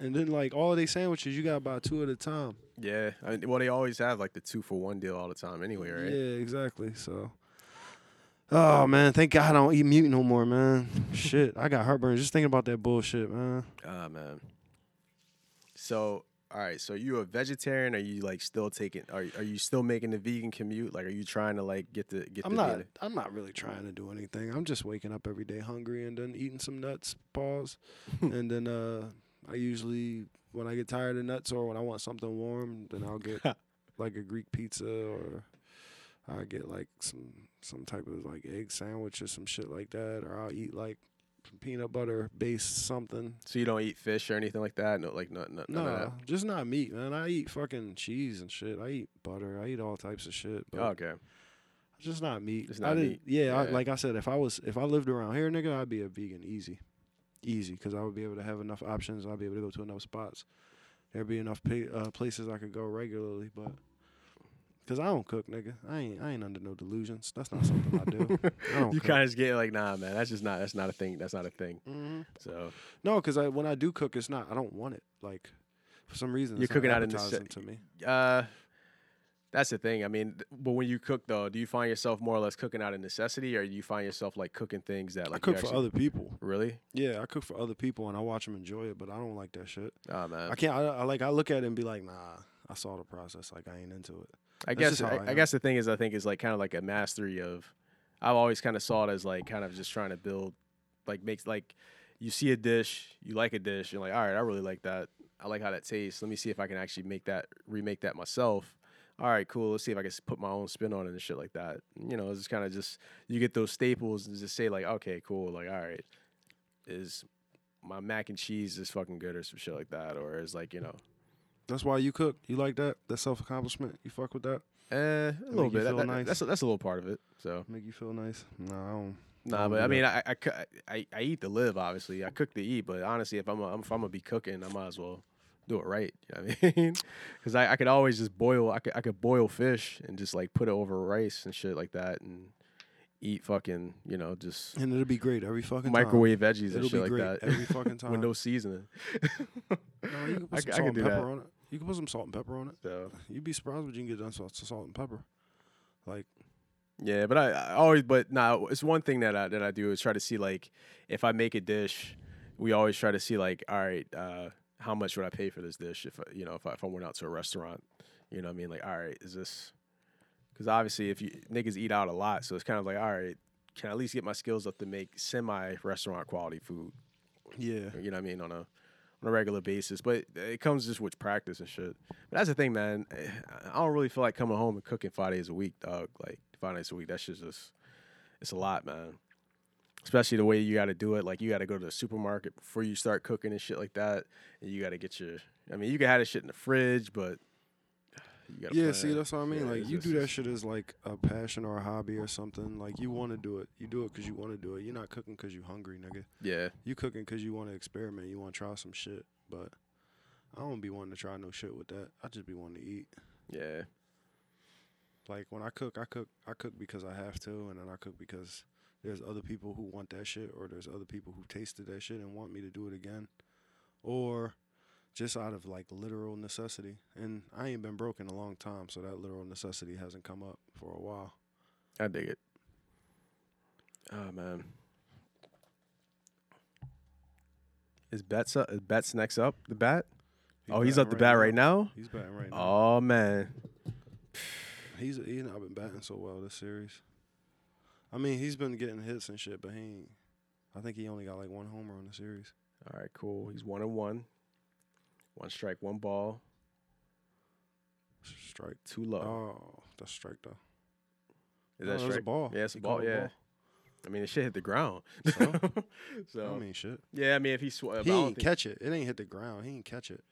S1: And then like all of they sandwiches, you got about two at a time.
S2: Yeah. I mean, well, they always have like the two for one deal all the time anyway, right?
S1: Yeah, exactly. So, oh man, thank God I don't eat mute no more, man. Shit, I got heartburn just thinking about that bullshit, man.
S2: Ah, man. So, all right. So, you a vegetarian? Are you like still taking, are, are you still making the vegan commute? Like, are you trying to like get the, get
S1: I'm
S2: the,
S1: not.
S2: vegan-
S1: I'm not really trying to do anything. I'm just waking up every day hungry and then eating some nuts. Pause, and then uh, I usually when I get tired of nuts or when I want something warm, then I'll get like a Greek pizza or I will get like some some type of like egg sandwich or some shit like that, or I'll eat like some peanut butter based something.
S2: so you don't eat fish or anything like that? No, like, no, no,
S1: No,
S2: none of that?
S1: just not meat, man. I eat fucking cheese and shit. I eat butter. I eat all types of shit. But
S2: Oh, okay.
S1: Just not meat.
S2: Just
S1: I
S2: not
S1: didn't,
S2: meat.
S1: Yeah, I,
S2: Yeah.
S1: like I said, if I was if I lived around here, nigga, I'd be a vegan easy, easy, because I would be able to have enough options. I'd be able to go to enough spots. There'd be enough pa- uh, places I could go regularly, but Cause I don't cook, nigga. I ain't I ain't under no delusions. That's not something I do. I don't
S2: you
S1: cook.
S2: kind of just get like, nah, man, that's just not that's not a thing. That's not a thing.
S1: hmm
S2: So
S1: No, cause I when I do cook, it's not. I don't want it. Like for some reason,
S2: You're
S1: it's not
S2: cooking out in the se-
S1: appetizing to me.
S2: uh that's the thing. I mean, th- but when you cook though, do you find yourself more or less cooking out of necessity, or do you find yourself like cooking things that
S1: I
S2: like
S1: cook
S2: you
S1: for
S2: actually-
S1: other people.
S2: Really?
S1: Yeah, I cook for other people and I watch them enjoy it, but I don't like that shit.
S2: Oh man,
S1: I can't. I, I like. I look at it and be like, nah. I saw the process. Like I ain't into it.
S2: I
S1: That's
S2: guess
S1: just how
S2: I,
S1: I
S2: I
S1: am.
S2: guess the thing is I think is like kind of like a mastery of I've always kind of saw it as like kind of just trying to build like makes like you see a dish, you like a dish, you're like, all right, I really like that. I like how that tastes. Let me see if I can actually make that remake that myself. All right, cool. Let's see if I can s- put my own spin on it and shit like that. You know, it's just kind of just you get those staples and just say like, okay, cool. Like, all right, is my mac and cheese is fucking good or some shit like that, or is like you know,
S1: That's why you cook. You like that? That self accomplishment. You fuck with that.
S2: eh, a little
S1: you
S2: bit. That-
S1: feel
S2: that-
S1: nice.
S2: That's a, that's a little part of it. So
S1: Make you feel nice. No, I don't.
S2: Nah,
S1: Um,
S2: but I
S1: yeah.
S2: mean, I, I, coo- I, I eat to live. Obviously, I cook to eat. But honestly, if I'm a, if I'm gonna be cooking, I might as well do it right. You know what I mean? Because I, I could always just boil. I could I could boil fish and just like put it over rice and shit like that, and eat fucking you know just
S1: And it'll be great every fucking
S2: microwave veggies
S1: Time.
S2: and
S1: It'll
S2: shit
S1: be
S2: like
S1: great
S2: that
S1: every fucking time.
S2: with no seasoning.
S1: No, you can
S2: I
S1: put some
S2: c-
S1: salt
S2: I can
S1: and
S2: do
S1: pepper
S2: that.
S1: on it. You can put some salt and pepper on it.
S2: So
S1: You'd be surprised what you can get done with salt, salt and pepper. Like
S2: yeah, but I, I always but nah, it's one thing that I that I do is try to see like if I make a dish, we always try to see like, all right, uh, how much would I pay for this dish if I- you know if I, if I went out to a restaurant, you know, what I mean, like, all right, is this? Because obviously, if you niggas eat out a lot, so it's kind of like, all right, can I at least get my skills up to make semi restaurant quality food?
S1: yeah,
S2: You know what I mean on a on a regular basis, but it comes just with practice and shit. But that's the thing, man. I don't really feel like coming home and cooking five days a week, dog. Like five days a week, that's just just it's a lot, man. Especially the way you got to do it. Like you got to go to the supermarket before you start cooking and shit like that, and you got to get your. I mean, you can have this shit in the fridge, but you gotta
S1: yeah.
S2: plan.
S1: See, that's what I mean.
S2: Yeah,
S1: like
S2: it's
S1: you
S2: just-
S1: do that shit as like a passion or a hobby or something. Like you want to do it. You do it because you want to do it. You're not cooking because you're hungry, nigga.
S2: yeah.
S1: You cooking because you want to experiment. You want to try some shit. But I don't be wanting to try no shit with that. I just be wanting to eat.
S2: Yeah,
S1: Like when I cook, I cook, I cook because I have to, and then I cook because there's other people who want that shit, or there's other people who tasted that shit and want me to do it again, or just out of like literal necessity. And I ain't been broke in a long time, so that literal necessity hasn't come up for a while.
S2: I dig it. Oh man, is Bet's up? Is Bet's next up? The bat? oh, he's up
S1: batting
S2: the bat right now.
S1: He's batting right now.
S2: Oh man,
S1: He's he's not been batting so well this series. I mean, he's been getting hits and shit, but he, ain't, I think he only got like one homer in the series.
S2: all right, cool. He's one and one. One strike, one ball,
S1: Strike.
S2: too low.
S1: Oh, that's strike though. No,
S2: is that
S1: was
S2: strike?
S1: a ball.
S2: Yeah, it's a
S1: He
S2: ball.
S1: called
S2: Yeah. I mean, the shit hit the ground.
S1: So?
S2: So,
S1: I mean, shit.
S2: yeah, I mean, if he sw-
S1: He ain't catch it. It ain't hit the ground. He ain't catch it.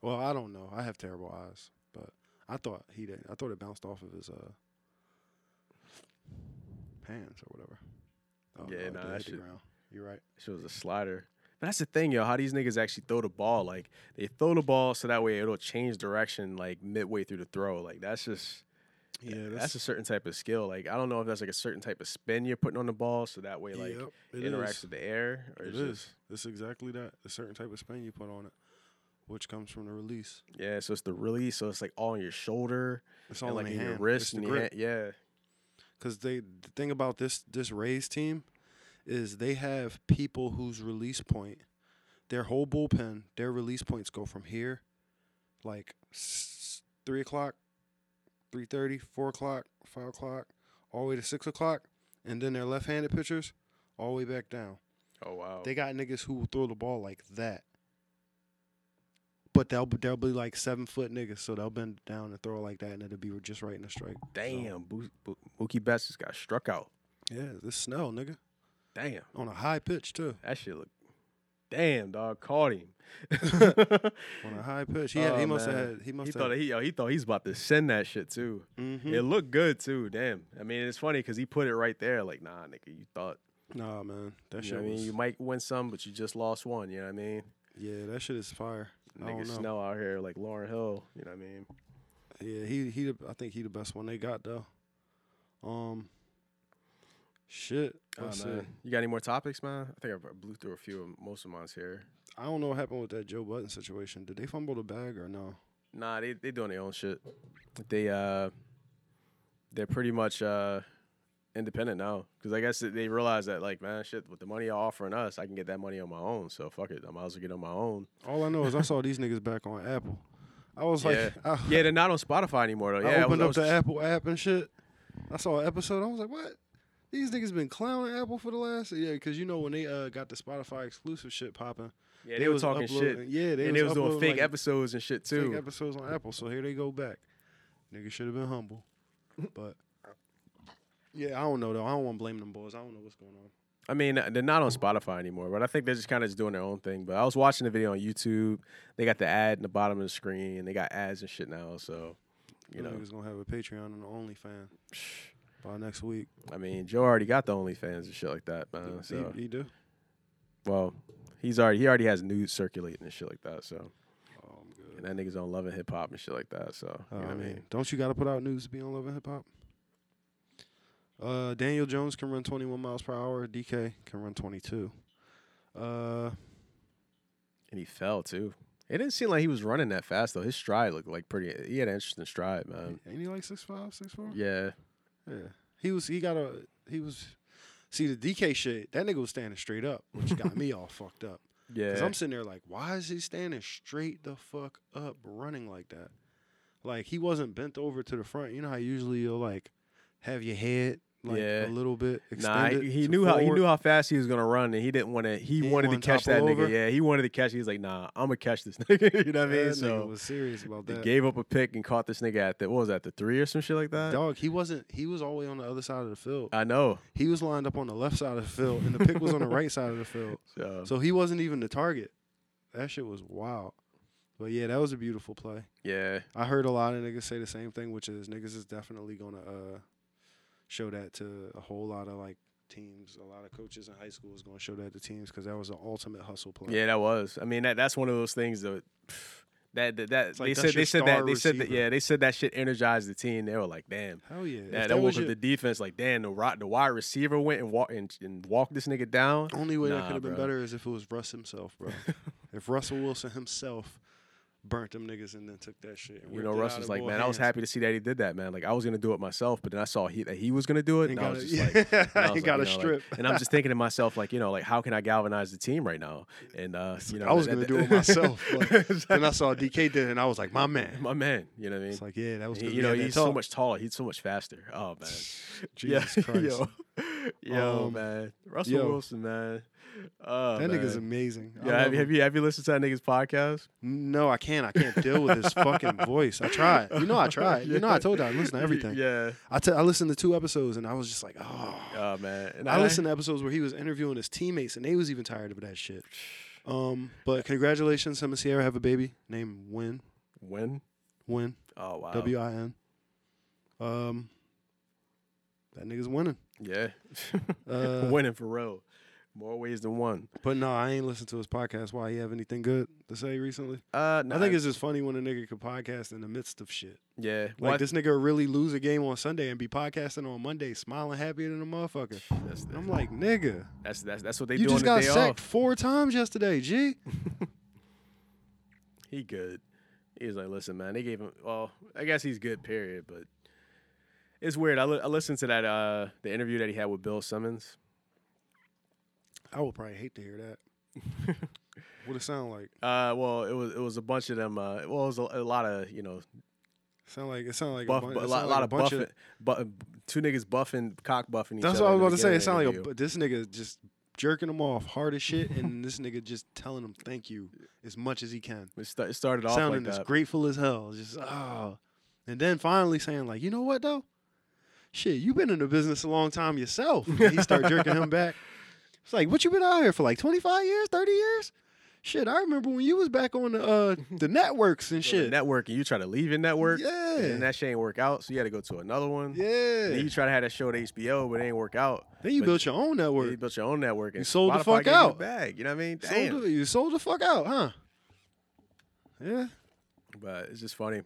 S1: Well, I don't know. I have terrible eyes, but I thought he did. I thought it bounced off of his uh hands or whatever. Oh,
S2: Yeah,
S1: it
S2: nah,
S1: did hit
S2: that
S1: the
S2: shit-
S1: ground. You're right.
S2: She was a slider. But that's the thing, yo. How these niggas actually throw the ball? Like they throw the ball so that way it'll change direction like midway through the throw. Like that's just
S1: Yeah,
S2: that's, a certain type of skill. Like I don't know if that's like a certain type of spin you're putting on the ball so that way like
S1: Yep,
S2: it
S1: it
S2: interacts
S1: is.
S2: with the air or
S1: It
S2: it's
S1: is.
S2: just
S1: It's exactly that. A certain type of spin you put on it, which comes from the release.
S2: yeah. So it's the release. So it's like all on your shoulder,
S1: It's
S2: and,
S1: all
S2: like
S1: in, the hand.
S2: your wrist
S1: It's the
S2: and your
S1: grip.
S2: hand. Yeah,
S1: because they the thing about this this Rays team is they have people whose release point, their whole bullpen, their release points go from here, like s- three o'clock, three thirty, four o'clock, five o'clock, all the way to six o'clock, and then their left-handed pitchers all the way back down.
S2: Oh wow.
S1: They got niggas who will throw the ball like that. But they'll, they'll be like seven foot niggas, so they'll bend down and throw it like that, and it'll be just right in the strike. So,
S2: Damn, Bo- Bo- Mookie Betts just got struck out.
S1: yeah, this Snell, nigga.
S2: Damn,
S1: On a high pitch too.
S2: that shit look. Damn, dog, caught him.
S1: On a high pitch. He had, he
S2: Oh,
S1: must
S2: man.
S1: have had he must
S2: he
S1: have
S2: thought he yo, he thought he's about to send that shit too.
S1: Mhm.
S2: It looked good too. Damn. I mean, it's funny because he put it right there. Like, nah, nigga, you thought.
S1: Nah man. That
S2: You
S1: shit
S2: know what I mean,
S1: was,
S2: you might win some, but you just lost one. You know what I mean?
S1: Yeah, that shit is fire. I
S2: Nigga
S1: don't know. Oh,
S2: Snell out here like Lauren Hill. You know what I mean?
S1: Yeah, he he. the- I think he the best one they got though. Um, shit.
S2: Oh,
S1: let's see.
S2: man. You got any more topics, man? I think I blew through a few of most of mine's here.
S1: I don't know what happened with that Joe Button situation. Did they fumble the bag or no?
S2: Nah, they they doing their own shit. They uh, they're pretty much uh, independent now because I guess that they realize that like man, shit, with the money y'all offering us, I can get that money on my own. So fuck it, I might as well get on my own.
S1: All I know is I saw these niggas back on Apple. I was
S2: Yeah.
S1: like, I,
S2: Yeah, they're not on Spotify anymore though.
S1: I
S2: Yeah,
S1: opened
S2: I
S1: up
S2: was,
S1: the
S2: I was-
S1: Apple app and shit. I saw an episode. I was like, what? These niggas been clowning Apple for the last yeah, because you know when they uh, got the Spotify exclusive shit popping,
S2: yeah, they were
S1: was
S2: talking
S1: uploading-
S2: shit.
S1: Yeah, they
S2: and they was doing
S1: uploading,
S2: fake
S1: like,
S2: episodes and shit
S1: fake
S2: too.
S1: episodes on Apple. So here they go back. Niggas should have been humble, but yeah, I don't know though. I don't want to blame them boys. I don't know what's going on.
S2: I mean, uh, they're not on Spotify anymore, but I think they're just kind of just doing their own thing. But I was watching the video on YouTube. They got the ad in the bottom of the screen. They got ads and shit now. So, you
S1: You
S2: know,
S1: niggas gonna have a Patreon and an OnlyFans by next week.
S2: I mean, Joe already got the OnlyFans and shit like that, man.
S1: He-
S2: So,
S1: he, do.
S2: well, he's already he already has news circulating and shit like that. So,
S1: Oh, I'm good.
S2: and that nigga's on Love and Hip Hop and shit like that. So,
S1: Oh,
S2: you know
S1: I
S2: what
S1: mean, don't you got to put out news to be on Love and Hip Hop? Uh, Daniel Jones can run 21 miles per hour. DK can run 22. Uh,
S2: Um, And he fell too. It didn't seem like he was running that fast though. His stride looked like pretty. He had an interesting stride, man.
S1: ain't he like six five, six four?
S2: Yeah,
S1: Yeah. He was. He got a. He was. See the DK shit. That nigga was standing straight up, which got me all fucked up. Cause
S2: yeah.
S1: I'm sitting there like, why is he standing straight the fuck up, running like that? Like he wasn't bent over to the front. You know how usually you'll like have your head like
S2: Yeah.
S1: a little bit
S2: Nah,
S1: extended.
S2: he, he
S1: to
S2: knew how he
S1: forward.
S2: knew how fast he was gonna run, and he didn't want to. He,
S1: didn't
S2: wanted to
S1: wanna
S2: catch that
S1: topple
S2: nigga.
S1: over.
S2: Yeah, he wanted to catch. He was like, "Nah, I'm gonna catch this nigga." you know what I mean?
S1: That nigga
S2: So
S1: was serious about
S2: they
S1: that.
S2: gave up a pick and caught this nigga at the what was that the three or some shit like that.
S1: Dog, he wasn't. He was all the way on the other side of the field.
S2: I know.
S1: He was lined up on the left side of the field, and the pick was on the right side of the field.
S2: So,
S1: So he wasn't even the target. That shit was wild. But yeah, that was a beautiful play.
S2: yeah,
S1: I heard a lot of niggas say the same thing, which is niggas is definitely gonna uh, show that to a whole lot of like teams. A lot of coaches in high school is gonna show that to teams because that was the ultimate hustle play.
S2: yeah, that was. I mean, that that's one of those things that that that, that
S1: It's
S2: they
S1: like,
S2: said
S1: that's
S2: they
S1: your
S2: said
S1: star
S2: that they said that
S1: receiver.
S2: yeah they said that shit energized the team. They were like, "Damn."
S1: Hell yeah. If
S2: That, that
S1: that
S2: woke
S1: was
S2: up
S1: your
S2: the defense like, damn, the, ri- the wide receiver went and walked and, and walked this nigga down.
S1: only way that
S2: Nah,
S1: could have been
S2: bro.
S1: better is if it was Russ himself, bro. if Russell Wilson himself burnt them niggas and then took that shit. And
S2: You
S1: ripped
S2: know,
S1: it
S2: Russ
S1: out
S2: was
S1: of
S2: like,
S1: boy
S2: man, I was
S1: hands
S2: happy to see that he did that, man. Like, I was gonna do it myself, but then I saw he, that he was gonna do it,
S1: and
S2: and, I
S1: got
S2: was
S1: a-
S2: just
S1: Yeah,
S2: like, and I was
S1: and got
S2: like, you
S1: a
S2: know, like-
S1: strip.
S2: and I'm just thinking to myself, like, you know, like, how can I galvanize the team right now? And uh, you know,
S1: I was
S2: that-
S1: gonna do it
S2: that-
S1: myself, but
S2: Exactly.
S1: then I saw DK did, it, and I was like, my man.
S2: my man, you know what I mean?
S1: It's like, yeah, that was
S2: He-
S1: good.
S2: you
S1: We
S2: know,
S1: had that
S2: he's so
S1: talk.
S2: much taller, he's so much faster. Oh man,
S1: Jesus
S2: yeah.
S1: Christ,
S2: yo, yo,
S1: Um,
S2: man, Russell
S1: yo.
S2: Wilson, man, oh,
S1: that nigga's
S2: man.
S1: amazing. I
S2: Yeah,
S1: love
S2: have you,
S1: him.
S2: have you have you listened to that nigga's podcast?
S1: No, I can't. I can't deal with his fucking voice. I tried. You know, I tried. You know, I told you I listen to
S2: Y-
S1: everything.
S2: Yeah,
S1: I t- I listened to two episodes, and I was just like, oh.
S2: oh man, and
S1: I listened to episodes where he was interviewing his teammates, and they was even tired of that shit. Um, but congratulations, him and Sierra have a baby named Win.
S2: When?
S1: Win.
S2: Oh wow.
S1: W I N. Um, that nigga's winning.
S2: Yeah.
S1: Uh,
S2: Winning for real. More ways than one.
S1: But no, I ain't listened to his podcast. Why he have anything good to say recently?
S2: Uh,
S1: I think it's just funny when a nigga could podcast in the midst of shit.
S2: yeah.
S1: Like
S2: What?
S1: this nigga really lose a game on Sunday and be podcasting on Monday, smiling happier than a motherfucker.
S2: That's,
S1: And I'm like, nigga,
S2: that's that's that's what they
S1: you
S2: do on
S1: just
S2: the
S1: got
S2: day
S1: sacked
S2: off.
S1: four times yesterday, G.
S2: He good. He was like, listen, man. They gave him. Well, I guess he's good. Period. But it's weird. I, li- I listened to that uh the interview that he had with Bill Simmons.
S1: I would probably hate to hear that. what it sound like?
S2: Uh, well, it was it was a bunch of them. Uh, well, it was a, a lot of you know
S1: Sound like it sound like
S2: buff,
S1: a,
S2: bu-
S1: bun-
S2: a
S1: it
S2: lot,
S1: sound
S2: a
S1: like
S2: lot of
S1: bunch
S2: buffing, bu- two niggas buffing, cock buffing each
S1: That's
S2: other.
S1: what I was
S2: in the
S1: about to say.
S2: beginning
S1: It
S2: of the
S1: sound like a,
S2: interview.
S1: bu- this nigga just jerking them off hard as shit, and this nigga just telling them thank you as much as he can,
S2: It, sta- it started off
S1: sounding
S2: like
S1: as
S2: that.
S1: grateful as hell. Just oh, and then finally saying like, you know what though? Shit, you been in the business a long time yourself. And he start jerking him back. It's like, what you been out here for like twenty five years, thirty years? Shit, I remember when you was back on the uh, the networks and
S2: Shit.
S1: shit.
S2: Network and you try to leave your network.
S1: Yeah.
S2: And then that shit ain't work out, so you had to go to another one.
S1: Yeah.
S2: Then you try to have that show to HBO, but it ain't work out.
S1: Then you
S2: But
S1: built your own
S2: then you
S1: network.
S2: built your own network. And
S1: sold the
S2: Spotify
S1: fuck
S2: gave you the
S1: out.
S2: bag. You know what I mean? Damn.
S1: Sold the, you sold the fuck out, huh? Yeah.
S2: But it's just funny.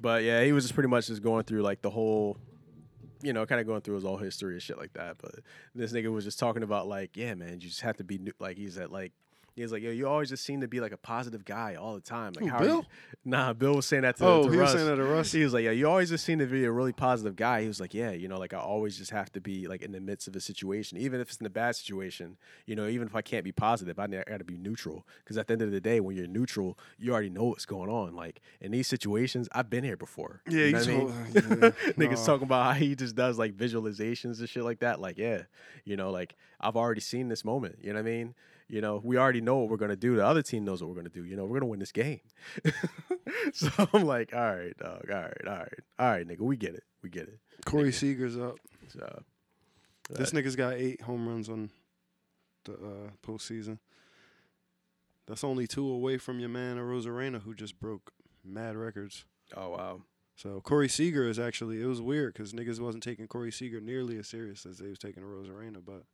S2: But yeah, he was just pretty much just going through like the whole, you know, kind of going through his whole history and shit like that. But this nigga was just talking about like, yeah, man, you just have to be new. like he's at like. He was like, yo, you always just seem to be like a positive guy all the time. Like,
S1: Who,
S2: how are you-
S1: Bill?
S2: Nah, Bill was saying that to,
S1: Oh, he
S2: to
S1: was
S2: Russ.
S1: saying that to Russ?
S2: He was like, yeah, you always just seem to be a really positive guy. He was like, yeah, you know, like I always just have to be like in the midst of a situation, even if it's in a bad situation. You know, even if I can't be positive, I got to be neutral because at the end of the day, when you're neutral, you already know what's going on. Like in these situations, I've been here before.
S1: Yeah,
S2: you
S1: you
S2: know what I mean?
S1: told- yeah.
S2: Niggas
S1: Nah.
S2: talking about how he just does like visualizations and shit like that. Like, yeah, you know, like I've already seen this moment. You know what I mean? You know, we already know what we're gonna do. The other team knows what we're gonna do. You know, we're gonna win this game. so I'm like, all right, dog, all right, all right, all right, nigga, we get it, we get it.
S1: Corey Seager's up.
S2: So
S1: This nigga's got eight home runs on the uh, postseason. That's only two away from your man Rosarena, who just broke mad records.
S2: oh wow,
S1: So Corey Seager is actually it was weird because niggas wasn't taking Corey Seager nearly as serious as they was taking Rosarena, but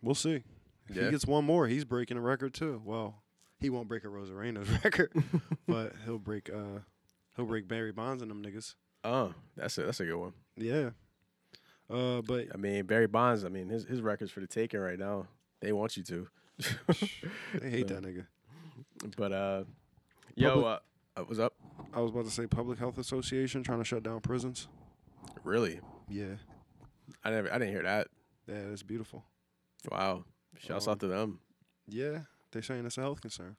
S1: we'll see. If
S2: Yeah.
S1: he gets one more, he's breaking a record too. Well, he won't break a Rosarena's record, but he'll break uh he'll break Barry Bonds and them niggas.
S2: oh that's a that's a good one.
S1: Yeah. Uh, but
S2: I mean Barry Bonds, I mean his his records for the taking right now. They want you to,
S1: they hate that nigga.
S2: but uh, yo, uh, uh, was up
S1: I was about to say Public Health Association trying to shut down prisons.
S2: really?
S1: Yeah,
S2: I never, I didn't hear that.
S1: yeah, that's beautiful.
S2: Wow, shouts
S1: Um,
S2: out to them.
S1: Yeah, they saying it's a health concern.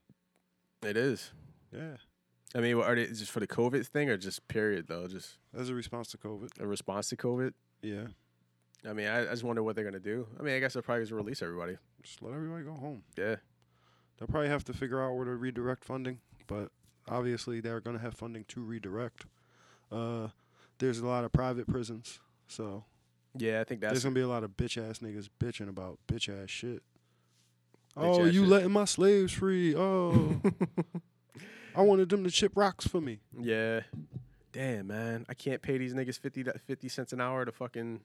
S2: It is.
S1: Yeah,
S2: I mean, what are they just for the COVID thing or just period though? Just
S1: that's a response to COVID.
S2: a response to COVID.
S1: Yeah,
S2: I mean, I, I just wonder what they're gonna do. I mean, I guess they'll probably just release everybody.
S1: just let everybody go home.
S2: Yeah.
S1: They'll probably have to figure out where to redirect funding, but obviously they're going to have funding to redirect. Uh, there's a lot of private prisons, so
S2: Yeah, I think
S1: there's
S2: that's
S1: going to be a lot of bitch ass niggas bitching about bitch ass shit.
S2: Bitch
S1: oh,
S2: ass
S1: you
S2: shit.
S1: letting my slaves free? Oh, I wanted them to chip rocks for me.
S2: yeah. Damn, man, I can't pay these niggas 50, do- 50 cents an hour to fucking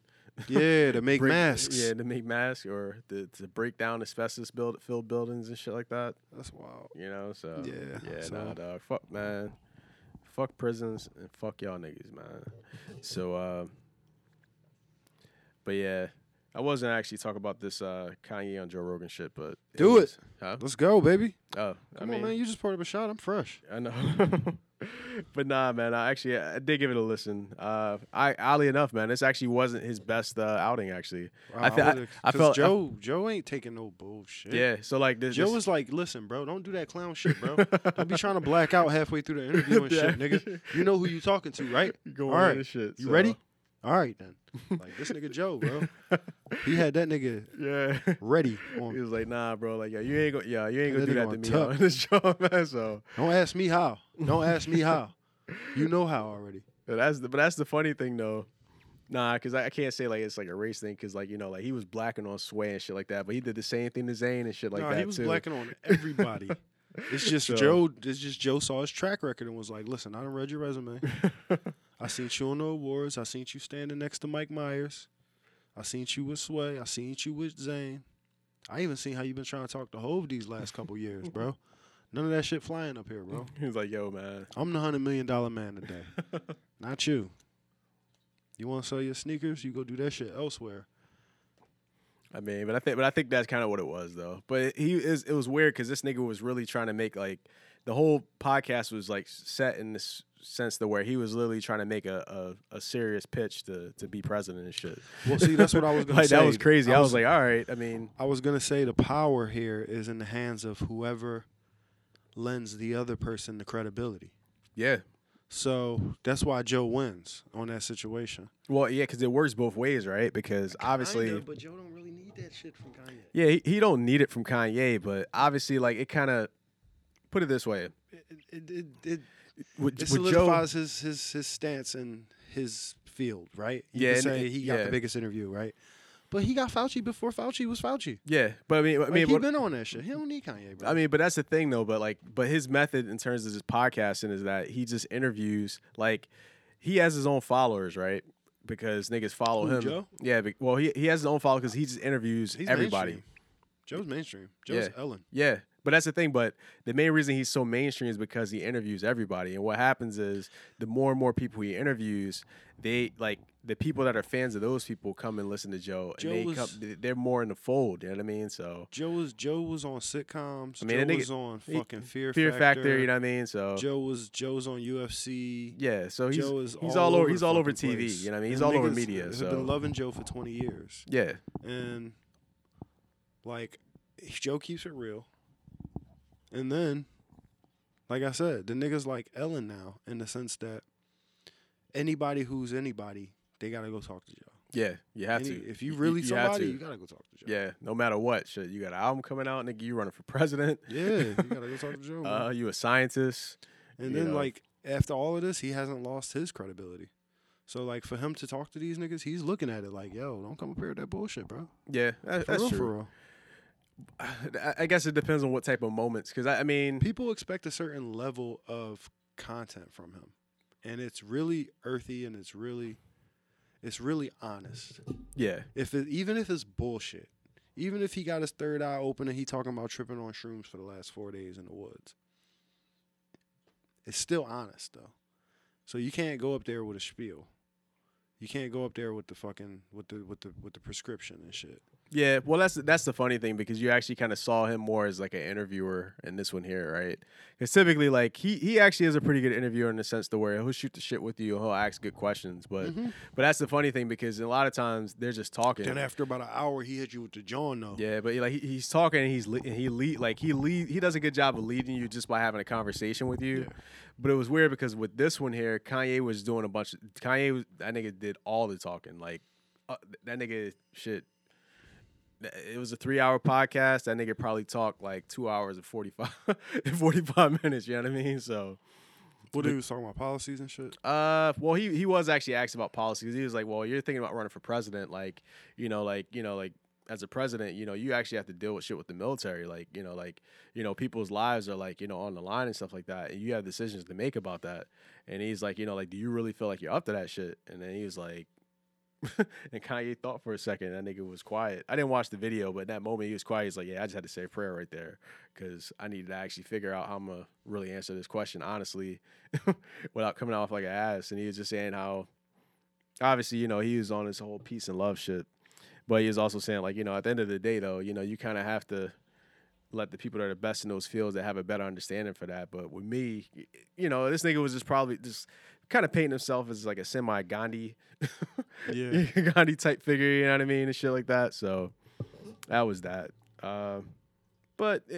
S1: Yeah, to make
S2: break-
S1: masks.
S2: Yeah, to make masks or to, to break down asbestos build filled buildings and shit like that.
S1: That's wild.
S2: You know, so
S1: Yeah,
S2: yeah,
S1: so-
S2: nah, dog, fuck, man, fuck prisons and fuck y'all niggas, man. So, uh, but yeah, I wasn't actually talking about this uh, Kanye on Joe Rogan shit, but
S1: Do
S2: was-
S1: it.
S2: Huh?
S1: Let's go, baby.
S2: Oh, I
S1: Come
S2: mean,
S1: on, man. You just poured up a shot. I'm fresh.
S2: I know. but nah, man. I actually I did give it a listen. Uh, I oddly enough, man, this actually wasn't his best uh, outing. Actually, I, thi- I,
S1: would've-
S2: I
S1: 'cause
S2: felt I-
S1: Joe. Joe ain't taking no bullshit.
S2: yeah. So like this,
S1: Joe
S2: this-
S1: was like, "Listen, bro, don't do that clown shit, bro. don't be trying to black out halfway through the interview and shit,
S2: Yeah.
S1: nigga. You know who you talking to, right?
S2: going
S1: all
S2: in
S1: right,
S2: and shit,
S1: You
S2: so-
S1: ready? All right then. Like this nigga Joe, bro. He had that nigga
S2: Yeah.
S1: ready.
S2: He
S1: On,
S2: was like, "Nah, bro. Like, yo, you ain't gonna, yeah, you ain't gonna
S1: That
S2: do that
S1: nigga
S2: to
S1: on
S2: me
S1: top.
S2: on this show, man." So
S1: don't ask me how. Don't ask me how. You know how already.
S2: but that's the, but that's the funny thing though. Nah, because I, I can't say like it's like a race thing, because like you know, like he was blacking on Sway and shit like that, but he did the same thing to Zayn and shit like
S1: nah,
S2: that
S1: he was
S2: too.
S1: blacking on everybody. It's just
S2: So-
S1: Joe. It's just Joe saw his track record and was like, "Listen, I done read your resume. I seen you on the awards. I seen you standing next to Mike Myers. I seen you with Sway. I seen you with Zayn. I even seen how you been trying to talk to Hove these last couple years, bro. None of that shit flying up here, bro.
S2: he was like, "Yo, man,
S1: I'm the hundred million dollar man today, not you. You want to sell your sneakers? You go do that shit elsewhere.
S2: I mean, but I think, but I think that's kind of what it was though. But it, he is, it was weird because this nigga was really trying to make like the whole podcast was like set in this sense to where he was literally trying to make a, a, a serious pitch to to be president and shit.
S1: Well, see, that's what I was gonna
S2: like that
S1: say.
S2: was crazy. I
S1: I
S2: was like, all right. I mean,
S1: I was gonna say the power here is in the hands of whoever lends the other person the credibility.
S2: yeah.
S1: So that's why Joe wins on that situation.
S2: Well, yeah, because it works both ways, right? Because obviously,
S1: but Joe don't really need that shit from Kanye.
S2: yeah, he, he don't need it from Kanye, but obviously, like it kind of put it this way:
S1: It, it, it, it,
S2: with,
S1: it
S2: with Joe,
S1: solidifies his, his his stance in his field, right? You
S2: Yeah,
S1: could
S2: and
S1: say
S2: it-
S1: he got
S2: yeah.
S1: the biggest interview, right? But he got Fauci before Fauci was Fauci.
S2: yeah. But I mean,
S1: I
S2: I
S1: mean,
S2: mean,
S1: he
S2: what-
S1: been on that shit. He don't need Kanye, bro.
S2: I mean, but that's the thing though. But like, but his method in terms of his podcasting is that he just interviews. Like, he has his own followers, right? Because niggas follow
S1: Who,
S2: him.
S1: Joe?
S2: Yeah. Be, well, he he has his own follow because he just interviews
S1: He's
S2: everybody.
S1: mainstream. Joe's mainstream. Joe's
S2: Yeah.
S1: Ellen.
S2: Yeah. But that's the thing. But the main reason he's so mainstream is because he interviews everybody. And what happens is the more and more people he interviews, they like the people that are fans of those people come and listen to Joe,
S1: Joe
S2: and they
S1: was-
S2: come, they- they're more in the fold. You know what I mean? So
S1: Joe was Joe was on sitcoms.
S2: I mean, that
S1: Joe
S2: nigga-
S1: was on
S2: he-
S1: fucking Fear,
S2: Fear Factor.
S1: Factor.
S2: you know what I mean? So
S1: Joe was Joe's on UFC.
S2: yeah, so he's
S1: Joe is
S2: he's all over
S1: the
S2: he's all over
S1: fucking
S2: TV.
S1: place.
S2: You know what I mean? He's
S1: And
S2: all over
S1: niggas
S2: media.
S1: Have
S2: So
S1: been loving Joe for twenty years,
S2: yeah,
S1: and like Joe keeps it real. And then, like I said, the niggas like Ellen now in the sense that anybody who's anybody, they gotta go talk to Joe.
S2: yeah, you have
S1: Any-
S2: to.
S1: If you really
S2: you have
S1: somebody,
S2: to.
S1: you gotta go talk to Joe.
S2: Yeah, no matter what, shit, you got an album coming out, nigga. You running for president.
S1: yeah, you gotta go talk to Joe. man.
S2: Uh, you a scientist.
S1: And
S2: you
S1: then
S2: know.
S1: like after all of this, he hasn't lost his credibility. So like for him to talk to these niggas, he's looking at it like, yo, don't come up here with that bullshit, bro.
S2: Yeah, that-
S1: For
S2: that's
S1: real,
S2: true.
S1: for real.
S2: I- I guess it depends on what type of moments, because I, I mean,
S1: People expect a certain level of content from him, and it's really earthy and it's really, it's really honest.
S2: yeah,
S1: If it, even if it's bullshit, even if he got his third eye open and he talking about tripping on shrooms for the last four days in the woods, it's still honest though. So you can't go up there with a spiel. You can't go up there with the fucking with the with the with the prescription and shit.
S2: yeah. Well, that's that's the funny thing because you actually kind of saw him more as like an interviewer in this one here, right? Because typically, like he he actually is a pretty good interviewer in the sense to where he'll shoot the shit with you, he'll ask good questions, but
S1: Mm-hmm.
S2: but that's the funny thing because a lot of times they're just talking.
S1: Then after about an hour, he hit you with the John though.
S2: Yeah, but like he, he's talking and he's le- and he lead like he lead he does a good job of leading you just by having a conversation with you. But it was weird because with this one here, Kanye was doing a bunch. Of, Kanye was, that nigga did all the talking. Like uh, that nigga shit. th- It was a three-hour podcast. That nigga probably talked like two hours and forty-five and forty-five minutes. You know what I mean? So,
S1: What he was talking about policies and shit.
S2: uh, well, he he was actually asked about policy 'cause he was like, "Well, you're thinking about running for president, like, you know, like, you know, like." As a president, you know, you actually have to deal with shit with the military. Like, you know, like, you know, people's lives are like, you know, on the line and stuff like that. And you have decisions to make about that. And he's like, you know, like, do you really feel like you're up to that shit? And then he was like, and Kanye thought for a second. That nigga was quiet. I didn't watch the video, but in that moment he was quiet. He's like, yeah, I just had to say a prayer right there because I needed to actually figure out how I'm gonna really answer this question honestly, without coming off like an ass. And he was just saying how, obviously, you know, he was on his whole peace and love shit, but he was also saying like, you know, at the end of the day though, you know, you kind of have to let the people that are best in those fields that have a better understanding for that. But with me, y- you know, this nigga was just probably just kind of painting himself as like a semi Gandhi.
S1: Yeah.
S2: Gandhi type figure, you know what I mean, and shit like that. So that was that. Um, but i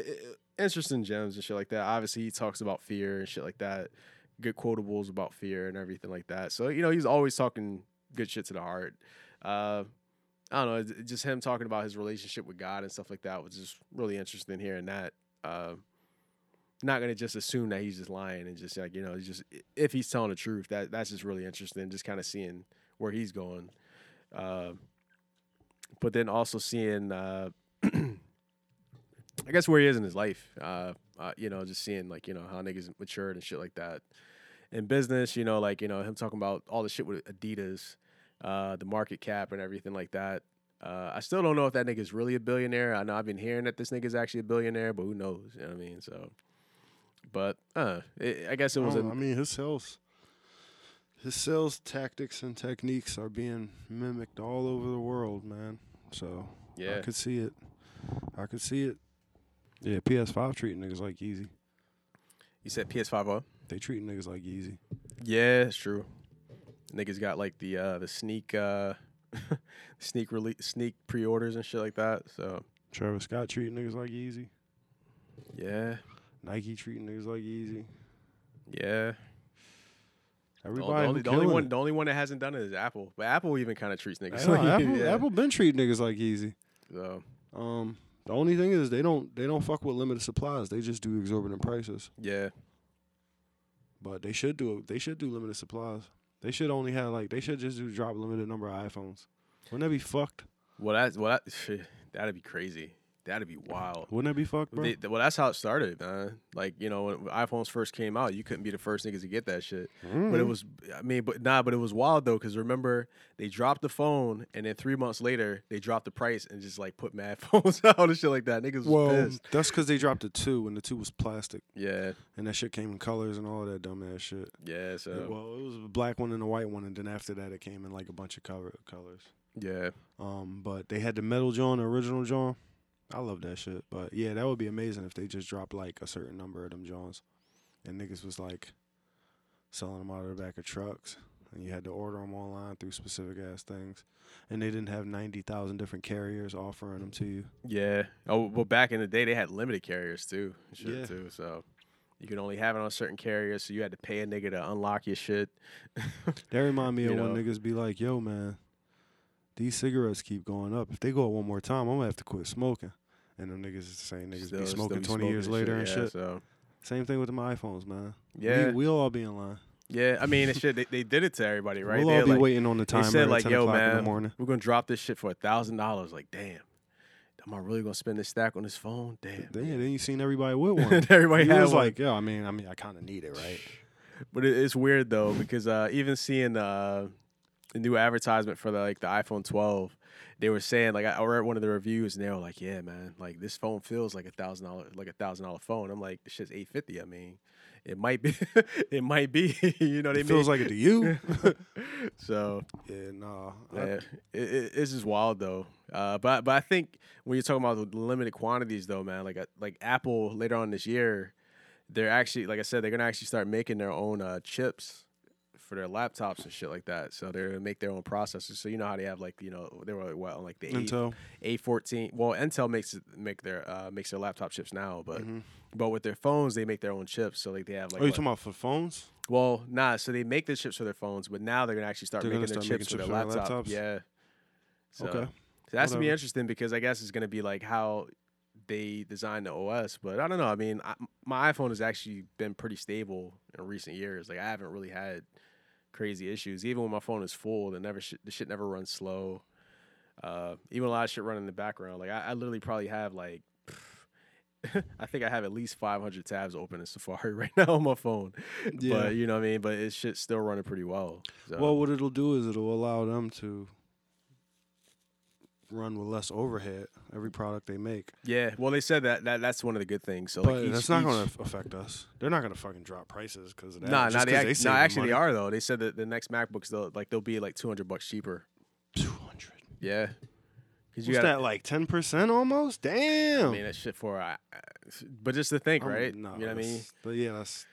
S2: i interesting gems and shit like that. Obviously, he talks about fear and shit like that. Good quotables about fear and everything like that. So you know, he's always talking good shit to the heart. Uh, I don't know, it's- it's just him talking about his relationship with God and stuff like that was just really interesting hearing that. Uh, not gonna just assume that he's just lying and just like you know, just if he's telling the truth, that that's just really interesting. Just kind of seeing where he's going. Uh, but then also seeing, uh, I guess, where he is in his life. Uh, uh, you know, just seeing like you know how niggas matured and shit like that. In business, you know, like you know him talking about all the shit with Adidas, uh, the market cap and everything like that. Uh, I still don't know if that nigga's really a billionaire. I know I've been hearing that this nigga's actually a billionaire, but who knows? You know what I mean? So, but uh, it, I guess it
S1: I
S2: was.
S1: don't know,
S2: a-
S1: I mean, his sales, his sales tactics and techniques are being mimicked all over the world, man. So I
S2: yeah,
S1: could see it. I could see it. Yeah, PS5 treating niggas like Yeezy.
S2: you said PS5 on.
S1: They treating niggas like Yeezy.
S2: Yeah, it's true. Niggas got like the uh the sneak uh sneak release sneak pre-orders and shit like that. So
S1: Travis Scott treating niggas like Yeezy.
S2: yeah,
S1: Nike treating niggas like Yeezy.
S2: yeah. The,
S1: Everybody
S2: only,
S1: who
S2: the only
S1: killing
S2: one
S1: it.
S2: the only one that hasn't done it is Apple. But Apple even kind of treats niggas.
S1: Nah,
S2: like,
S1: Apple,
S2: yeah.
S1: Apple been treating niggas like Yeezy.
S2: So
S1: Um, the only thing is they don't they don't fuck with limited supplies. They just do exorbitant prices.
S2: yeah,
S1: But they should do they should do limited supplies. They should only have like they should just do drop limited number of iPhones. Wouldn't that be fucked?
S2: well that's well that, that'd be crazy. That'd be wild.
S1: Wouldn't that be fucked, bro?
S2: They- th- well, that's how it started, man. Like you know, when iPhones first came out, you couldn't be the first niggas to get that shit. But it
S1: Mhm.
S2: was, I mean, but nah, but it was wild though, because remember they dropped the phone, and then three months later they dropped the price and just like put mad phones out and shit like that. Niggas was
S1: Well,
S2: pissed.
S1: that's because they dropped the two, and the two was plastic,
S2: Yeah,
S1: and that shit came in colors and all that dumb ass shit.
S2: yeah.
S1: Yeah,
S2: So
S1: well, it was a black one and a white one, and then after that, it came in like a bunch of color colors.
S2: yeah,
S1: Um, but they had the metal John, the original John. I love that shit. But yeah, that would be amazing if they just dropped like a certain number of them Johns, and niggas was like selling them out of the back of trucks, and you had to order them online through specific ass things, and they didn't have ninety thousand different carriers offering them to you.
S2: yeah. Oh, well, back in the day they had limited carriers too, and shit
S1: Yeah.
S2: too. So you could only have it on certain carriers, so you had to pay a nigga to unlock your shit.
S1: That remind me of
S2: You
S1: when
S2: know.
S1: niggas be like, "Yo, man, these cigarettes keep going up. If they go up one more time, I'm gonna have to quit smoking." And them niggas is the same niggas
S2: Still-
S1: be
S2: still
S1: smoking twenty years
S2: smoking
S1: later and shit.
S2: yeah, So
S1: Same thing with them iPhones, man.
S2: yeah,
S1: we, we'll all be in line.
S2: yeah. I mean, and shit. They, they did it to everybody, right?
S1: we'll
S2: They
S1: all
S2: had,
S1: be
S2: like-
S1: waiting on the
S2: they
S1: timer
S2: said,
S1: at
S2: like,
S1: ten
S2: "Yo,
S1: o'clock in the
S2: man,
S1: morning.
S2: We're gonna drop this shit for a thousand dollars. Like, damn, am I really gonna spend this stack on this phone? Damn.
S1: Then, yeah, then you seen everybody with one.
S2: Everybody
S1: you
S2: had
S1: was
S2: one.
S1: like, "Yo, I mean, I mean, I kind of need it, right?"
S2: but it, it's weird though because uh, even seeing uh, the new advertisement for the, like the iPhone 12, they were saying like I I read one of the reviews and they were like, yeah, man, like this phone feels like a thousand dollar like a thousand dollar phone. I'm like, this shit's eight fifty. I mean, it might be, it might be. you know, they
S1: It feels like it to you.
S2: like. so
S1: yeah, nah. I-
S2: Yeah, it, it, it's just wild though. Uh, but but I think when you're talking about the limited quantities though, man, like uh, like Apple later on this year, they're actually like I said, they're gonna actually start making their own uh, chips for their laptops and shit like that. So they're gonna make their own processors. So you know how they have like you know they were like, what on like the A
S1: Intel.
S2: A fourteen. Well, Intel makes it- make their uh, makes their laptop chips now, but
S1: Mhm.
S2: but with their phones they make their own chips. So like they have like
S1: Are Oh, you
S2: what-
S1: talking about for phones?
S2: well nah. So they make the chips for their phones, but now they're gonna actually start
S1: They're
S2: making
S1: gonna
S2: their
S1: start making
S2: chips for their,
S1: chips for their
S2: laptop.
S1: laptops?
S2: Yeah. So-
S1: okay.
S2: so that's gonna be
S1: Whatever.
S2: interesting because I guess it's gonna be like how they design the OS, but I don't know. I mean, I, my iPhone has actually been pretty stable in recent years. Like I haven't really had crazy issues. Even when my phone is full, the never sh- the shit never runs slow. Uh, even a lot of shit running in the background. Like I, I literally probably have like. I think I have at least 500 tabs open in Safari right now on my phone,
S1: Yeah.
S2: but you know what I mean. But it's shit still running pretty well. So.
S1: Well, what it'll do is it'll allow them to run with less overhead every product they make.
S2: yeah. Well, they said that, that that's one of the good things. So
S1: But
S2: like each-
S1: that's not
S2: each-
S1: going to affect us. They're not going to fucking drop prices because of that.
S2: Nah,
S1: just
S2: nah,
S1: 'cause
S2: they,
S1: they
S2: act-
S1: saving
S2: nah, actually they
S1: money.
S2: are though. They said that the next MacBooks they'll like they'll be like two hundred bucks cheaper.
S1: 200.
S2: Yeah, because you
S1: What's
S2: got.
S1: that like 10% almost? Damn.
S2: I mean, that shit for. Uh, but just to think,
S1: I'm-
S2: right?
S1: nah,
S2: you know what I mean?
S1: that's- But yeah, that's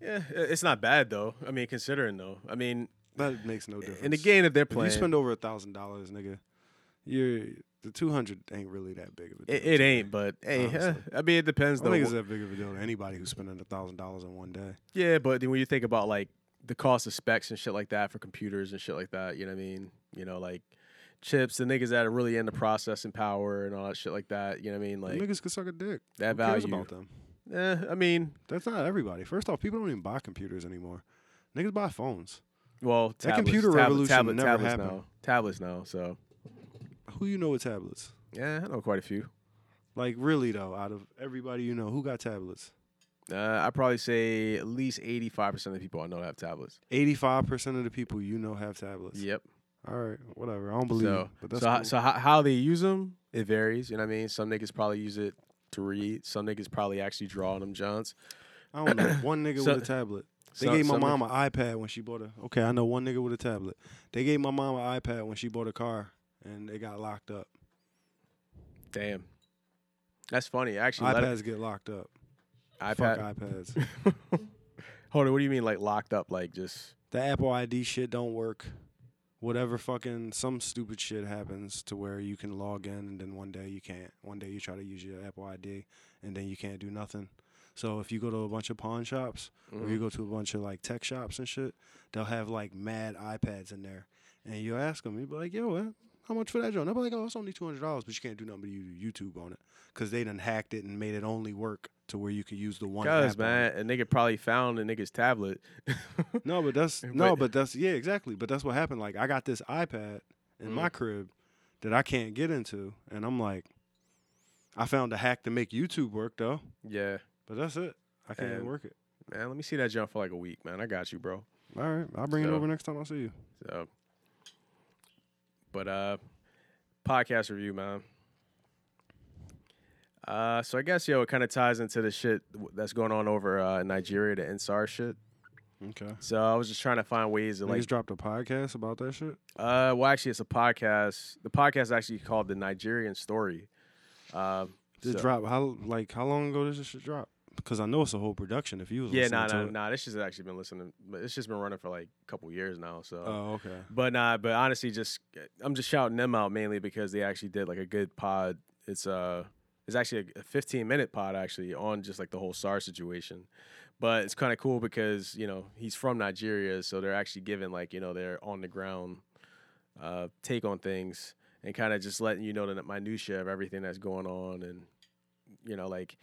S2: Yeah, i- it's not bad though. I mean, considering though, I mean,
S1: that makes no difference.
S2: in the game that they're
S1: if you
S2: playing,
S1: spend over a thousand dollars, nigga, you're the 200 ain't really that big of a deal.
S2: it, it ain't. But hey, eh,
S1: Honestly.
S2: I mean, it depends
S1: I don't
S2: though.
S1: think it's that big of a deal to anybody who's spending a thousand dollars in one day.
S2: yeah, but then when you think about like the cost of specs and shit like that for computers and shit like that, you know what I mean? You know, like chips, the niggas that are really into processing power and all that shit like that. You know what I mean? Like
S1: niggas could suck a dick.
S2: that
S1: Who cares
S2: value.
S1: about them?
S2: Eh, I mean,
S1: That's not everybody. First off, people don't even buy computers anymore. Niggas buy phones.
S2: Well,
S1: That
S2: tablets,
S1: computer
S2: tablet-
S1: revolution
S2: tablet-
S1: never
S2: tablets
S1: happened.
S2: now. Tablets now. So
S1: Who you know with tablets?
S2: yeah, I know quite a few.
S1: Like really though, out of everybody you know, who got tablets?
S2: Uh, I probably say at least eighty-five percent of the people I know have tablets.
S1: Eighty-five percent of the people you know have tablets.
S2: Yep.
S1: All right, whatever. I don't believe.
S2: so
S1: you, but that's
S2: so, ho-
S1: cool.
S2: so how, how they use them, it varies. You know what I mean? Some niggas probably use it to read. Some niggas probably actually draw on them johns.
S1: I don't know. One nigga
S2: So-
S1: with a tablet. They
S2: Some-
S1: gave my
S2: some
S1: mom an iPad when she bought a. Okay, I know one nigga with a tablet. They gave my mom an iPad when she bought a car, and it got locked up.
S2: niggas- Damn. That's funny. Actually, let it-
S1: iPads get locked up.
S2: iPad.
S1: Fuck iPads.
S2: Hold on. What do you mean, like locked up? Like just
S1: the Apple ID shit don't work. Whatever fucking some stupid shit happens to where you can log in and then one day you can't. One day you try to use your Apple ID and then you can't do nothing. So if you go to a bunch of pawn shops or you go to a bunch of like tech shops and shit, they'll have like mad iPads in there. And you ask them, you be like, yo, what? How much for that joint? They'll be like, oh, it's only $200, but you can't do nothing but you do YouTube on it. Because they done hacked it and made it only work to where you could use the one app
S2: because
S1: on it.
S2: man, a nigga probably found a nigga's tablet.
S1: No, but that's
S2: But-
S1: no, but that's yeah, exactly. But that's what happened. Like I got this
S2: Mm.
S1: iPad in my crib that I can't get into, and I'm like, I found a hack to make YouTube work though,
S2: Yeah,
S1: but that's it. I can't
S2: And-
S1: even work it.
S2: man. Let me see that jump for like a week, man. I got you, bro.
S1: All right, I'll bring it
S2: So-
S1: over next time I see you.
S2: So, but uh, podcast review, man. Uh, so I guess yo, it kind of ties into the shit w- that's going on over uh, in Nigeria, the NSAR shit.
S1: Okay.
S2: So I was just trying to find ways to
S1: Niggas
S2: like,
S1: dropped a podcast about that shit.
S2: uh, well, actually, it's a podcast. The podcast is actually called the Nigerian Story. Uh,
S1: Did
S2: so-
S1: it drop how like how long ago did this shit drop? Because I know it's a whole production. If you was
S2: Yeah,
S1: listening
S2: nah,
S1: to
S2: nah,
S1: it.
S2: nah. This shit's actually been listening, but it's just been running for like a couple years now. So,
S1: Oh, okay.
S2: But nah, but honestly, just I'm just shouting them out mainly because they actually did like a good pod. It's uh it's actually a 15 minute pod actually on just like the whole SAR situation. But it's kind of cool because you know he's from Nigeria, so they're actually giving like you know their on the ground uh, take on things and kind of just letting you know the minutia of everything that's going on and you know like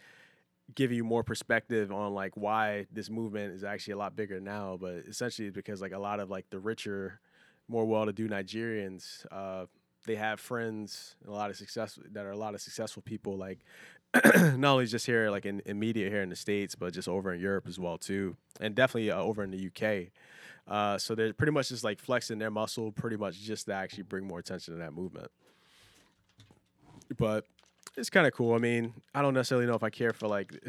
S2: giving you more perspective on like why this movement is actually a lot bigger now but essentially it's because like a lot of like the richer more well-to-do Nigerians, uh, they have friends, a lot of success that are a lot of successful people, like not only just here, like in, in media here in the states, but just over in Europe as well too, and definitely uh, over in the UK. Uh, so they're pretty much just like flexing their muscle, pretty much just to actually bring more attention to that movement. But it's kind of cool. I mean, I don't necessarily know if I care for like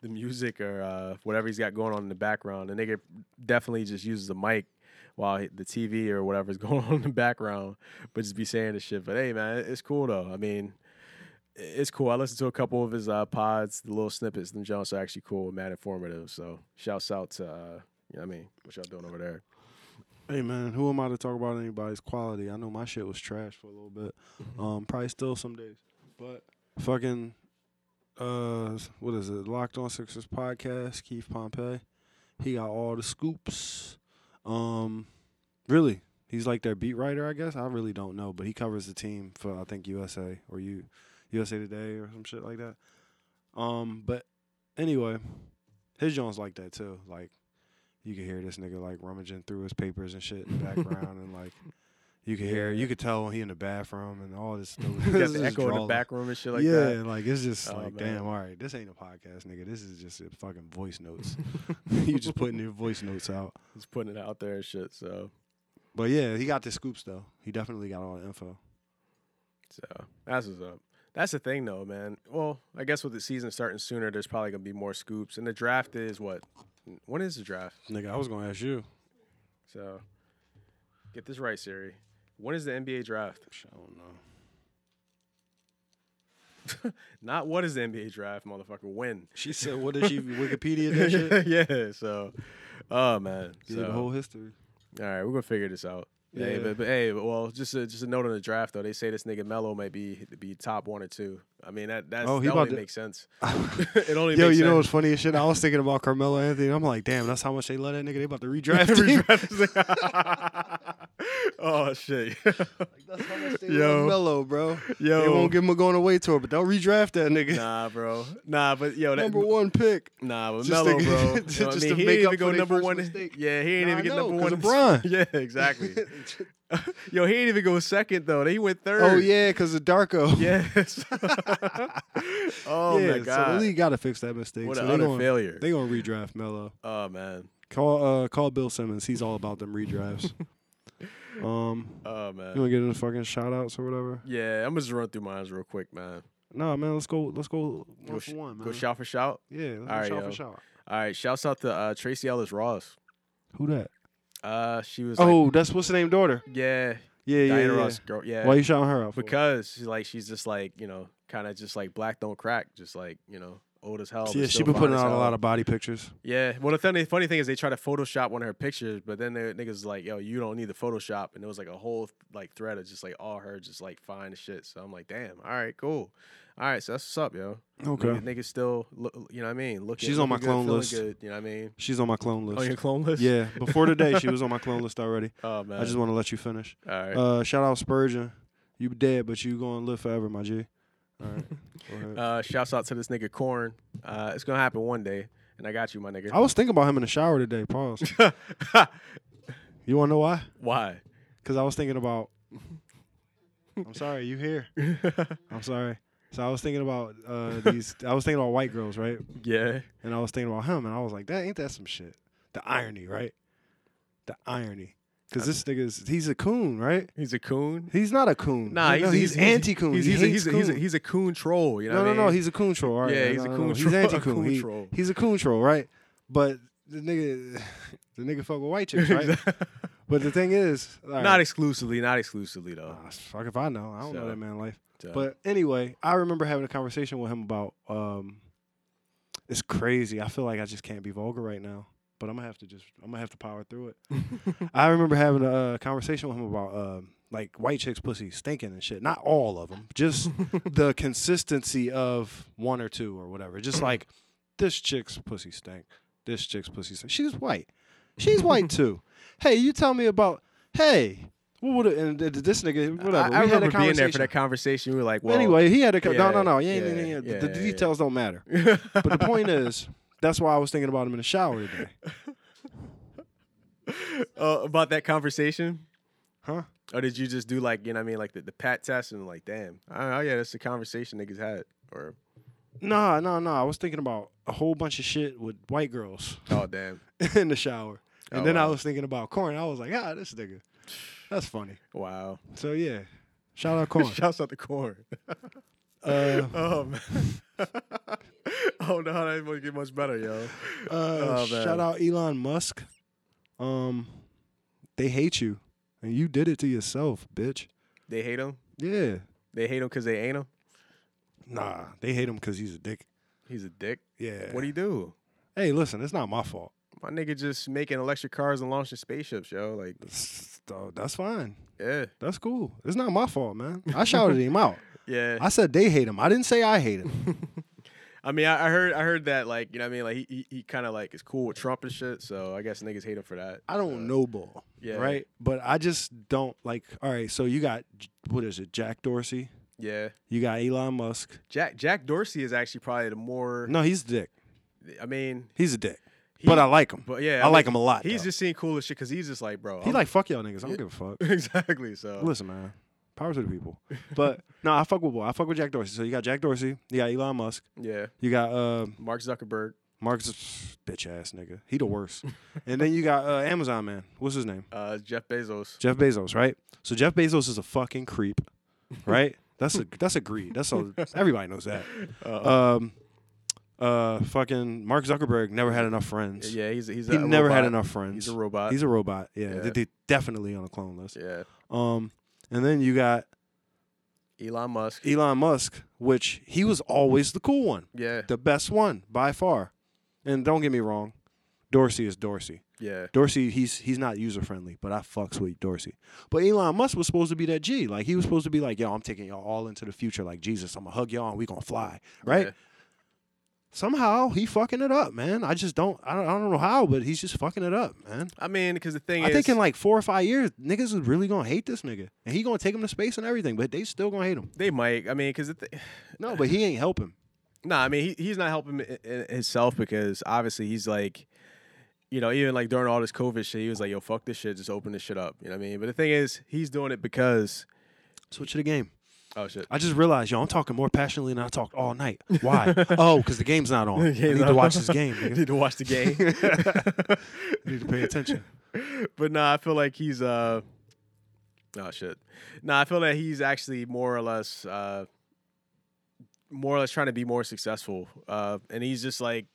S2: the music or uh, whatever he's got going on in the background. The nigga definitely just uses the mic while he- the TV or whatever's going on in the background, but just be saying this shit. But hey, man, it's cool though. I mean, i- it's cool. I listened to a couple of his uh, pods, the little snippets. Them Jones are actually cool, mad informative. So shouts out to, uh, you know what I mean, what y'all doing over there.
S1: Hey man, who am I to talk about anybody's quality? I know my shit was trash for a little bit. Um, probably still some days, but fucking, uh, what is it? Locked on Sixers podcast. Keith Pompey, he got all the scoops. Um, really, he's like their beat writer, I guess. I really don't know, but he covers the team for I think USA or you, USA Today or some shit like that. Um, but anyway, his Jones like that too. Like you could hear this nigga like rummaging through his papers and shit in the background, and like you could hear, you could tell when he in the bathroom and all this.
S2: You
S1: stuff.
S2: got
S1: It's
S2: the
S1: just
S2: echo in the
S1: drawling.
S2: back room and shit like
S1: yeah,
S2: that.
S1: like it's just
S2: Oh,
S1: like
S2: man.
S1: damn. All right, this ain't a podcast, nigga. This is just a fucking voice notes. you just putting your voice notes out.
S2: Just putting it out there and shit. So,
S1: But yeah, he got the scoops though. He definitely got all the info.
S2: so that's what's up. That's the thing though, man. Well, I guess with the season starting sooner, there's probably gonna be more scoops. And the draft is what? When is the draft?
S1: Nigga, I was gonna ask you.
S2: So get this right, Siri. When is the NBA draft?
S1: I don't know.
S2: Not what is the NBA draft, motherfucker. When?
S1: She said, "What did she Wikipedia that shit?"
S2: yeah. So, oh man.
S1: Give you the
S2: So,
S1: whole history.
S2: all right, we're gonna figure this out. Yeah. Hey,
S1: Yeah.
S2: but, but hey, well, just a, just a note on the draft though. They say this nigga Melo may be be top one or two. I mean that that's,
S1: Oh, he
S2: that
S1: about
S2: only
S1: to-
S2: makes sense. it only
S1: Yo,
S2: makes
S1: you know
S2: sense.
S1: what's funny as shit? I was thinking about Carmelo Anthony. and I'm like, damn, that's how much they love that nigga. They about to redraft him.
S2: oh shit.
S1: that's how much they
S2: Yo.
S1: love Melo, bro.
S2: Yo.
S1: They won't give him a going away tour, but they'll redraft that nigga.
S2: nah, bro. Nah, but yo, that,
S1: Number one pick.
S2: Nah, but
S1: Just
S2: Melo,
S1: to-
S2: bro. You
S1: just
S2: know what I
S1: to
S2: mean? He
S1: make
S2: didn't even
S1: up
S2: go
S1: for their
S2: number
S1: first
S2: one.
S1: mistake.
S2: Yeah, he didn't
S1: Nah,
S2: even
S1: I
S2: get
S1: know,
S2: number
S1: 'cause
S2: one.
S1: of Bron.
S2: yeah, exactly. Yo, he didn't even go second though. He went third.
S1: oh yeah, because of Darko.
S2: Yes. oh
S1: yeah,
S2: my
S1: So
S2: god.
S1: the league got to fix that mistake.
S2: what
S1: so
S2: an
S1: they
S2: utter
S1: gonna,
S2: failure.
S1: They gonna redraft Melo.
S2: oh man.
S1: Call uh, call Bill Simmons. He's all about them redrafts. um,
S2: Oh
S1: you
S2: man.
S1: wanna get into fucking shout outs or whatever?
S2: Yeah, I'm gonna just run through mine real quick, man.
S1: No, man. Let's go. Let's go one for
S2: Go, sh-
S1: one, man.
S2: go shout for shout.
S1: Yeah, let's
S2: All
S1: go
S2: right,
S1: shout
S2: yo.
S1: for shout.
S2: All right, shouts out to uh, Tracy Ellis Ross.
S1: Who that?
S2: Uh, she was.
S1: Oh,
S2: like,
S1: that's what's her name daughter.
S2: yeah,
S1: Yeah, yeah,
S2: Diana
S1: yeah.
S2: Ross, girl. Yeah,
S1: Why you shouting her out? For?
S2: because she's like she's just like you know kind of just like black don't crack just like you know old as hell but
S1: yeah, she
S2: still
S1: been
S2: fine
S1: putting
S2: as
S1: out a
S2: hell.
S1: lot of body pictures.
S2: yeah well the funny, funny thing is they try to photoshop one of her pictures but then the niggas like yo you don't need the photoshop and it was like a whole like thread of just like all her just like fine as shit so i'm like damn all right cool all right so that's what's up yo
S1: Okay,
S2: Nigga- niggas still look, you know what i mean looking,
S1: She's on my
S2: looking good,
S1: clone
S2: feeling
S1: list.
S2: good, you know what i mean
S1: she's on my clone list.
S2: on your clone list
S1: Yeah, before today she was on my clone list already.
S2: oh man
S1: I just want to let you finish.
S2: all right
S1: Uh, shout out Spurgeon. You dead, but you gonna live forever, my G. All right. Go ahead.
S2: uh shouts out to this nigga corn uh it's gonna happen one day and i got you my nigga
S1: I was thinking about him in the shower today. Pause. You wanna know why?
S2: Why?
S1: Cause I was thinking about. I'm sorry, you here? I'm sorry. So I was thinking about uh, these. I was thinking about white girls, right?
S2: Yeah.
S1: And I was thinking about him, and I was like, "That ain't that some shit." The irony, right? The irony, because this nigga's he's a coon, right?
S2: He's a coon.
S1: He's not a coon.
S2: Nah,
S1: No,
S2: he's,
S1: he's, anti-coon.
S2: He's,
S1: he
S2: he's, a,
S1: hates
S2: he's, a, he's, a,
S1: coon.
S2: he's a coon troll. You know
S1: no,
S2: what I
S1: no,
S2: mean?
S1: no. He's a coon troll. all right,
S2: Yeah,
S1: no,
S2: he's
S1: no,
S2: a
S1: no,
S2: coon
S1: no, He's
S2: troll- a
S1: anti-coon.
S2: coon
S1: He-
S2: troll.
S1: He's a coon troll, right? But the nigga, the nigga fuck with white chicks, right? but the thing is, all
S2: Not
S1: right,
S2: exclusively. Not exclusively though.
S1: ah, fuck if I know. I don't
S2: So,
S1: know that man life.
S2: So,
S1: But anyway, I remember having a conversation with him about um it's crazy. I feel like I just can't be vulgar right now. But I'm gonna have to just I'm gonna have to power through it. I remember having a uh, conversation with him about um like white chicks pussy stinking and shit. Not all of them, just the consistency of one or two or whatever.
S2: Mm.
S1: Just like this chick's pussy stink. This chick's pussy stink. She's white. She's white too. Hey, you tell me about hey. What would it, and th- th- this nigga? Whatever.
S2: I, I
S1: we had a
S2: remember being there
S1: conversation.
S2: for that conversation. We were like, well,
S1: anyway, he had a co-
S2: yeah,
S1: no, no, no. Yeah, yeah,
S2: yeah,
S1: yeah, yeah. The, the
S2: yeah, yeah.
S1: details don't matter.
S2: but
S1: But the point is, that's why I was thinking about him in the shower today.
S2: uh, about that conversation.
S1: Huh?
S2: Or did you just do like you know what I mean like the, the pat test and like damn oh oh, yeah that's the conversation niggas had or
S1: Nah, nah, nah. I was thinking about a whole bunch of shit with white girls
S2: oh damn
S1: in the shower, and
S2: Oh,
S1: then I
S2: wow.
S1: was thinking about corn. I was like, ah, this nigga, that's funny.
S2: wow
S1: So yeah, shout out corn.
S2: shouts out the corn
S1: uh,
S2: oh man oh no that won't get much better yo
S1: uh,
S2: Oh, man.
S1: shout out Elon Musk. Um, they hate you, and you did it to yourself, bitch.
S2: they hate him
S1: Yeah.
S2: they hate him because they ain't him
S1: Nah, they hate him because he's a dick.
S2: he's a dick
S1: Yeah.
S2: what do you do
S1: hey, listen, it's not my fault.
S2: my nigga just making electric cars and launching spaceships yo like
S1: So that's fine.
S2: yeah
S1: That's cool. It's not my fault, man. I shouted him out.
S2: yeah
S1: I said they hate him. I didn't say I hate him.
S2: I mean, I, I heard, I heard that, like, you know, what I mean, like, he, he, he kind of like is cool with Trump and shit. So I guess niggas hate him for that.
S1: I don't know ball,
S2: yeah.
S1: right? But I just don't like. All right, so you got what is it? Jack Dorsey.
S2: Yeah,
S1: You got Elon Musk.
S2: Jack Jack Dorsey is actually probably the more.
S1: No, he's a dick.
S2: I mean,
S1: He's a dick.
S2: he-
S1: but I like him.
S2: but um, yeah,
S1: I like
S2: mean,
S1: him a lot.
S2: He's
S1: though.
S2: just seeing cool as shit because he's just like, bro,
S1: he
S2: I'm-
S1: like fuck y'all niggas. I don't give a fuck.
S2: Uh, exactly. So
S1: Listen, man. Power to the people. But no, I fuck with boy. I fuck with Jack Dorsey. So you got Jack Dorsey. You got Elon Musk.
S2: yeah,
S1: You got uh,
S2: Mark Zuckerberg,
S1: Mark Z- bitch ass nigga. He the worst. and then you got uh, Amazon man. What's his name?
S2: uh, Jeff Bezos.
S1: Jeff Bezos, right? So Jeff Bezos is a fucking creep, right? that's a that's a greed. That's all. Everybody knows that.
S2: Uh,
S1: Um, uh, fucking Mark Zuckerberg never had enough friends.
S2: yeah, he's he's
S1: He
S2: a
S1: never had
S2: robot.
S1: enough friends.
S2: He's a robot.
S1: He's a robot. Yeah,
S2: Yeah.
S1: They, they definitely on a clone list.
S2: yeah,
S1: Um, and then you got
S2: Elon Musk.
S1: Elon Musk, which he was always the cool one,
S2: yeah,
S1: the best one by far. And don't get me wrong, Dorsey is Dorsey.
S2: yeah,
S1: Dorsey, he's he's not user friendly, but I fucks with Dorsey. But Elon Musk was supposed to be that G. Like he was supposed to be like, yo, I'm taking y'all all into the future, like Jesus, I'm gonna hug y'all and we gonna fly, right?
S2: Yeah.
S1: Somehow he fucking it up, man. I just don't, I don't, I don't know how, but he's just fucking it up, man.
S2: I mean, because the thing
S1: I
S2: is,
S1: think in like four or five years, niggas is really gonna hate this nigga, and he gonna take him to space and everything, but they still gonna hate him.
S2: they might. I mean, because the th-
S1: No, but he ain't helping.
S2: No, I mean he, he's not helping i- i- himself because obviously he's like, you know, even like during all this COVID shit, he was like, "Yo, fuck this shit, just open this shit up." You know what I mean? But the thing is, he's doing it because
S1: Switch to the game.
S2: oh shit,
S1: I just realized, yo, I'm talking more passionately than I talked all night. Why? oh, because the game's not on.
S2: The
S1: I
S2: game's
S1: need
S2: not
S1: to watch
S2: on.
S1: this game. nigga.
S2: need to watch the game.
S1: I need to pay attention.
S2: but no, I feel like he's uh, oh shit, no, I feel that he's actually more or less uh, more or less trying to be more successful, uh, and he's just like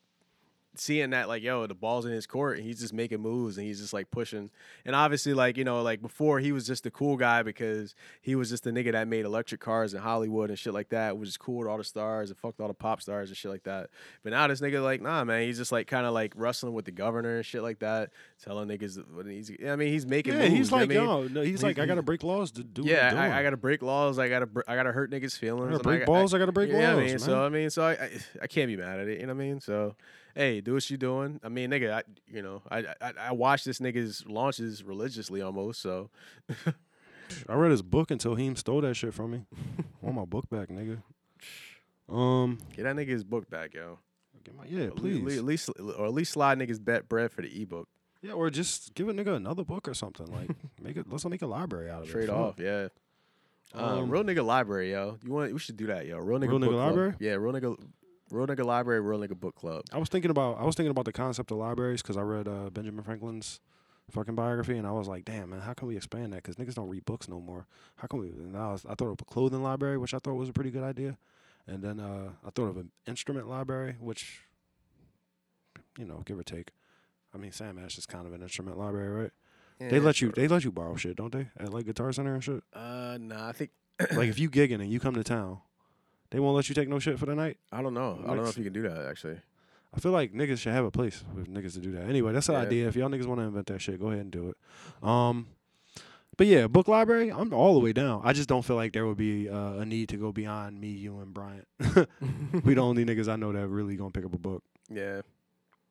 S2: seeing that like yo the ball's in his court and he's just making moves and he's just like pushing and obviously like you know like before he was just the cool guy because he was just the nigga that made electric cars in hollywood and shit like that which is cool to all the stars and fucked all the pop stars and shit like that but now this nigga like nah man he's just like kind of like wrestling with the governor and shit like that telling niggas what he's i mean he's making
S1: Yeah,
S2: moves,
S1: he's
S2: you know
S1: like,
S2: what I mean?
S1: yo, no, he's
S2: He's-
S1: like, I
S2: he's-
S1: gotta break laws to do. what
S2: yeah,
S1: I'm
S2: I, I
S1: doing.
S2: gotta break laws. I gotta, br- I gotta hurt niggas' feelings.
S1: gotta
S2: and
S1: break
S2: I,
S1: balls. I, gotta break
S2: yeah,
S1: laws.
S2: I mean,
S1: man.
S2: so I mean, so I, I, I can't be mad at it. You know what I mean? So, hey, do what you doing. I mean, nigga, I, you know, I, I, I watch this nigga's launches religiously almost. So,
S1: I read his book until he stole that shit from me. I want my book back, nigga. Um,
S2: get that nigga's book back, yo.
S1: get my- yeah,
S2: At le-
S1: please.
S2: le- At least, or at least slide niggas bet bread for the ebook.
S1: Yeah, or just give a nigga another book or something. Like, make it. Let's make a library out of it.
S2: Trade
S1: Fuck.
S2: off, yeah. Um,
S1: Um,
S2: real nigga library, yo. You want? We should do that, yo. Real nigga,
S1: Real
S2: book
S1: Nigga
S2: club.
S1: Library?
S2: Yeah, real nigga, real nigga library, real nigga book club.
S1: I was thinking about I was thinking about the concept of libraries because I read uh, Benjamin Franklin's fucking biography and I was like, damn man, how can we expand that? Because niggas don't read books no more. How can we? And I was I thought of a clothing library, which I thought was a pretty good idea, and then uh, I thought of an instrument library, which you know, give or take. I mean, Sam Ash is kind of an instrument library, right? they let you they let you borrow shit, don't they? At like Guitar Center and shit.
S2: Uh, nah, I think
S1: like if you gigging and you come to town, they won't let you take no shit for the night.
S2: I don't know. I don't know
S1: Mix.
S2: if you can do that actually.
S1: I feel like niggas should have a place with niggas to do that. Anyway, that's the
S2: Yeah.
S1: idea. If y'all niggas want to invent that shit, go ahead and do it. Um, but yeah, book library, I'm all the way down. I just don't feel like there would be uh, a need to go beyond me, you, and Bryant. we the only niggas I know that really gonna pick up a book.
S2: Yeah,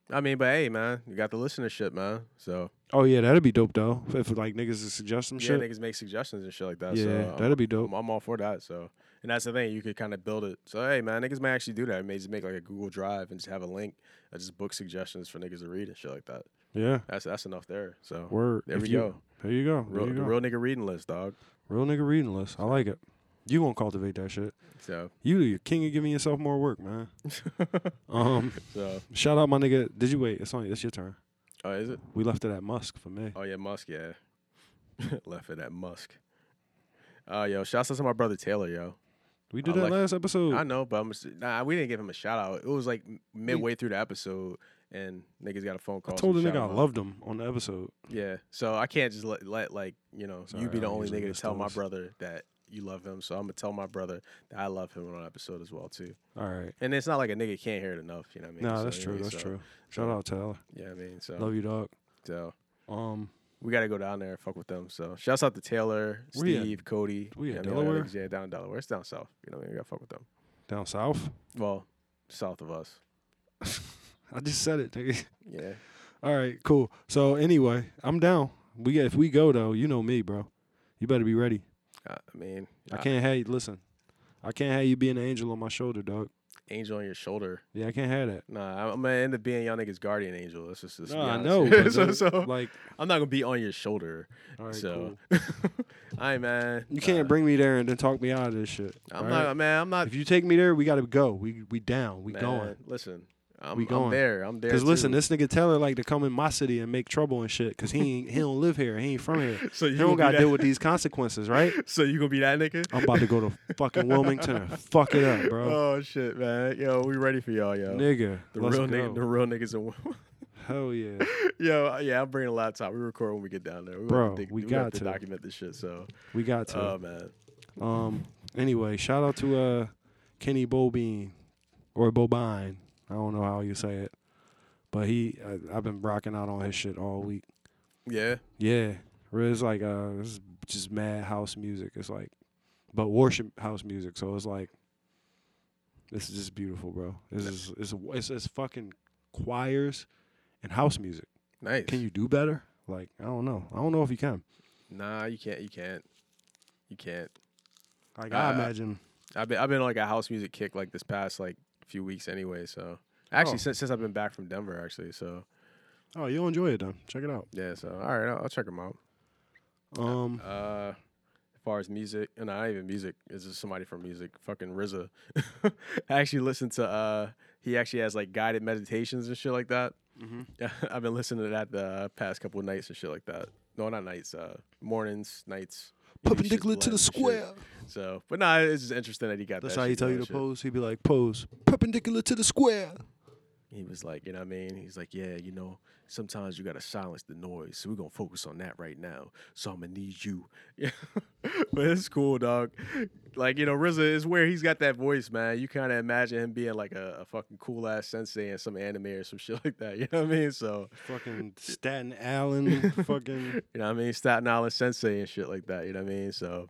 S2: I mean, but hey, man, you got the listenership, man. So
S1: Oh yeah, that'd be dope though. If like niggas would suggest some
S2: yeah,
S1: shit,
S2: niggas make suggestions and shit like that.
S1: yeah,
S2: so I'm,
S1: that'd be dope.
S2: I'm, I'm all for that. So, and that's the thing, you could kind of build it. So hey, man, niggas may actually do that. They may just make like a Google Drive and just have a link of just book suggestions for niggas to read and shit like that.
S1: Yeah,
S2: That's that's enough there. So
S1: word.
S2: there
S1: If
S2: we
S1: you-
S2: go.
S1: There you go. There
S2: Real,
S1: you
S2: the
S1: go.
S2: real nigga reading list, dog.
S1: real nigga reading list. I like it. You gonna cultivate that shit.
S2: So
S1: You the king of giving yourself more work, man. um.
S2: so
S1: Shout out my nigga. Did you wait? It's only it's your turn.
S2: oh is it?
S1: We left it at Musk for me.
S2: Oh yeah, Musk. Yeah, left it at Musk. Uh yo, shouts out to my brother Taylor, yo.
S1: We did
S2: I
S1: that
S2: like-
S1: last episode.
S2: I know, but I'm just, nah, we didn't give him a shout out. It was like m- midway through the episode, and niggas got a phone
S1: I
S2: call. so
S1: told the
S2: we shout
S1: nigga I
S2: him out.
S1: loved him on the episode.
S2: Yeah, so I can't just let, let like you know
S1: Sorry,
S2: you be
S1: I
S2: the
S1: don't
S2: only
S1: usually
S2: nigga
S1: miss
S2: to tell my
S1: those.
S2: brother that you love him. So I'm gonna tell my brother that I love him on an episode as well too.
S1: All right.
S2: And it's not like a nigga can't hear it enough. You know what I mean?
S1: Nah,
S2: So,
S1: that's
S2: you know
S1: true.
S2: what I mean?
S1: That's
S2: So,
S1: true. Shout out Taylor.
S2: Yeah, I mean, so
S1: Love you, dog.
S2: so
S1: Um,
S2: we gotta go down there and fuck with them. So shouts out to Taylor,
S1: Where you at?
S2: Steve, Cody.
S1: Where you
S2: you
S1: at,
S2: know what I mean? All
S1: Delaware?
S2: that niggas, Yeah, down in Delaware. It's down south. You know what I mean? We gotta fuck with them.
S1: down south.
S2: Well, south of us.
S1: I just said it. nigga.
S2: Yeah.
S1: All right, cool. So anyway, I'm down. We if we go though, you know me, bro. You better be ready.
S2: I I mean,
S1: I
S2: I-
S1: can't have you listen. I can't have you being an angel on my shoulder, dog.
S2: angel on your shoulder.
S1: Yeah, I can't have that.
S2: Nah, I'm gonna end up being y'all niggas' guardian angel. That's just, just
S1: No, I
S2: be honest.
S1: know. but
S2: so,
S1: the-
S2: so,
S1: like,
S2: I'm not gonna be on your shoulder.
S1: all right,
S2: so,
S1: cool.
S2: all right, man.
S1: You can't
S2: Nah,
S1: bring me there and then talk me out of this shit.
S2: I'm
S1: right?
S2: not, man. I'm not.
S1: If you take me there, we gotta go. We we down. We
S2: man,
S1: going.
S2: Listen, I'm,
S1: We
S2: I'm
S1: going.
S2: there. I'm there.
S1: Cause listen,
S2: too.
S1: this nigga Taylor like to come in my city and make trouble and shit. Cause he ain't, he don't live here. He ain't from here.
S2: So
S1: He
S2: you
S1: don't
S2: gonna
S1: gotta
S2: be
S1: deal
S2: that-
S1: with these consequences, right?
S2: So you gonna be that nigga?
S1: I'm about to go to fucking Wilmington and fuck it up, bro.
S2: Oh shit, man. Yo, we ready for y'all, yo.
S1: nigga,
S2: the
S1: let's
S2: real
S1: go.
S2: nigga, the real niggas in Wil-
S1: Hell yeah.
S2: Yo, yeah, I'm bringing a laptop. We record when we get down there. We
S1: Bro,
S2: have to dig-
S1: we
S2: we have
S1: got
S2: to,
S1: to.
S2: document this shit. So,
S1: We got to.
S2: oh man,
S1: Um. Anyway, shout out to uh Kenny Bobine or Bobine. I don't know how you say it, but he I, I've been rocking out on his shit all week.
S2: yeah,
S1: Yeah, Really, it's like uh, it's just mad house music. It's like, but worship house music. So it's like, this is just beautiful, bro. This is it's it's, it's fucking choirs and house music.
S2: nice.
S1: Can you do better? Like I don't know. I don't know if you can.
S2: Nah, you can't. You can't. You can't.
S1: Like
S2: I-
S1: I
S2: I-
S1: imagine.
S2: I've been I've been on like a house music kick like this past like few weeks anyway. So actually,
S1: Oh.
S2: since since I've been back from Denver, actually. So
S1: Oh, you'll enjoy it then. Check it out.
S2: yeah. So all right, I'll, I'll check them out.
S1: Um.
S2: Uh, as far as music, uh, and not even music, it's just somebody from music. Fucking RZA. I actually listened to. uh He actually has like guided meditations and shit like that.
S1: Mm-hmm.
S2: I've been listening to that the past couple of nights and shit like that. No, not nights. Uh, mornings, nights. He do shit
S1: Perpendicular to
S2: blend
S1: the
S2: and shit.
S1: square.
S2: So, but nah, it's just interesting that he got
S1: That's
S2: that.
S1: how he
S2: shit
S1: tell
S2: down
S1: you
S2: and
S1: to
S2: shit.
S1: pose. He'd be like, pose perpendicular to the square.
S2: He was like, you know what I mean? He's like, yeah, you know, sometimes you gotta silence the noise. So we're gonna focus on that right now. So I'm gonna need you. but it's cool, dog. Like, you know, RZA is where he's got that voice, man. You kinda imagine him being like a, a fucking cool ass sensei in some anime or some shit like that. You know what I mean? So
S1: Fucking Staten Island. fucking.
S2: You know what I mean? Staten Island Sensei and shit like that. You know what I mean? So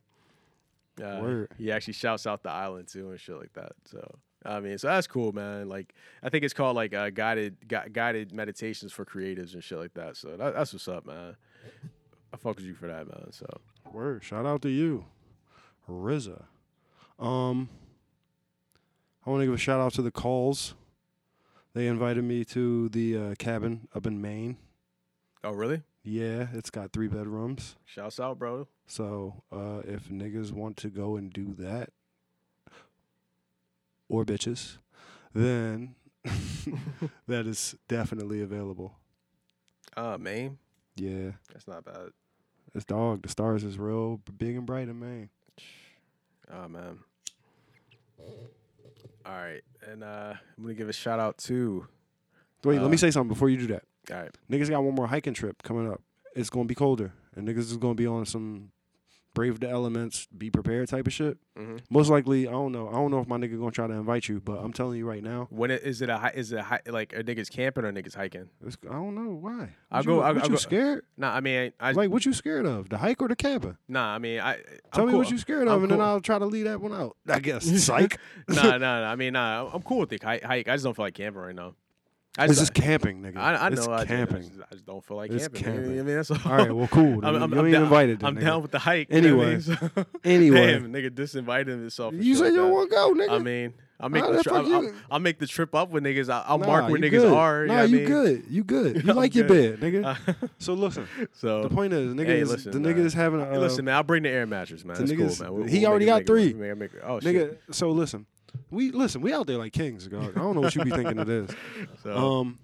S2: uh,
S1: Word.
S2: he actually shouts out the island too and shit like that. So I mean, so that's cool, man. Like I think it's called like uh, guided gui- guided meditations for creatives and shit like that. So that, that's what's up, man. I fuck with you for that, man. So
S1: Word. Shout out to you, RZA. Um, I want to give a shout out to the calls. They invited me to the uh, cabin up in Maine.
S2: oh really?
S1: Yeah, it's got three bedrooms.
S2: Shouts out, bro.
S1: So uh, if niggas want to go and do that, or bitches, then that is definitely available. Oh,
S2: Uh, Maine.
S1: Yeah,
S2: That's not bad.
S1: it's dog. The stars is real big and bright in Maine.
S2: Oh man. All right, and uh, I'm gonna give a shout out to.
S1: Wait, let
S2: Uh,
S1: me say something before you do that.
S2: All right,
S1: Niggas got one more hiking trip coming up. It's gonna be colder, and niggas is gonna be on some brave the elements, be prepared type of shit.
S2: mhm.
S1: Most likely, I don't know. I don't know if my nigga gonna try to invite you, but I'm telling you right now,
S2: when it, is it a hi- is it a hi, like are niggas camping or niggas hiking?
S1: it's, I don't know why.
S2: I'll
S1: What
S2: go-
S1: You,
S2: I'll-
S1: what
S2: I'll
S1: you
S2: go-
S1: scared?
S2: Nah, I mean, I
S1: like, what you scared of? The hike or the cabin?
S2: nah, I mean, I
S1: Tell
S2: I'm
S1: me
S2: cool.
S1: what you scared of,
S2: I'm
S1: and then
S2: cool.
S1: I'll try to leave that one out. I guess. Psych.
S2: nah, nah, nah. I mean, nah, I'm cool with the hi- hike. I just don't feel like camping right now. I
S1: This
S2: just,
S1: is camping, nigga.
S2: I, I know
S1: It's
S2: I, just- I
S1: camping.
S2: just, I just don't feel like
S1: It's
S2: camping. man.
S1: camping.
S2: You know what I mean, that's all.
S1: All right, well, cool.
S2: I'm,
S1: then.
S2: I'm,
S1: you
S2: I'm
S1: ain't
S2: down,
S1: invited. Then,
S2: I'm
S1: nigga.
S2: down with the hike. you know what I mean? So-
S1: Anyway,
S2: Damn, nigga disinvited himself. and
S1: you
S2: shit
S1: say
S2: like
S1: you
S2: that.
S1: don't want to go, nigga.
S2: I mean, I'll make,
S1: Nah,
S2: the
S1: that
S2: tri-
S1: fuck
S2: I'll, I'll,
S1: you.
S2: I'll make the trip up with niggas. I'll, I'll
S1: Nah,
S2: mark where
S1: you
S2: niggas
S1: good.
S2: are.
S1: Nah,
S2: know what
S1: you
S2: I mean?
S1: good. You good. You
S2: I'm
S1: like your
S2: good.
S1: bed, nigga.
S2: Uh,
S1: so listen,
S2: so
S1: the point is, nigga,
S2: Hey,
S1: is,
S2: listen,
S1: the
S2: man.
S1: nigga is having a
S2: Hey,
S1: uh,
S2: listen, man, I'll bring the air mattress, man.
S1: the
S2: That's
S1: niggas-
S2: cool, man. We'll-
S1: he
S2: we'll
S1: already
S2: make
S1: got
S2: it-
S1: three.
S2: make it- make it- oh
S1: nigga.
S2: shit.
S1: So listen, we listen. We out there like kings, dog. I don't know what you be thinking it is.
S2: So,
S1: Um,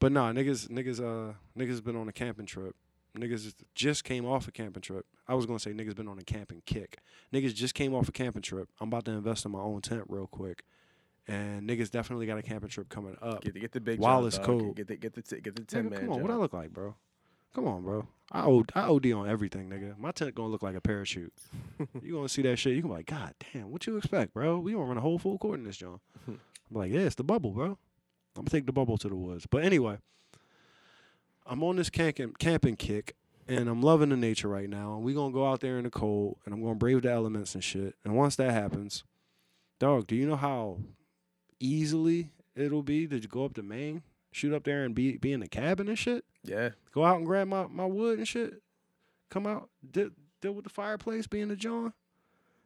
S1: but nah, niggas, niggas, uh, niggas been on a camping trip. Niggas just came off a camping trip. I was gonna say niggas been on a camping kick. Niggas just came off a camping trip. I'm about to invest in my own tent real quick, and niggas definitely got a camping trip coming up.
S2: get, the- get the big
S1: while
S2: John,
S1: it's
S2: dog.
S1: cold.
S2: Get the get the t- get the
S1: Nigga,
S2: ten man.
S1: come on, what I
S2: John.
S1: look like, bro? Come on, bro. I OD, I OD on everything, nigga. My tent gonna look like a parachute. you gonna see that shit? You gonna be like, God damn, what you expect, bro? We gonna run a whole full court in this joint. I'm like, yeah, it's the bubble, bro. I'm gonna take the bubble to the woods. But anyway, I'm on this camping camping kick, and I'm loving the nature right now. And we gonna go out there in the cold, and I'm gonna brave the elements and shit. And once that happens, dog, do you know how easily it'll be to go up to Maine, shoot up there, and be be in the cabin and shit?
S2: Yeah,
S1: go out and grab my, my wood and shit. Come out, deal, deal with the fireplace, be in the John.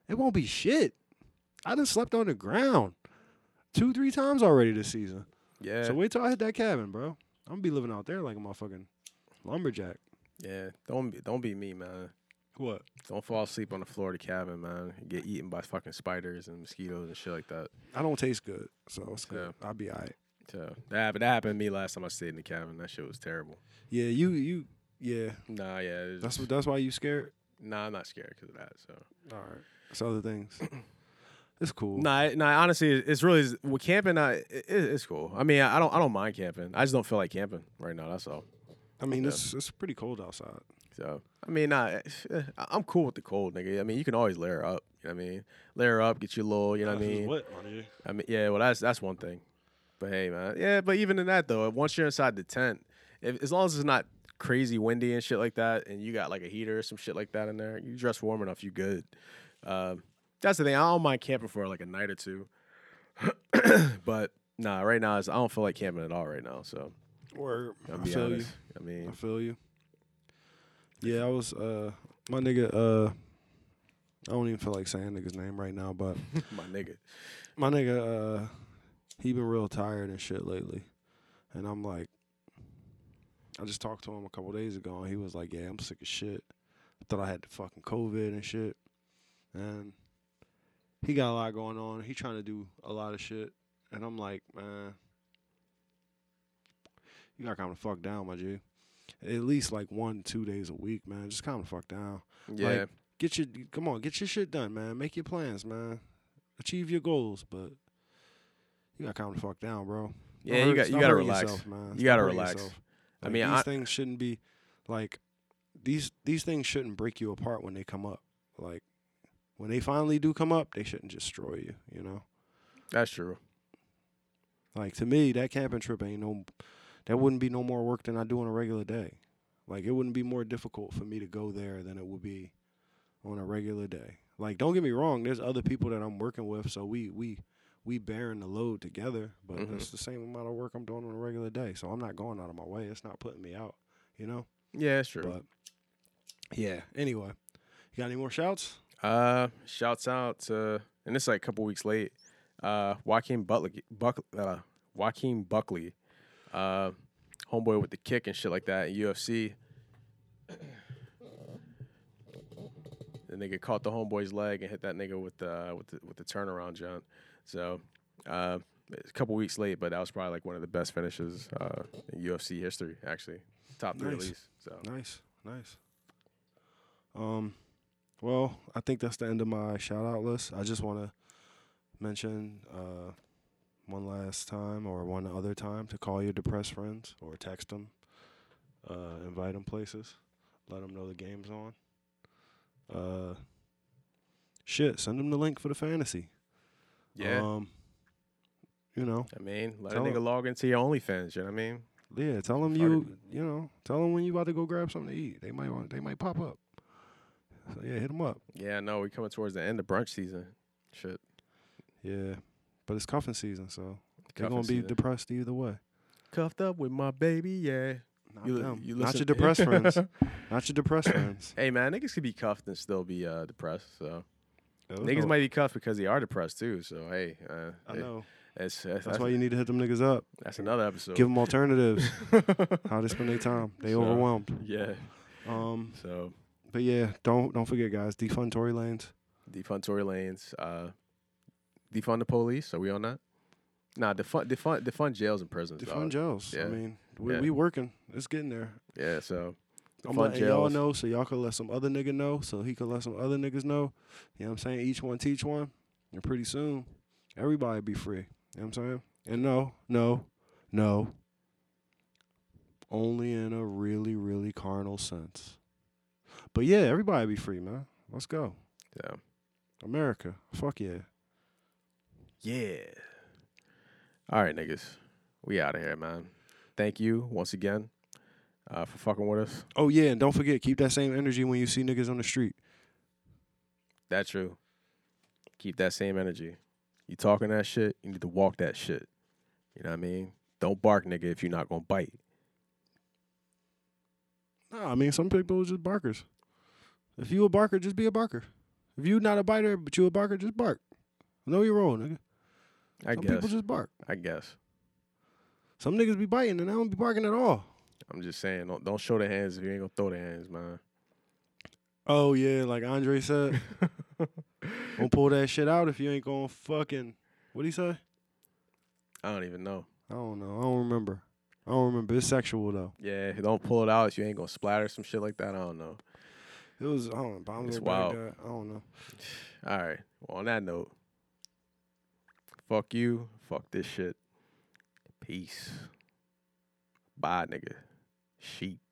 S1: It won't be shit. I done slept on the ground two, three times already this season.
S2: yeah,
S1: So wait till I hit that cabin, bro. I'm gonna be living out there like a motherfucking lumberjack.
S2: yeah. Don't be, don't be me, man.
S1: What?
S2: Don't fall asleep on the floor of the cabin, man. You Get eaten by fucking spiders and mosquitoes and shit like that.
S1: I don't taste good, so it's good. I'll be all right.
S2: So that happened, that happened to me last time I stayed in the cabin. That shit was terrible.
S1: Yeah, you, you, yeah.
S2: Nah, yeah, it was-
S1: That's what. That's why you scared.
S2: nah. I'm not scared because of that. So
S1: All right. It's other things. It's cool.
S2: Nah, it- nah. Honestly, it- it's really is- well, camping. Uh, it, it- it's cool. I mean, I don't, I don't mind camping. I just don't feel like camping right now. That's all.
S1: I mean,
S2: Yeah.
S1: it's it's pretty cold outside.
S2: So I mean, nah, it's- eh, I- I'm cool with the cold, nigga. I mean, you can always layer up. You know what I mean? Layer up, get you a little. You know what I mean? I mean, yeah. Well, that's that's one thing. But hey, man, yeah. But even in that though, once you're inside the tent, if, as long as it's not crazy windy and shit like that, and you got like a heater or some shit like that in there, you dress warm enough, you good. Um, that's the thing. I don't mind camping for like a night or two, but nah, right now it's, I don't feel like camping at all right now. So
S1: Or
S2: I'll
S1: I
S2: be
S1: feel you.
S2: honest. I mean,
S1: I feel you. Yeah, I was uh my nigga uh I don't even feel like saying nigga's name right now, but
S2: my nigga.
S1: my nigga uh he been real tired and shit lately. And I'm like I just talked to him a couple days ago and he was like, "Yeah, I'm sick of shit. I thought I had the fucking COVID and shit." And he got a lot going on. He trying to do a lot of shit and I'm like, "Man, you got to calm the fuck down, my G." At least like one, two days a week, man. Just calm the fuck down
S2: Yeah,
S1: get your come on, get your shit done, man. Make your plans, man. Achieve your goals, but you gotta calm the fuck down, bro. Don't
S2: yeah. You
S1: hurt-
S2: got you
S1: stop
S2: gotta
S1: hurting
S2: relax.
S1: yourself, man.
S2: You
S1: Stop
S2: gotta
S1: hurting
S2: relax.
S1: yourself.
S2: I
S1: Like,
S2: mean,
S1: these
S2: I-
S1: things shouldn't be like these. These things shouldn't break you apart when they come up. Like when they finally do come up, they shouldn't destroy you. You know.
S2: That's true.
S1: Like to me, that camping trip ain't no that wouldn't be no more work than I do on a regular day. Like it wouldn't be more difficult for me to go there than it would be on a regular day. Like don't get me wrong, there's other people that I'm working with, so we we we bearing the load together, but
S2: Mhm.
S1: it's the same amount of work I'm doing on a regular day. So I'm not going out of my way. It's not putting me out, you know?
S2: Yeah, that's true.
S1: But yeah, anyway. You got any more shouts?
S2: Uh, shouts out to, and it's like a couple weeks late. Uh, Joaquin Buckley, Buck, uh, Joaquin Buckley, uh, homeboy with the kick and shit like that in UFC. The nigga caught the homeboy's leg and hit that nigga with the uh, with the, with the turnaround jump. So uh, it's a couple weeks late, but that was probably like one of the best finishes uh, in UFC history, actually. Top three at
S1: Nice.
S2: least. So
S1: Nice, nice. Um, well, I think that's the end of my shout out list. I just want to mention uh, one last time or one other time to call your depressed friends or text them, uh, invite them places, let them know the game's on. Uh, shit, send them the link for the fantasy.
S2: yeah,
S1: Um, you know,
S2: I mean, let a
S1: tell
S2: nigga
S1: 'em.
S2: log into your OnlyFans. You know what I mean?
S1: Yeah, tell them
S2: Fuck it.
S1: you you know tell them when you about to go grab something to eat. They might want they might pop up. So yeah, hit them up.
S2: Yeah, no, we coming towards the end of brunch season. Shit,
S1: Yeah, but it's cuffing season, so they're
S2: cuffing
S1: gonna be
S2: season.
S1: depressed either way.
S2: cuffed up with my baby. Yeah,
S1: Not
S2: You li-
S1: them.
S2: you
S1: Not your
S2: listen-
S1: depressed friends. Not your depressed friends.
S2: Hey man, niggas could be cuffed and still be uh, depressed. So
S1: Those
S2: niggas
S1: are-
S2: might be cuffed because they are depressed too. So hey, uh,
S1: I
S2: hey,
S1: know.
S2: It's, that's,
S1: That's
S2: that's,
S1: why you need to hit them niggas up.
S2: that's another episode.
S1: Give them alternatives. how they spend their time. They
S2: So-
S1: overwhelmed.
S2: yeah.
S1: Um,
S2: So
S1: but yeah, don't don't forget, guys. Defund Tory Lanes.
S2: defund Tory Lanes. Uh, defund the police. Are we on that? Nah, defund defund defund jails and prisons.
S1: Defund
S2: dog.
S1: jails. I
S2: yeah,
S1: mean, we,
S2: yeah.
S1: we working. It's getting there.
S2: yeah. So
S1: I'm
S2: Defund
S1: letting y'all
S2: jails.
S1: know so y'all can let some other nigga know so he can let some other niggas know. You know what I'm saying? Each one teach one. And pretty soon, everybody be free. You know what I'm saying? And no, no, no. Only in a really, really carnal sense. But yeah, everybody be free, man. Let's go.
S2: so
S1: America. Fuck yeah.
S2: yeah. All right, niggas. We out of here, man. Thank you once again uh, for fucking with us.
S1: Oh yeah, and don't forget, keep that same energy when you see niggas on the street.
S2: That's true. Keep that same energy. You talking that shit, you need to walk that shit. You know what I mean? Don't bark, nigga, if you're not gonna bite.
S1: Nah, I mean some people are just barkers. If you a barker, just be a barker. If you not a biter, but you a barker, just bark. No, you're wrong, nigga.
S2: I
S1: some
S2: guess.
S1: people just bark.
S2: I guess.
S1: Some niggas be biting and I don't be barking at all.
S2: I'm just saying, don't don't show the hands if you ain't gonna throw the hands, man.
S1: Oh yeah, like Andre said, don't pull that shit out if you ain't going fucking. What would he say?
S2: I don't even know.
S1: I don't know. I don't remember. I don't remember. It's sexual though.
S2: Yeah, if you don't pull it out if you ain't gonna splatter some shit like that. I don't know.
S1: It was. I don't know. Bombs
S2: It's
S1: were pretty
S2: wild.
S1: good. I don't know.
S2: All right. Well, on that note, fuck you. Fuck this shit. Peace. Bye, nigga. Sheep.